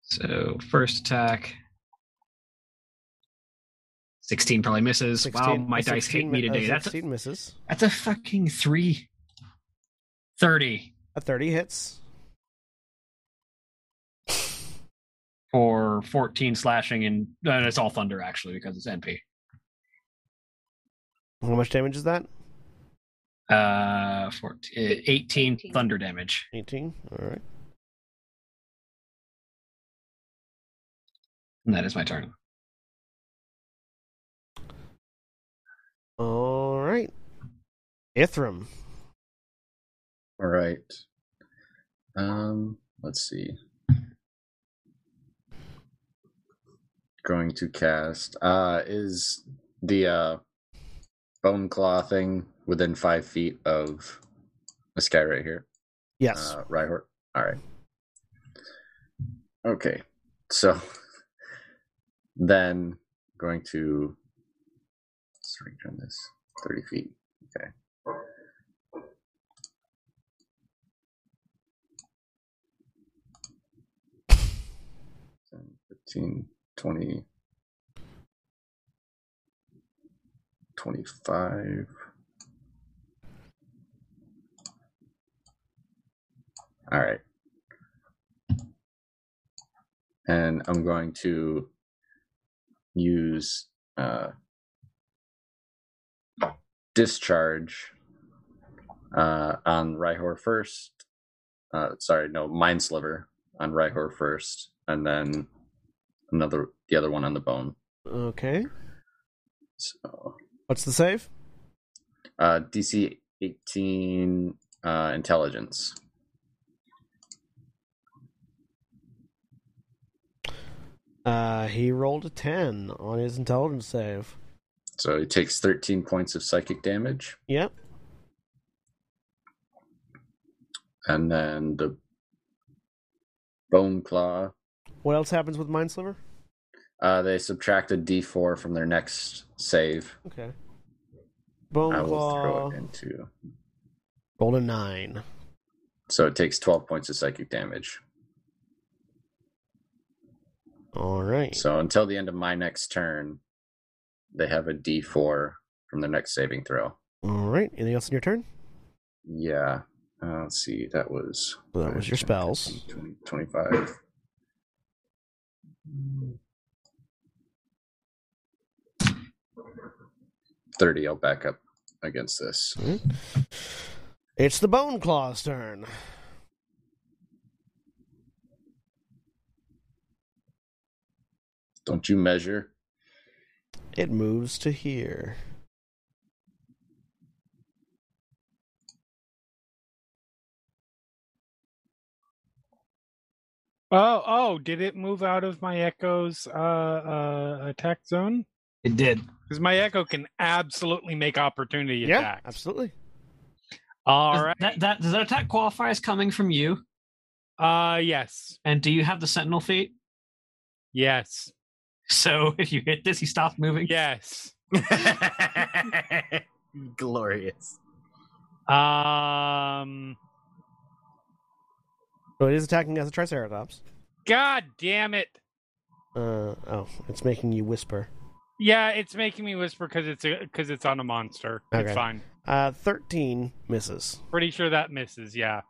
Speaker 2: So first attack. 16 probably misses. wow,
Speaker 1: 16
Speaker 2: my
Speaker 1: a
Speaker 2: dice
Speaker 1: 16
Speaker 2: hate me
Speaker 1: mi- uh, a
Speaker 2: today. That's a,
Speaker 1: 16 misses.
Speaker 2: that's a fucking three. 30
Speaker 1: A 30 hits.
Speaker 2: for 14 slashing, and uh, it's all thunder actually because it's NP.
Speaker 1: How much damage is that?
Speaker 2: Uh, 14, uh, 18
Speaker 5: 18.
Speaker 2: thunder damage.
Speaker 1: 18. All right.
Speaker 2: And that is my turn.
Speaker 1: All right. Ithram.
Speaker 6: All right. Um, let's see. going to cast uh, is the uh, bone claw thing within five feet of this guy right here.
Speaker 1: Yes.
Speaker 6: Uh, Rhyhort. All right. Okay. So [laughs] then going to let's return this 30 feet. Okay. Ten, 15, 20, 25. All right. And I'm going to use uh, discharge uh, on Rhyhor first. Uh, sorry, no, Mind Sliver on Rhyhor first, and then another the other one on the bone.
Speaker 1: okay.
Speaker 6: So
Speaker 1: What's the save?
Speaker 6: uh, DC 18 uh, intelligence.
Speaker 1: Uh, he rolled a 10 on his intelligence save.
Speaker 6: So it takes 13 points of psychic damage,
Speaker 1: Yep.
Speaker 6: and then the bone claw.
Speaker 1: What else happens with Mind Sliver?
Speaker 6: Uh, they subtract a D4 from their next save.
Speaker 1: Okay. Bone
Speaker 6: I will
Speaker 1: Claw.
Speaker 6: throw it into.
Speaker 1: Rolled a 9.
Speaker 6: So it takes 12 points of psychic damage.
Speaker 1: Alright.
Speaker 6: So until the end of my next turn, they have a D4 from their next saving throw.
Speaker 1: Alright. Anything else in your turn?
Speaker 6: Yeah. Uh, let's see. That was.
Speaker 1: So that was your
Speaker 6: 10,
Speaker 1: spells.
Speaker 6: 15, 20, 25. Thirty. I'll back up against this.
Speaker 1: Alright. It's the Bone Claw's turn.
Speaker 6: Don't
Speaker 1: [laughs]
Speaker 6: you measure?
Speaker 1: It moves to here.
Speaker 4: Oh, oh, did it move out of my echo's uh, uh, attack zone?
Speaker 8: It did.
Speaker 4: Because my echo can absolutely make opportunity
Speaker 1: Yeah,
Speaker 4: attacks.
Speaker 1: absolutely.
Speaker 4: All
Speaker 8: Does
Speaker 4: right.
Speaker 8: That, that, does that attack qualify as coming from you?
Speaker 4: Uh, yes,
Speaker 8: And do you have the sentinel feat? [laughs]
Speaker 4: yes,
Speaker 8: So if you hit this, he stops moving.
Speaker 4: yes.
Speaker 3: [laughs] Glorious.
Speaker 4: Um,
Speaker 1: So it is attacking as a Triceratops.
Speaker 4: God damn it!
Speaker 1: Uh, oh, it's making you whisper.
Speaker 4: Yeah, it's making me whisper because it's because it's on a monster.
Speaker 1: Okay.
Speaker 4: It's fine.
Speaker 1: Uh, 13 misses.
Speaker 4: Pretty sure that misses. Yeah.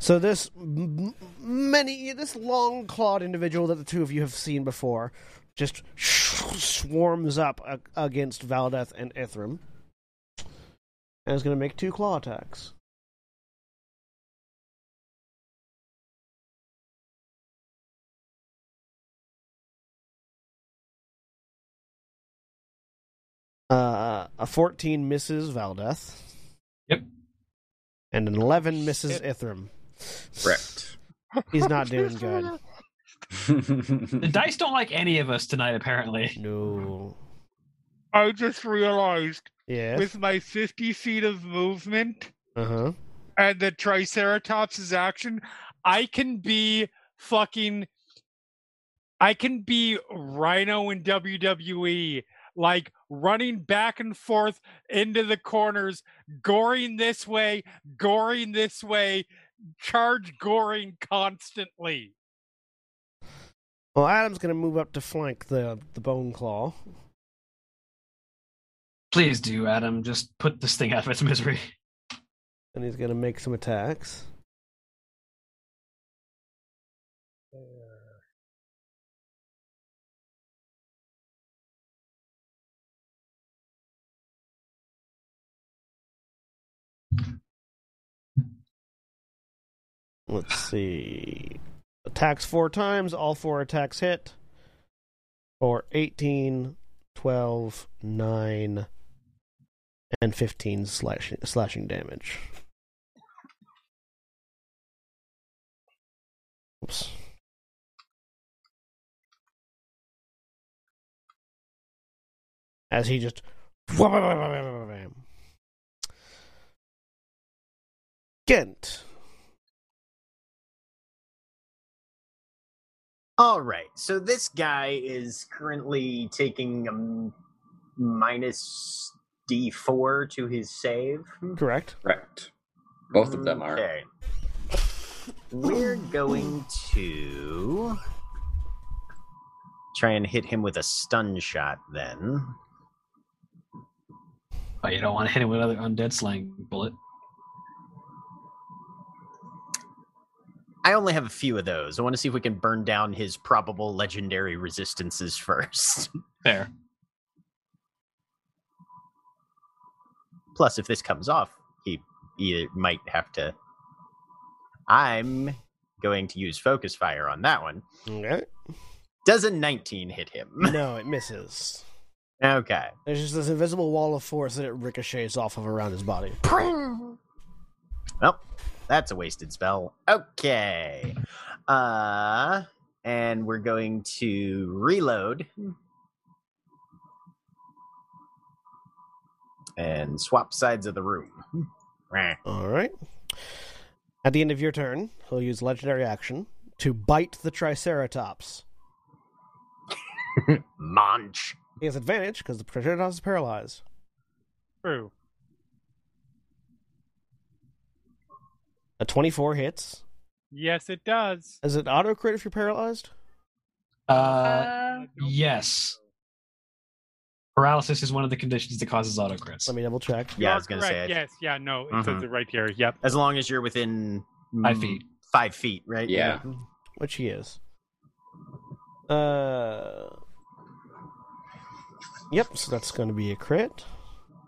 Speaker 1: So this m- m- many this long clawed individual that the two of you have seen before just swarms up a- against Valdeth and Ithram, and is going to make two claw attacks. Uh, a fourteen misses Valdeth.
Speaker 2: Yep.
Speaker 1: And an eleven misses
Speaker 4: Shit.
Speaker 1: Ithram.
Speaker 6: Correct.
Speaker 1: He's not doing good.
Speaker 8: The dice don't like any of us tonight, apparently.
Speaker 1: No.
Speaker 4: I just realized
Speaker 1: Yes.
Speaker 4: with my 50 feet of movement
Speaker 1: Uh huh.
Speaker 4: and the Triceratops' action, I can be fucking. I can be Rhino in WWE, like running back and forth into the corners, goring this way, goring this way, charge goring constantly.
Speaker 1: Well, Adam's going to move up to flank the the bone claw.
Speaker 8: Please do, Adam. Just put this thing out of its misery. [laughs]
Speaker 1: and he's going to make some attacks. Let's see. Attacks four times, all four attacks hit. For 18, 12, 9, and 15 slashing, slashing damage. Oops. as he just. Ghent.
Speaker 3: All right. So this guy is currently taking um, minus D4 to his save.
Speaker 1: Correct.
Speaker 6: Correct. Both of them are.
Speaker 3: Okay. We're going to try and hit him with a stun shot then.
Speaker 2: Oh, you don't want to hit him with another undead slang bullet.
Speaker 3: I only have a few of those. I want to see if we can burn down his probable legendary resistances [laughs] first.
Speaker 2: Fair.
Speaker 3: Plus, if this comes off, he, he might have to. I'm going to use focus fire on that one.
Speaker 1: Okay.
Speaker 3: Does a 19 hit him? [laughs]
Speaker 1: No, it misses.
Speaker 3: Okay.
Speaker 1: There's just this invisible wall of force that it ricochets off of around his body.
Speaker 3: Well, that's a wasted spell. Okay. Uh, and we're going to reload and swap sides of the room. Meh.
Speaker 1: All right. At the end of your turn, he'll use legendary action to bite the Triceratops.
Speaker 3: Munch.
Speaker 1: He has advantage because the Triceratops is paralyzed.
Speaker 4: True.
Speaker 1: A 24 hits.
Speaker 4: Yes, it
Speaker 3: Uh,
Speaker 4: does.
Speaker 1: Is it auto crit if you're paralyzed?
Speaker 2: Uh,
Speaker 5: Uh,
Speaker 2: yes. Paralysis is one of the conditions that causes auto crits.
Speaker 1: Let me double check.
Speaker 3: Yeah, I
Speaker 4: You're
Speaker 3: was gonna
Speaker 4: correct.
Speaker 3: say. I-
Speaker 4: Yes, yeah, no, it
Speaker 3: Mhm.
Speaker 4: says it right here. Yep.
Speaker 3: As long as you're within
Speaker 2: Five
Speaker 3: mm,
Speaker 2: feet.
Speaker 3: Five feet, right?
Speaker 6: Yeah.
Speaker 1: Which he is. Uh. Yep, so that's going to be a crit.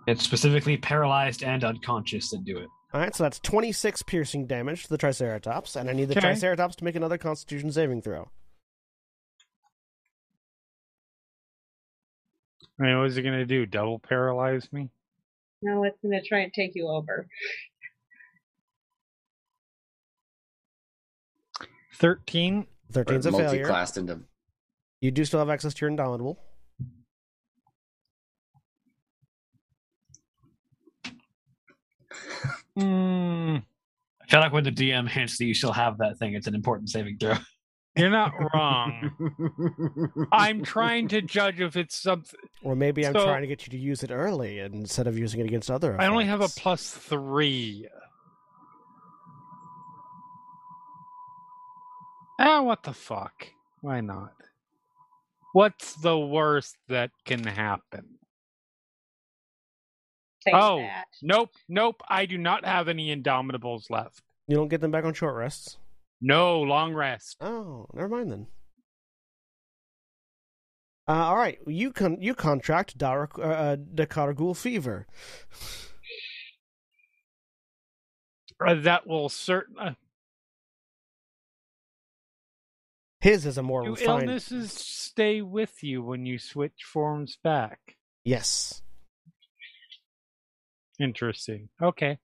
Speaker 2: It's specifically paralyzed and unconscious that do it.
Speaker 1: All right, so that's 26 piercing damage to the Triceratops, and I need the
Speaker 4: Okay.
Speaker 1: Triceratops to make another Constitution saving throw.
Speaker 4: I mean, what is it gonna do? Double paralyze me?
Speaker 5: no, it's gonna try and take you over.
Speaker 4: Thirteen.
Speaker 1: 13's a failure.
Speaker 6: multi-classed into
Speaker 1: You do still have access to your Indomitable.
Speaker 4: Mm,
Speaker 2: I feel like when the DM hints that you still have that thing, it's an important saving throw.
Speaker 4: you're not
Speaker 3: [laughs]
Speaker 4: wrong. I'm trying to judge if it's something.
Speaker 1: Or maybe I'm
Speaker 4: So-
Speaker 1: trying to get you to use it early instead of using it against other.
Speaker 4: I only have a
Speaker 1: effects.
Speaker 4: plus three. Ah, what the fuck? Why not? What's the worst that can happen?
Speaker 5: Say
Speaker 4: Oh.
Speaker 5: that.
Speaker 4: Nope, nope. I do not have any indomitables left.
Speaker 1: You don't get them back on short rests.
Speaker 4: No long rest.
Speaker 1: Oh, never mind then. Uh, all right, you con you contract Dar- uh, uh, Dakargul fever.
Speaker 4: Uh, that will certain uh,
Speaker 1: His is a more
Speaker 4: do
Speaker 1: refined.
Speaker 4: illnesses stay with you when you switch forms back.
Speaker 1: Yes.
Speaker 4: Interesting. Okay.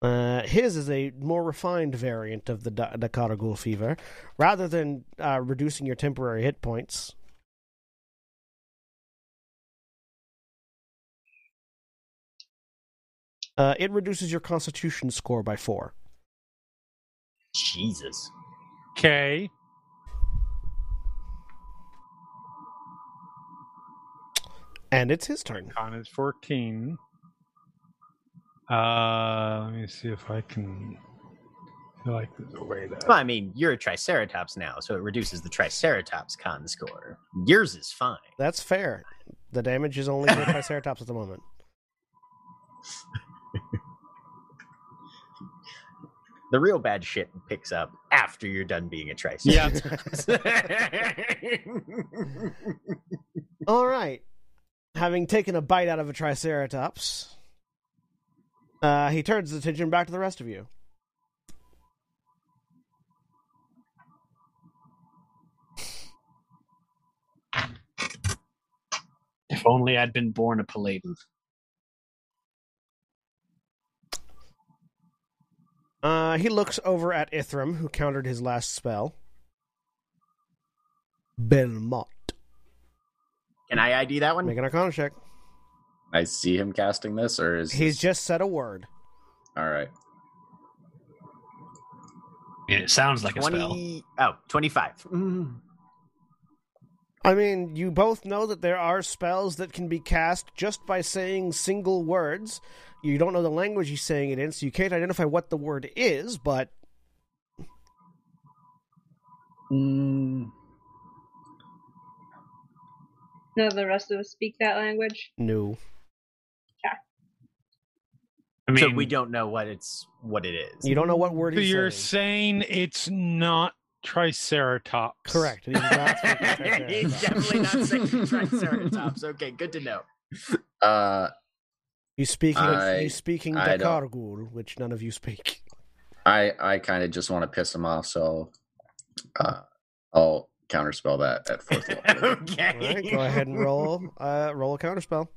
Speaker 1: Uh, his is a more refined variant of the da- Dakargul fever. Rather than uh, reducing your temporary hit points, uh, it reduces your Constitution score by four.
Speaker 3: Jesus.
Speaker 4: Okay.
Speaker 1: And it's his turn.
Speaker 4: Con is 14. Uh, let me see if I can. I feel like there's a way
Speaker 3: Well,
Speaker 4: that.
Speaker 3: I mean, you're a Triceratops now, so it reduces the Triceratops con score. Yours is fine.
Speaker 1: That's fair. The damage is only [laughs] by Triceratops at the moment.
Speaker 3: The real bad shit picks up after you're done being a Triceratops.
Speaker 4: Yeah.
Speaker 1: All right. Having taken a bite out of a Triceratops, uh, he turns his attention back to the rest of you.
Speaker 7: If only I'd been born a paladin.
Speaker 1: Uh, he looks over at Ithram, who countered his last spell. Belmont.
Speaker 3: [laughs] Can I ID that one?
Speaker 1: Make an Arcana check.
Speaker 6: I see him casting this, or is
Speaker 1: He's
Speaker 6: this-
Speaker 1: just said a word.
Speaker 6: all right?
Speaker 2: I mean, it sounds like a spell.
Speaker 3: 20, oh, 25. Mm.
Speaker 1: I mean, you both know that there are spells that can be cast just by saying single words. You don't know the language he's saying it in, so you can't identify what the word is, but
Speaker 6: Mm,
Speaker 5: No, the rest of us speak that language.
Speaker 1: no.
Speaker 2: I mean,
Speaker 3: so we don't know what it's what it is.
Speaker 1: You don't know what word
Speaker 4: So
Speaker 1: he's
Speaker 4: you're
Speaker 1: saying.
Speaker 4: saying it's not Triceratops.
Speaker 1: Correct. It is
Speaker 4: [laughs]
Speaker 3: [laughs]
Speaker 1: not speaking Triceratops.
Speaker 3: He's definitely not saying Triceratops. Okay, good to know. [laughs]
Speaker 6: uh,
Speaker 1: He's speaking.
Speaker 6: I-
Speaker 1: he's speaking
Speaker 6: I don't-
Speaker 1: Dakargul, which none of you speak.
Speaker 6: I I kind of just want to piss him off, so uh, I'll counterspell that at fourth
Speaker 1: [laughs]
Speaker 6: level.
Speaker 1: All right, go
Speaker 3: okay. [laughs]
Speaker 1: ahead and roll. Uh, roll a counterspell.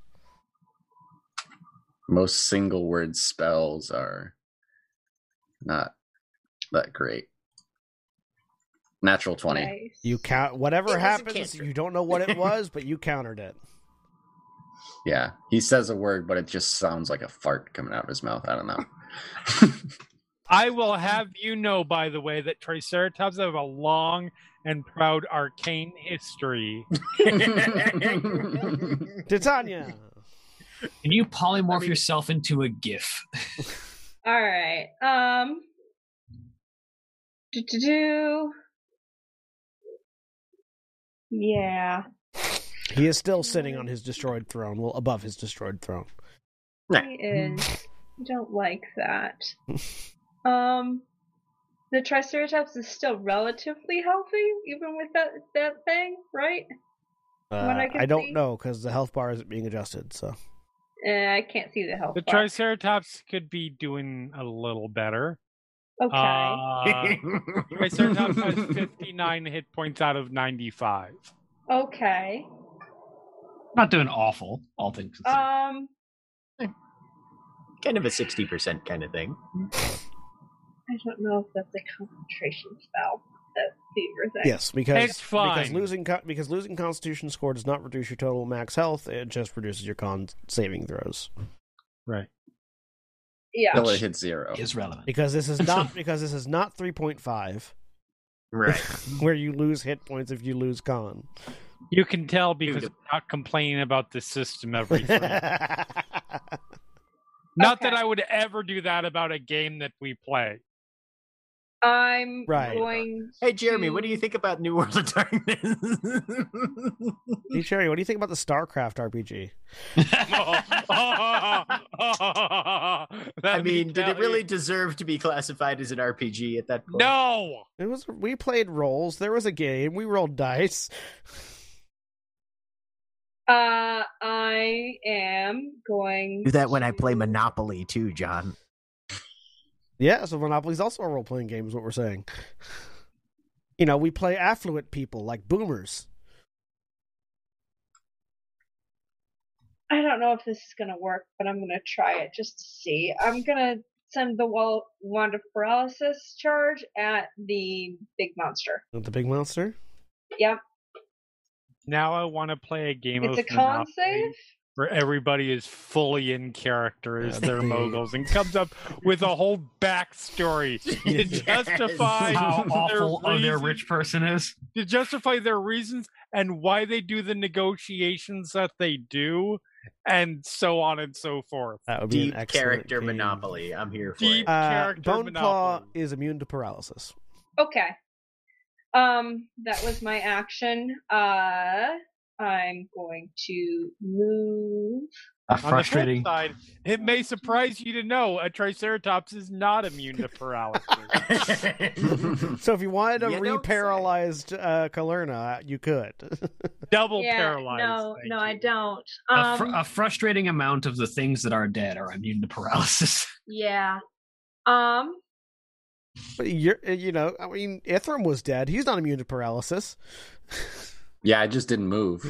Speaker 6: Most single word spells are not that great. Natural twenty.
Speaker 5: Nice.
Speaker 1: You count
Speaker 3: It
Speaker 1: whatever
Speaker 3: was a
Speaker 1: happens.
Speaker 3: cantrip.
Speaker 1: You don't know what it was, but you countered it.
Speaker 6: Yeah, he says a word, but it just sounds like a fart coming out of his mouth. I don't know.
Speaker 4: I will have you know, by the way, that Triceratops have a long and proud arcane history.
Speaker 1: Titania.
Speaker 7: Can you polymorph
Speaker 3: I mean-
Speaker 7: yourself into a GIF?
Speaker 5: All right. Um. Do do do. Yeah.
Speaker 1: He is still sitting on his destroyed throne. Well, above his destroyed throne.
Speaker 3: Nah.
Speaker 5: He is. I don't like
Speaker 3: [laughs]
Speaker 5: that. um. The Triceratops is still relatively healthy, even with that that thing, right?
Speaker 1: Uh,
Speaker 5: What I
Speaker 1: I,
Speaker 5: can
Speaker 1: don't
Speaker 5: see?
Speaker 1: know because the health bar isn't being adjusted. So
Speaker 5: Eh, I can't see the health. [laughs]
Speaker 4: The
Speaker 5: bar.
Speaker 4: Triceratops could be doing a little better.
Speaker 5: Okay. [laughs]
Speaker 4: Uh, Triceratops has 59 hit points out of 95.
Speaker 5: okay.
Speaker 8: Not doing awful, all things
Speaker 4: Uh,
Speaker 8: considered.
Speaker 5: Um.
Speaker 3: kind of a 60% kind of thing.
Speaker 5: I don't know if that's a concentration spell. That fever thing.
Speaker 1: yes, because
Speaker 4: It's fine.
Speaker 1: because losing co- because losing Constitution score does not reduce your total max health. It just reduces your con saving throws.
Speaker 4: Right.
Speaker 5: Yeah.
Speaker 6: Until it hits zero.
Speaker 4: [laughs]
Speaker 8: is relevant.
Speaker 1: Because this is [laughs] not because this is not three point five
Speaker 3: Right.
Speaker 1: where you lose hit points if you lose con.
Speaker 4: You can tell because I'm not complaining about the
Speaker 5: [laughs]
Speaker 4: system every time. Not that
Speaker 5: Okay.
Speaker 4: I would ever do that about a game that we play. [laughs]
Speaker 5: I'm
Speaker 1: Right.
Speaker 5: going.
Speaker 3: Hey, Jeremy, what do you
Speaker 5: to-
Speaker 3: think about New World of Darkness?
Speaker 1: [laughs]
Speaker 3: [laughs]
Speaker 1: Hey, Sherry, what do you think about the StarCraft RPG?
Speaker 3: I mean, did it really deserve to be classified as an RPG at that point?
Speaker 4: No.
Speaker 1: It was we played roles. There was a game. We rolled dice.
Speaker 5: Uh, I am going.
Speaker 3: Do that when I play
Speaker 5: to-
Speaker 3: Monopoly too, John.
Speaker 1: Yeah, so Monopoly's also a role playing game, is what we're saying. You know, we play affluent people like boomers.
Speaker 5: I don't know if this is gonna work, but I'm gonna try it just to see. I'm gonna send the wall wand of paralysis charge at the big monster.
Speaker 1: Not the big monster.
Speaker 5: Yep,
Speaker 4: Now I want to play a game
Speaker 5: it's
Speaker 4: of
Speaker 5: a con
Speaker 4: Monopoly
Speaker 5: save.
Speaker 4: where everybody is fully in character as
Speaker 1: Yeah,
Speaker 4: their
Speaker 1: they-
Speaker 4: moguls and comes up with a whole backstory to
Speaker 3: Yes.
Speaker 4: justify
Speaker 8: How awful
Speaker 4: their
Speaker 8: other
Speaker 4: reasons-
Speaker 8: rich person is.
Speaker 4: to justify their reasons and why they do the negotiations that they do, and so on and so forth.
Speaker 1: That would be
Speaker 3: Deep
Speaker 1: an excellent
Speaker 3: character
Speaker 1: game.
Speaker 3: Monopoly. I'm here for
Speaker 4: Deep
Speaker 3: it.
Speaker 1: Uh,
Speaker 4: character
Speaker 1: Bone Claw
Speaker 4: Monopoly.
Speaker 1: is immune to paralysis.
Speaker 5: Okay. Um, that was my action. Uh, I'm going to move.
Speaker 8: A
Speaker 4: On the flip
Speaker 8: frustrating.
Speaker 4: side, it may surprise you to know a Triceratops is not immune to paralysis.
Speaker 3: [laughs]
Speaker 1: So if you wanted a
Speaker 3: You don't say.
Speaker 1: reparalyzed uh, Kalerna, you could. [laughs]
Speaker 4: Double
Speaker 5: yeah,
Speaker 4: paralyzed.
Speaker 5: No,
Speaker 4: thank
Speaker 5: no, I
Speaker 4: you.
Speaker 5: don't.
Speaker 8: a,
Speaker 5: Um,
Speaker 8: fr-
Speaker 7: uh
Speaker 8: a frustrating amount of the things that are dead are immune to paralysis. [laughs]
Speaker 5: yeah. Um,
Speaker 1: but you're, eh, you know, I mean, Ithram was dead. He's not immune to [laughs] paralysis.
Speaker 6: [laughs] yeah, I just didn't move.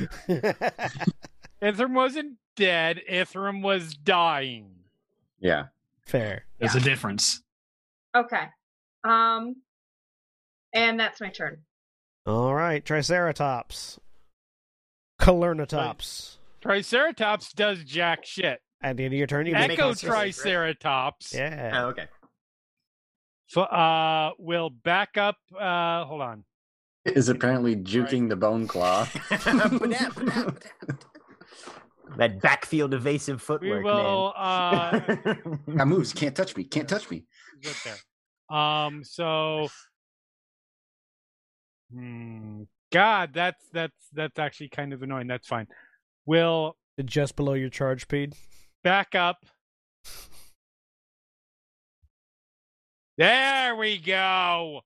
Speaker 4: Ithram wasn't dead. Ithram was dying.
Speaker 6: Yeah.
Speaker 1: Fair.
Speaker 8: There's a difference.
Speaker 5: okay. Um, and that's my turn.
Speaker 1: All right, Triceratops. Calernatops.
Speaker 4: Triceratops does jack shit.
Speaker 1: At the end of your turn, you
Speaker 3: That
Speaker 1: make.
Speaker 3: make
Speaker 4: Echo
Speaker 3: us a secret.
Speaker 4: Triceratops
Speaker 1: Yeah.
Speaker 3: Oh, okay.
Speaker 4: fu- uh, will back up. Uh, hold on.
Speaker 6: Is apparently juking the bone claw.
Speaker 3: Ba-dap, ba-dap, ba-dap. that backfield evasive
Speaker 4: We
Speaker 3: footwork,
Speaker 4: will.
Speaker 3: [laughs]
Speaker 4: Uh, [laughs]
Speaker 3: man.
Speaker 6: I moves. Can't touch me. Can't touch me. [laughs]
Speaker 4: good there. Um, so, hmm, God, that's that's that's actually kind of annoying. That's fine. We'll
Speaker 1: Just below your charge speed. [laughs]
Speaker 4: back up. There we go.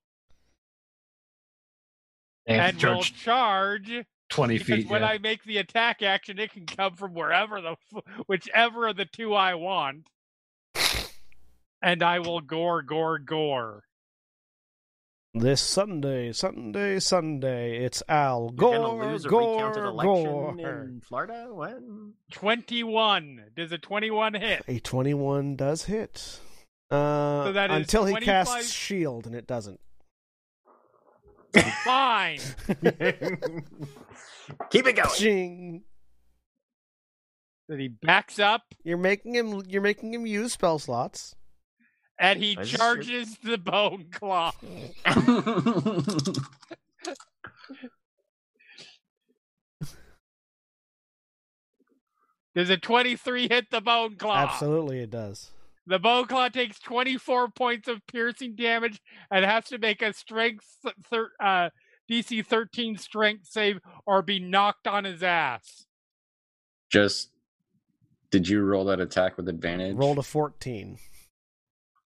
Speaker 8: They have
Speaker 4: and
Speaker 8: to
Speaker 4: we'll
Speaker 8: charge
Speaker 4: charge
Speaker 8: 20
Speaker 4: because
Speaker 8: feet.
Speaker 4: when
Speaker 8: yeah.
Speaker 4: I make the attack action, it can come from wherever the f- whichever of the two I want, and I will gore, gore, gore.
Speaker 1: This Sunday, Sunday, Sunday, it's Al
Speaker 3: You're
Speaker 1: Gore,
Speaker 3: gonna lose a
Speaker 1: Gore,
Speaker 3: recounted election
Speaker 1: Gore.
Speaker 3: in Florida?
Speaker 1: [laughs]
Speaker 3: What?
Speaker 4: Twenty-one. Does a twenty-one hit?
Speaker 1: A 21 does hit. Uh,
Speaker 4: So that is
Speaker 1: until he
Speaker 4: 25
Speaker 1: casts shield, and it doesn't.
Speaker 4: Fine.
Speaker 3: Keep it going.
Speaker 1: Jing.
Speaker 4: Then he backs up
Speaker 1: You're making him. You're making him use spell slots.
Speaker 4: and he
Speaker 3: That's true.
Speaker 4: charges the bone claw. Does a twenty-three hit the bone
Speaker 3: Ah.
Speaker 4: claw?
Speaker 1: Absolutely, it does.
Speaker 4: The bone claw takes 24 points of piercing damage and has to make a strength thir- uh, DC 13 strength save or be knocked on his ass.
Speaker 6: Just did you roll that attack with advantage?
Speaker 1: Rolled a 14.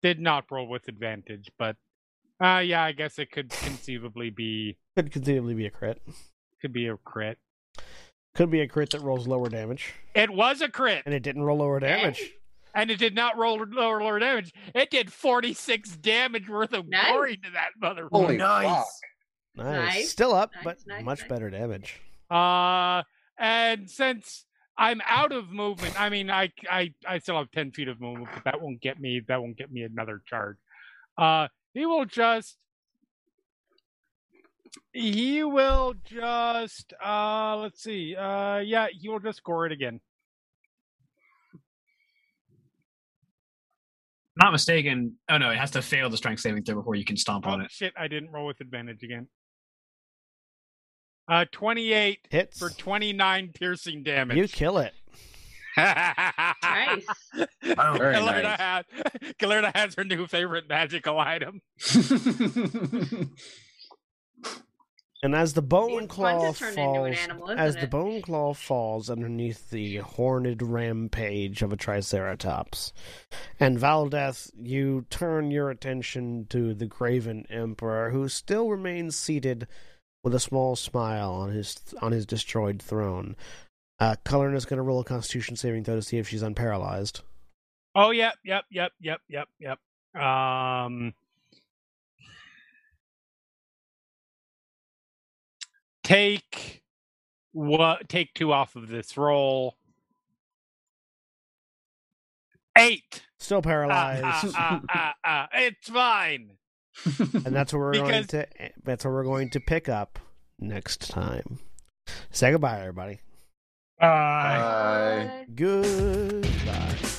Speaker 4: Did not roll with advantage, but uh, yeah, I guess it could conceivably be
Speaker 1: Could conceivably be a crit.
Speaker 4: could be a crit.
Speaker 1: Could be a crit that rolls lower damage,
Speaker 4: It was a crit,
Speaker 1: and it didn't roll lower damage.
Speaker 4: and it did not roll lower lower damage. It did 46 damage worth of
Speaker 5: Nice.
Speaker 4: glory to that motherfucker.
Speaker 6: Holy
Speaker 3: nice.
Speaker 1: Nice.
Speaker 5: Nice,
Speaker 1: Still up,
Speaker 5: nice,
Speaker 1: but
Speaker 5: nice,
Speaker 1: much
Speaker 5: nice.
Speaker 1: better damage.
Speaker 4: Uh, and since I'm out of movement, I mean, I, I, I still have ten feet of movement, but that won't get me. That won't get me another charge. Uh, he will just. He will just. Uh, let's see. Uh, yeah, he will just score it again.
Speaker 8: not mistaken. Oh no, it has to fail the strength saving throw before you can stomp
Speaker 4: Oh
Speaker 8: on it.
Speaker 4: shit! I didn't roll with advantage again. Uh, twenty-eight
Speaker 1: Hits.
Speaker 4: for twenty-nine piercing damage.
Speaker 1: You
Speaker 4: [laughs]
Speaker 1: kill it.
Speaker 4: Ah,
Speaker 5: Nice.
Speaker 3: Oh,
Speaker 6: Very
Speaker 4: Galerna,
Speaker 6: nice.
Speaker 4: has, [laughs] Galerna has her new favorite magical item.
Speaker 6: [laughs]
Speaker 1: And as the bone
Speaker 5: It's fun to
Speaker 1: claw
Speaker 5: turn into an
Speaker 1: falls,
Speaker 5: animal, isn't
Speaker 1: as the
Speaker 5: it?
Speaker 1: bone claw falls underneath the horned rampage of a triceratops, and Valdeth, you turn your attention to the graven emperor, who still remains seated with a small smile on his on his destroyed throne. Uh, Cullen is going to roll a Constitution saving throw to see if she's unparalyzed.
Speaker 4: Oh yep, yep, yep, yep, yep, yep. Um, take what? Take two off of this roll. Eight.
Speaker 1: Still
Speaker 4: Ah,
Speaker 1: paralyzed,
Speaker 4: ah, ah, ah, ah. It's fine.
Speaker 1: [laughs] and that's what we're
Speaker 4: Because-
Speaker 1: going to that's what we're going to pick up next time. Say goodbye, everybody.
Speaker 5: Uh,
Speaker 6: Bye.
Speaker 5: Bye.
Speaker 1: Goodbye.